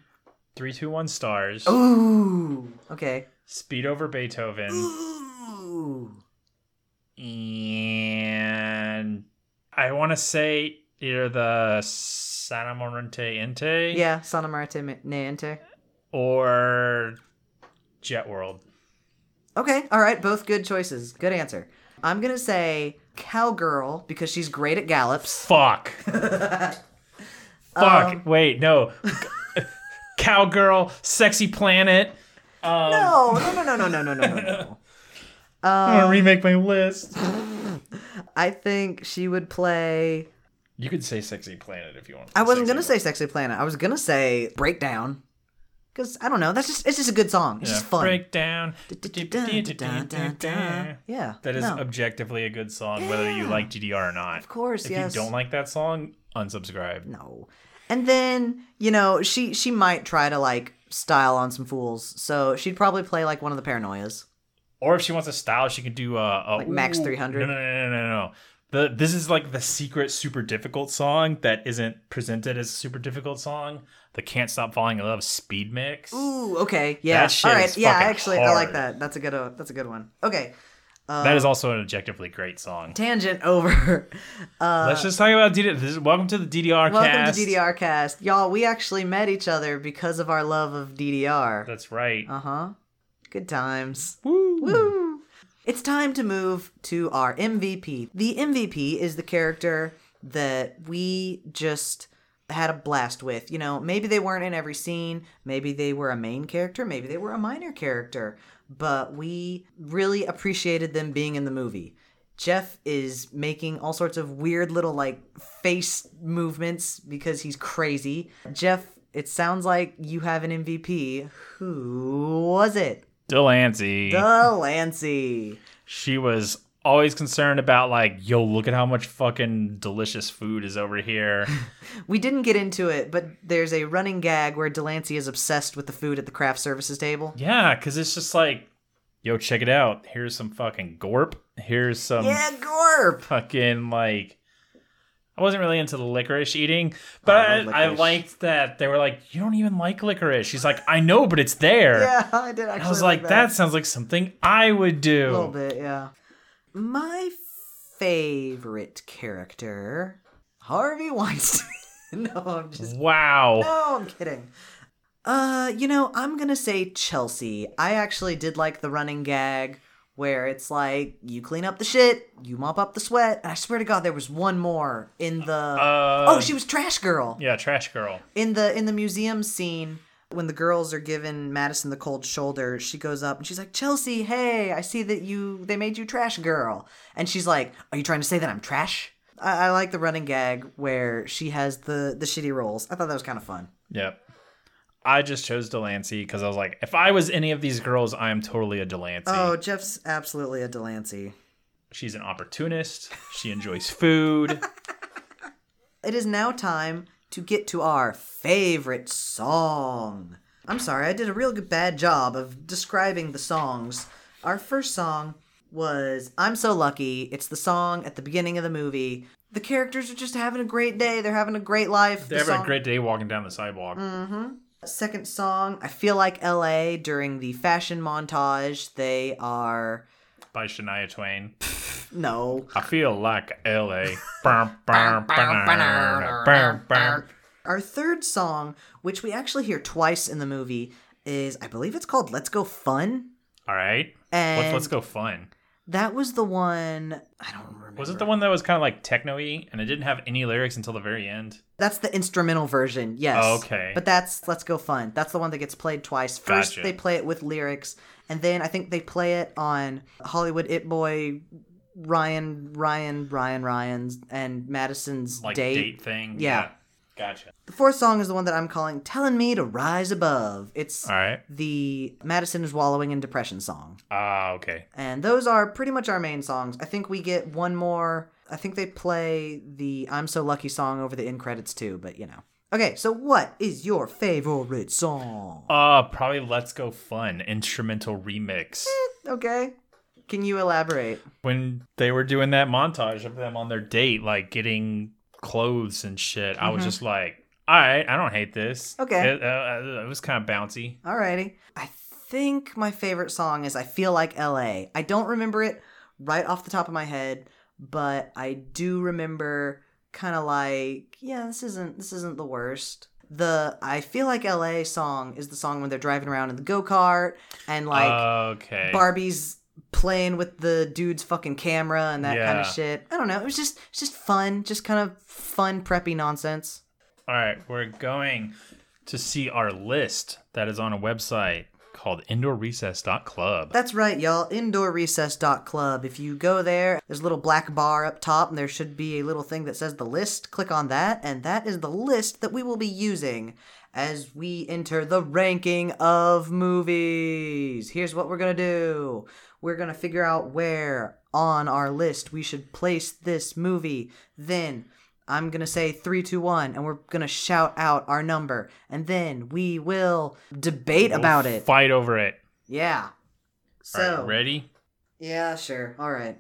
[SPEAKER 2] Three, two, one stars.
[SPEAKER 1] Ooh. Okay.
[SPEAKER 2] Speed over Beethoven.
[SPEAKER 1] Ooh.
[SPEAKER 2] and I want to say either the Santa Morente Ente
[SPEAKER 1] Yeah. Sana Marte Me- Neante.
[SPEAKER 2] or Jet World.
[SPEAKER 1] Okay. All right. Both good choices. Good answer. I'm gonna say cowgirl because she's great at gallops.
[SPEAKER 2] Fuck. Fuck.
[SPEAKER 1] Um,
[SPEAKER 2] Wait, no. Cowgirl, Sexy Planet. Um.
[SPEAKER 1] No, no, no, no, no, no, no, no, no.
[SPEAKER 2] I'm
[SPEAKER 1] Um,
[SPEAKER 2] going to remake my list.
[SPEAKER 1] I think she would play.
[SPEAKER 2] You could say Sexy Planet if you want.
[SPEAKER 1] I wasn't
[SPEAKER 2] Sexy
[SPEAKER 1] gonna say "Sexy Planet." I was gonna say "Breakdown," because I don't know. That's just it's just a good song. It's just fun.
[SPEAKER 2] Breakdown.
[SPEAKER 1] Yeah,
[SPEAKER 2] That is
[SPEAKER 1] no.
[SPEAKER 2] objectively a good song, whether you like GDR or not.
[SPEAKER 1] of course.
[SPEAKER 2] If
[SPEAKER 1] yes.
[SPEAKER 2] you don't like that song, unsubscribe.
[SPEAKER 1] no. And then you know she she might try to like style on some fools, so she'd probably play like one of the Paranoias.
[SPEAKER 2] Or if she wants a style, she could do uh, a
[SPEAKER 1] Like Max
[SPEAKER 2] ooh,
[SPEAKER 1] 300?
[SPEAKER 2] No, no, no, no, no, no. The, this is like the secret super difficult song that isn't presented as a super difficult song. The Can't Stop Falling in Love speed mix.
[SPEAKER 1] Ooh, okay, yeah,
[SPEAKER 2] That shit
[SPEAKER 1] all right,
[SPEAKER 2] is
[SPEAKER 1] yeah.
[SPEAKER 2] fucking
[SPEAKER 1] Actually, I like
[SPEAKER 2] hard.
[SPEAKER 1] that. That's a good uh, that's a good one. Okay,
[SPEAKER 2] that is also an objectively great song.
[SPEAKER 1] tangent over.
[SPEAKER 2] Let's just talk about DDR. This is, welcome to the DDR
[SPEAKER 1] Welcome
[SPEAKER 2] cast.
[SPEAKER 1] to DDR Cast. Y'all, we actually met each other because of our love of DDR.
[SPEAKER 2] That's right.
[SPEAKER 1] Uh huh. Good times. Woo! It's time to move to our MVP. The MVP is the character that we just had a blast with. You know, maybe they weren't in every scene, maybe they were a main character, maybe they were a minor character, but we really appreciated them being in the movie. Jeff is making all sorts of weird little like face movements because he's crazy. Jeff, it sounds like you have an MVP. Who was it?
[SPEAKER 2] Delancey.
[SPEAKER 1] Delancey.
[SPEAKER 2] she was always concerned about like, yo, look at how much fucking delicious food is over here.
[SPEAKER 1] We didn't get into it, but there's a running gag where Delancey is obsessed with the food at the craft services table.
[SPEAKER 2] yeah, because it's just like, yo, check it out. Here's some fucking gorp. Here's some
[SPEAKER 1] Yeah, Gorp.
[SPEAKER 2] fucking like. I wasn't really into the licorice eating, but
[SPEAKER 1] I love
[SPEAKER 2] I, I
[SPEAKER 1] licorice.
[SPEAKER 2] liked that they were like, "You don't even like licorice." She's like, "I know, but it's there."
[SPEAKER 1] Yeah, I did actually.
[SPEAKER 2] I was like, that. sounds like something I would do."
[SPEAKER 1] a little bit, yeah. My favorite character, Harvey Weinstein. no, I'm just
[SPEAKER 2] Wow.
[SPEAKER 1] No, I'm kidding. Uh, you know, I'm gonna say Chelsea. I actually did like the running gag where it's like you clean up the shit, you mop up the sweat, and I swear to God, there was one more in the. oh, she was Trash Girl
[SPEAKER 2] Uh, Um, Yeah, trash girl.
[SPEAKER 1] in the in the museum scene. When the girls are giving Madison the cold shoulder, she goes up and she's like, "Chelsea, hey, I see that you they made you Trash Girl," and she's like, "Are you trying to say that I'm trash?" I, I like the running gag where she has the the shitty rolls. I thought that was kind of fun.
[SPEAKER 2] Yep. I just chose Delancey because I was like, if I was any of these girls, I am totally a Delancey.
[SPEAKER 1] Oh, Jeff's absolutely a Delancey.
[SPEAKER 2] She's an opportunist. She enjoys food.
[SPEAKER 1] It is now time to get to our favorite song. I'm sorry, I did a real good bad job of describing the songs. Our first song was I'm So Lucky. It's the song at the beginning of the movie. The characters are just having a great day. They're having a great life.
[SPEAKER 2] They're
[SPEAKER 1] The
[SPEAKER 2] having a
[SPEAKER 1] song- Mm.
[SPEAKER 2] great day walking down the sidewalk.
[SPEAKER 1] Second song, I Feel Like LA during the fashion montage. They are.
[SPEAKER 2] By Shania Twain.
[SPEAKER 1] No.
[SPEAKER 2] I feel like LA. Bum, bum, banana, bum, bum.
[SPEAKER 1] Our third song, which we actually hear twice in the movie, is I believe it's called Let's Go Fun.
[SPEAKER 2] All right.
[SPEAKER 1] And
[SPEAKER 2] Let's, let's go fun.
[SPEAKER 1] That was the one I don't remember.
[SPEAKER 2] Was it the one that was kind of like techno y and it didn't have any lyrics until the very end?
[SPEAKER 1] That's the instrumental version. Yes.
[SPEAKER 2] Oh, okay.
[SPEAKER 1] But that's Let's Go Fun. That's the one that gets played twice. First
[SPEAKER 2] Gotcha.
[SPEAKER 1] they play it with lyrics, and then I think they play it on Hollywood It Boy Ryan Ryan Ryan Ryan's and Madison's
[SPEAKER 2] Like
[SPEAKER 1] date.
[SPEAKER 2] date, thing?
[SPEAKER 1] Yeah.
[SPEAKER 2] Gotcha.
[SPEAKER 1] The fourth song is the one that I'm calling Telling Me to Rise Above. It's
[SPEAKER 2] All right.
[SPEAKER 1] the Madison is wallowing in depression song.
[SPEAKER 2] Ah, okay.
[SPEAKER 1] And those are pretty much our main songs. I think we get one more. I think they play the I'm So Lucky song over the end credits too, but you know. Okay, so what is your favorite song?
[SPEAKER 2] Uh, probably Let's Go Fun instrumental remix.
[SPEAKER 1] Okay. Can you elaborate?
[SPEAKER 2] When they were doing that montage of them on their date, like getting clothes and shit, I was just like, all right, I don't hate this.
[SPEAKER 1] Mm-hmm. Okay.
[SPEAKER 2] It, uh, it was kind of bouncy.
[SPEAKER 1] Alrighty. I think my favorite song is I Feel Like LA. I don't remember it right off the top of my head, but I do remember kind of like, yeah, this isn't this isn't the worst. The I Feel Like LA song is the song when they're driving around in the go-kart and like
[SPEAKER 2] okay.
[SPEAKER 1] Barbie's playing with the dude's fucking camera and that kind
[SPEAKER 2] Yeah.
[SPEAKER 1] of shit. I don't know. It was just it's just fun, just kind of fun preppy nonsense.
[SPEAKER 2] all right, we're going to see our list that is on a website called indoorrecess.club.
[SPEAKER 1] That's right, y'all. Indoorrecess.club. If you go there, there's a little black bar up top, and there should be a little thing that says the list. Click on that, and that is the list that we will be using as we enter the ranking of movies. Here's what we're going to do we're going to figure out where on our list we should place this movie. Then I'm going to say three, two, one, and we're going to shout out our number. And then we will debate about it.
[SPEAKER 2] Fight over it.
[SPEAKER 1] Yeah. So,
[SPEAKER 2] all right, ready?
[SPEAKER 1] yeah, sure. All right.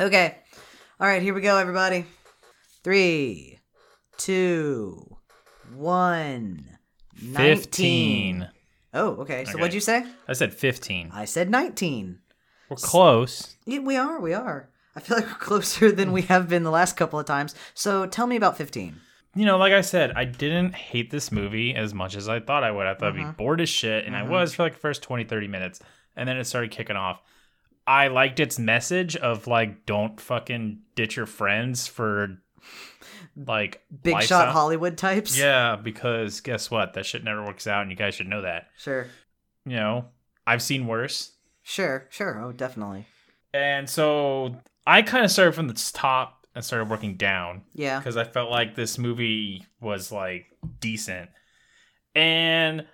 [SPEAKER 1] Okay. All right, here we go, everybody. Three, two, one.
[SPEAKER 2] 15.
[SPEAKER 1] 19. Oh, okay. So
[SPEAKER 2] Okay.
[SPEAKER 1] what'd you say?
[SPEAKER 2] I said 15.
[SPEAKER 1] I said 19.
[SPEAKER 2] We're close.
[SPEAKER 1] Yeah, we are, we are. I feel like we're closer than we have been the last couple of times. So tell me about 15.
[SPEAKER 2] you know, like I said, I didn't hate this movie as much as I thought I would. I thought
[SPEAKER 1] Uh-huh.
[SPEAKER 2] I'd be bored as shit, and I was for like the first 20, 30 minutes, and then it started kicking off. I liked its message of like, don't fucking ditch your friends for like
[SPEAKER 1] Big
[SPEAKER 2] lifestyle.
[SPEAKER 1] shot Hollywood types.
[SPEAKER 2] Yeah, because guess what? That shit never works out, and you guys should know that.
[SPEAKER 1] Sure.
[SPEAKER 2] You know, I've seen worse.
[SPEAKER 1] Sure. Sure. Oh, definitely.
[SPEAKER 2] And so I kind of started from the top and started working down
[SPEAKER 1] Yeah.
[SPEAKER 2] because I felt like this movie was like decent. And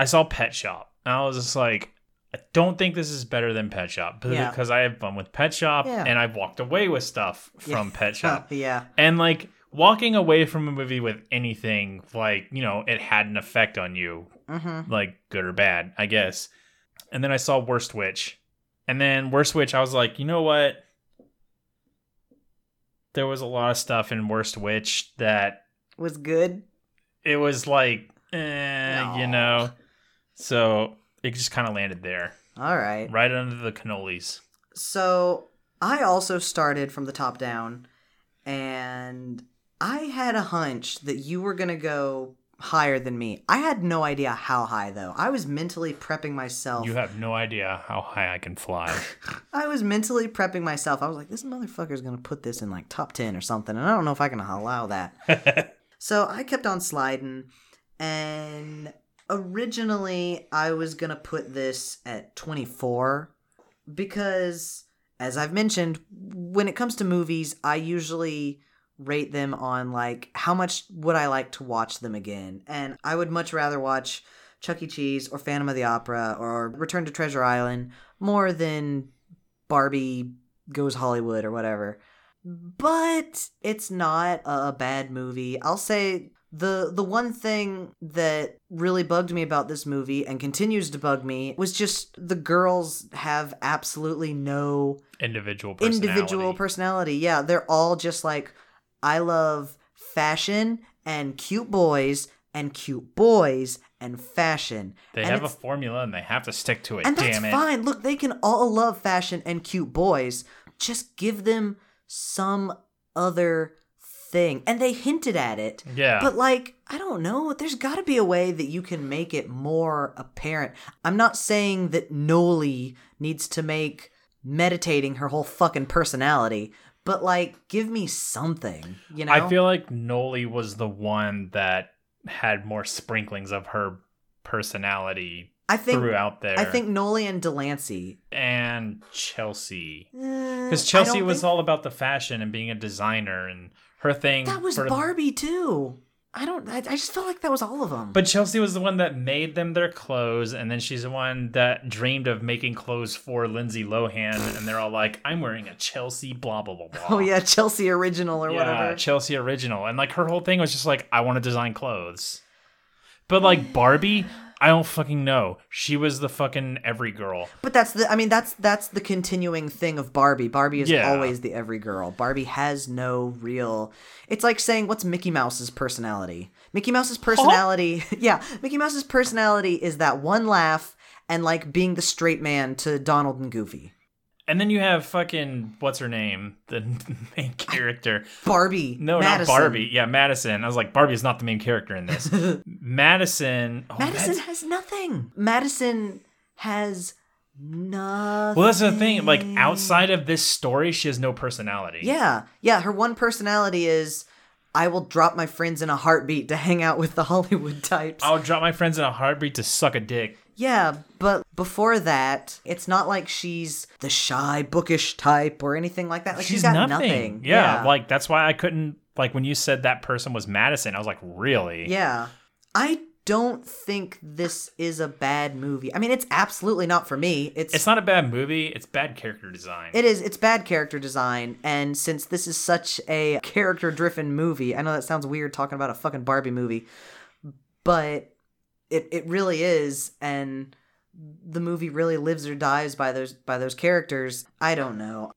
[SPEAKER 2] I saw Pet Shop, and I was just like, I don't think this is better than Pet Shop but-
[SPEAKER 1] Yeah.
[SPEAKER 2] because I have fun with Pet Shop
[SPEAKER 1] Yeah.
[SPEAKER 2] and I've walked away with stuff from Pet Shop.
[SPEAKER 1] yeah.
[SPEAKER 2] And like walking away from a movie with anything, like, you know, it had an effect on you,
[SPEAKER 1] Mm-hmm.
[SPEAKER 2] like good or bad, I guess. And then I saw Worst Witch. And then Worst Witch, I was like, you know what? There was a lot of stuff in Worst Witch that
[SPEAKER 1] Was good.
[SPEAKER 2] it was like, eh, you
[SPEAKER 1] No.
[SPEAKER 2] know. So it just kind of landed there,
[SPEAKER 1] All right.
[SPEAKER 2] right under the cannolis.
[SPEAKER 1] So I also started from the top down, and I had a hunch that you were gonna go higher than me. I had no idea how high though. I was mentally prepping myself.
[SPEAKER 2] You have no idea how high I can fly.
[SPEAKER 1] I was mentally prepping myself. I was like, this motherfucker's gonna put this in like top ten or something, and I don't know if I can allow that. So I kept on sliding, and originally I was gonna put this at 24 because, as I've mentioned, when it comes to movies, I usually rate them on like how much would I like to watch them again, and I would much rather watch Chuck E. Cheese or Phantom of the Opera or Return to Treasure Island more than Barbie Goes Hollywood or whatever but it's not a a bad movie. I'll say the the one thing that really bugged me about this movie and continues to bug me was just the girls have absolutely no
[SPEAKER 2] Individual personality.
[SPEAKER 1] individual personality. Yeah, they're all just like I love fashion and cute boys and cute boys and fashion.
[SPEAKER 2] They
[SPEAKER 1] and
[SPEAKER 2] have a
[SPEAKER 1] it's-
[SPEAKER 2] formula and they have to stick to it.
[SPEAKER 1] and that's
[SPEAKER 2] damn it.
[SPEAKER 1] fine. Look, they can all love fashion and cute boys. Just give them some other thing. And they hinted at it.
[SPEAKER 2] Yeah.
[SPEAKER 1] But like, I don't know. There's got to be a way that you can make it more apparent. I'm not saying that Noli needs to make meditating her whole fucking personality, but like, give me something. You know?
[SPEAKER 2] I feel like Noli was the one that had more sprinklings of her personality
[SPEAKER 1] I think
[SPEAKER 2] throughout there.
[SPEAKER 1] I think Noli and Delancey.
[SPEAKER 2] and Chelsea.
[SPEAKER 1] Because
[SPEAKER 2] Because Chelsea was all about the fashion and being a designer and her thing.
[SPEAKER 1] That was
[SPEAKER 2] for-
[SPEAKER 1] Barbie too. I don't. I, I just felt like that was all of them.
[SPEAKER 2] But Chelsea was the one that made them their clothes, and then she's the one that dreamed of making clothes for Lindsay Lohan, and they're all like, "I'm wearing a Chelsea blah blah blah blah."
[SPEAKER 1] oh yeah, Chelsea original or
[SPEAKER 2] yeah,
[SPEAKER 1] whatever.
[SPEAKER 2] Chelsea original. And like her whole thing was just like, I want to design clothes. But like Barbie, I don't fucking know. She was the fucking every girl.
[SPEAKER 1] But that's the. I mean, that's that's the continuing thing of Barbie. Barbie is
[SPEAKER 2] Yeah.
[SPEAKER 1] always the every girl. Barbie has no real. It's like saying what's Mickey Mouse's personality. Mickey Mouse's personality. yeah, Mickey Mouse's personality is that one laugh and like being the straight man to Donald and Goofy.
[SPEAKER 2] And then you have fucking what's her name, the main character.
[SPEAKER 1] Barbie.
[SPEAKER 2] No,
[SPEAKER 1] Madison.
[SPEAKER 2] not Barbie. Yeah, Madison. I was like, Barbie is not the main character in this. Madison. oh,
[SPEAKER 1] Madison
[SPEAKER 2] that's-
[SPEAKER 1] has nothing. Madison has nothing.
[SPEAKER 2] Well, that's the thing. Like outside of this story, she has no personality.
[SPEAKER 1] Yeah, yeah. Her one personality is, I will drop my friends in a heartbeat to hang out with the Hollywood types.
[SPEAKER 2] I'll drop my friends in a heartbeat to suck a dick.
[SPEAKER 1] Yeah, but before that, it's not like she's the shy, bookish type or anything like that. Like she's got nothing.
[SPEAKER 2] Yeah, like that's why I couldn't like when you said that person was Madison, I was like, really?
[SPEAKER 1] yeah. I don't think this is a bad movie. I mean, it's absolutely not for me. It's,
[SPEAKER 2] It's not a bad movie, it's bad character design.
[SPEAKER 1] It is. It's bad character design, and since this is such a character-driven movie, I know that sounds weird talking about a fucking Barbie movie, but it it really is, and the movie really lives or dies by those by those characters. I don't know.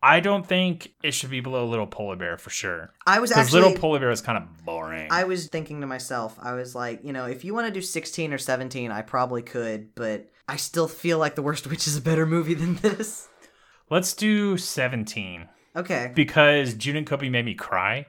[SPEAKER 2] I don't think it should be below Little Polar Bear for sure.
[SPEAKER 1] I was
[SPEAKER 2] Because
[SPEAKER 1] actually
[SPEAKER 2] Little Polar Bear is kind of boring.
[SPEAKER 1] I was thinking to myself, I was like, you know, if you want to do 16 or 17, I probably could, but I still feel like The Worst Witch is a better movie than this.
[SPEAKER 2] Let's do 17
[SPEAKER 1] Okay.
[SPEAKER 2] because June and Kobe made me cry.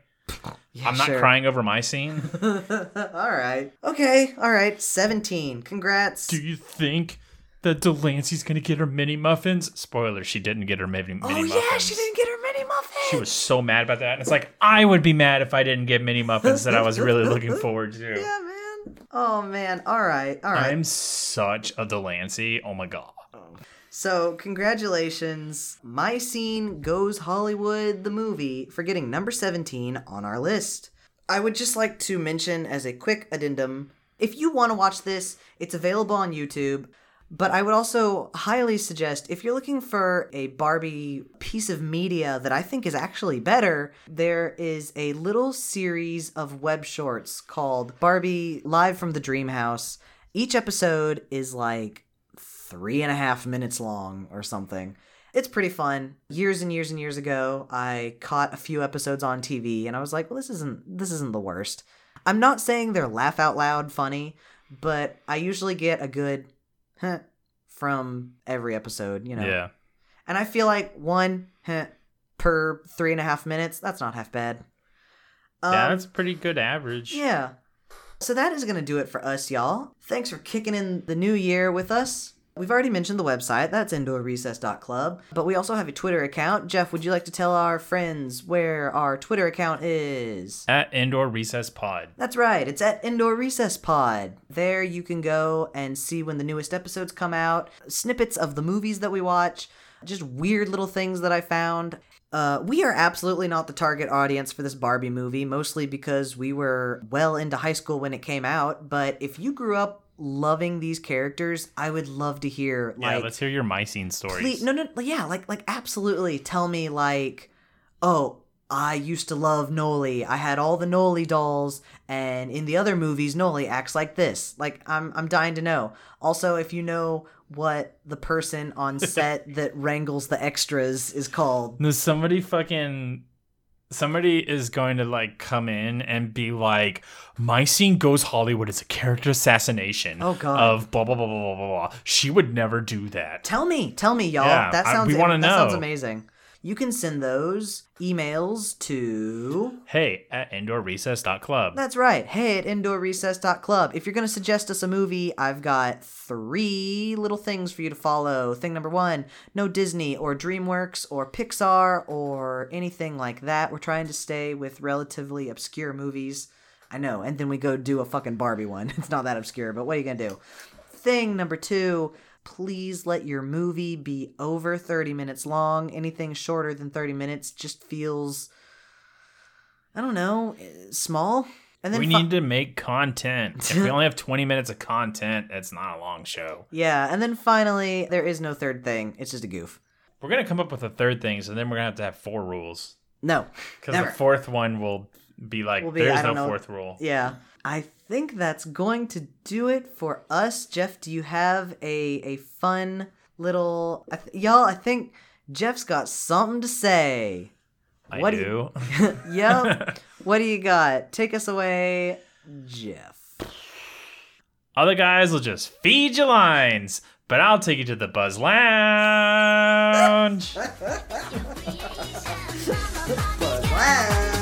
[SPEAKER 1] Yeah,
[SPEAKER 2] I'm not
[SPEAKER 1] sure.
[SPEAKER 2] crying over my scene.
[SPEAKER 1] all right. Okay. All right. 17. Congrats.
[SPEAKER 2] do you think that Delancey's gonna get her mini muffins. Spoiler: she didn't get her mini, mini
[SPEAKER 1] Oh
[SPEAKER 2] muffins.
[SPEAKER 1] yeah, she didn't get her mini muffin.
[SPEAKER 2] She was so mad about that. And it's like I would be mad if I didn't get mini muffins that I was really looking forward to.
[SPEAKER 1] Yeah, man. Oh man. All right. All right.
[SPEAKER 2] I'm such a Delancey. Oh my god.
[SPEAKER 1] So, congratulations. My Scene Goes Hollywood, the movie, for getting number 17 on our list. I would just like to mention as a quick addendum if you want to watch this, it's available on YouTube. But I would also highly suggest if you're looking for a Barbie piece of media that I think is actually better, there is a little series of web shorts called Barbie Live from the Dream House. Each episode is like three and a half minutes long or something. It's pretty fun. Years and years and years ago, I caught a few episodes on TV and I was like, well, this isn't this isn't the worst. I'm not saying they're laugh out loud funny, but I usually get a good huh, from every episode, you know.
[SPEAKER 2] Yeah.
[SPEAKER 1] And I feel like one huh, per three and a half minutes, that's not half bad. Um,
[SPEAKER 2] yeah, that's a pretty good average.
[SPEAKER 1] yeah. So that is going to do it for us, y'all. Thanks for kicking in the new year with us. We've already mentioned the website, that's indoorrecess.club, but we also have a Twitter account. Jeff, would you like to tell our friends where our Twitter account is?
[SPEAKER 2] At indoor recess pod.
[SPEAKER 1] That's right, it's at Indoor Recess Pod. There you can go and see when the newest episodes come out, snippets of the movies that we watch, just weird little things that I found. Uh, we are absolutely not the target audience for this Barbie movie, mostly because we were well into high school when it came out. But if you grew up loving these characters, I would love to hear
[SPEAKER 2] Yeah,
[SPEAKER 1] like
[SPEAKER 2] let's hear your mycene stories.
[SPEAKER 1] Please, no, no, yeah, like, like, absolutely. Tell me, like, oh, I used to love Noli. I had all the Noli dolls, and in the other movies, Noli acts like this. Like, I'm, I'm dying to know. Also, if you know what the person on set that wrangles the extras is called,
[SPEAKER 2] No, somebody fucking somebody is going to like come in and be like, My scene goes Hollywood is a character assassination
[SPEAKER 1] Oh, God.
[SPEAKER 2] of blah blah blah blah blah blah blah. She would never do that.
[SPEAKER 1] tell me, tell me, y'all.
[SPEAKER 2] Yeah,
[SPEAKER 1] that
[SPEAKER 2] I-
[SPEAKER 1] sounds,
[SPEAKER 2] we wanna
[SPEAKER 1] that sounds
[SPEAKER 2] know.
[SPEAKER 1] amazing. You can send those emails to
[SPEAKER 2] Hey, at indoorrecess.club.
[SPEAKER 1] That's right. Hey at indoorrecess.club. If you're going to suggest us a movie, I've got three little things for you to follow. Thing number one no Disney or DreamWorks or Pixar or anything like that. We're trying to stay with relatively obscure movies. I know. And then we go do a fucking Barbie one. It's not that obscure, but what are you going to do? Thing number two please let your movie be over 30 minutes long. Anything shorter than 30 minutes just feels. I don't know, eh, small. And then
[SPEAKER 2] we
[SPEAKER 1] fi-
[SPEAKER 2] need to make content. if we only have 20 minutes of content, it's not a long show.
[SPEAKER 1] Yeah, and then finally, there is no third thing. It's just a goof.
[SPEAKER 2] We're going to come up with a third thing, so then we're going to have to have four rules.
[SPEAKER 1] No.
[SPEAKER 2] Because
[SPEAKER 1] Never.
[SPEAKER 2] the fourth one will be like,
[SPEAKER 1] Will be, I
[SPEAKER 2] there's no
[SPEAKER 1] don't know.
[SPEAKER 2] fourth rule.
[SPEAKER 1] Yeah. I think that's going to do it for us. Jeff, do you have a, a fun little. I th- y'all, I think Jeff's got something to say.
[SPEAKER 2] I
[SPEAKER 1] What do
[SPEAKER 2] do.
[SPEAKER 1] Yep. what do you got? Take us away, Jeff.
[SPEAKER 2] Other guys will just feed you lines, but I'll take you to the Buzz Lounge.
[SPEAKER 1] Wow.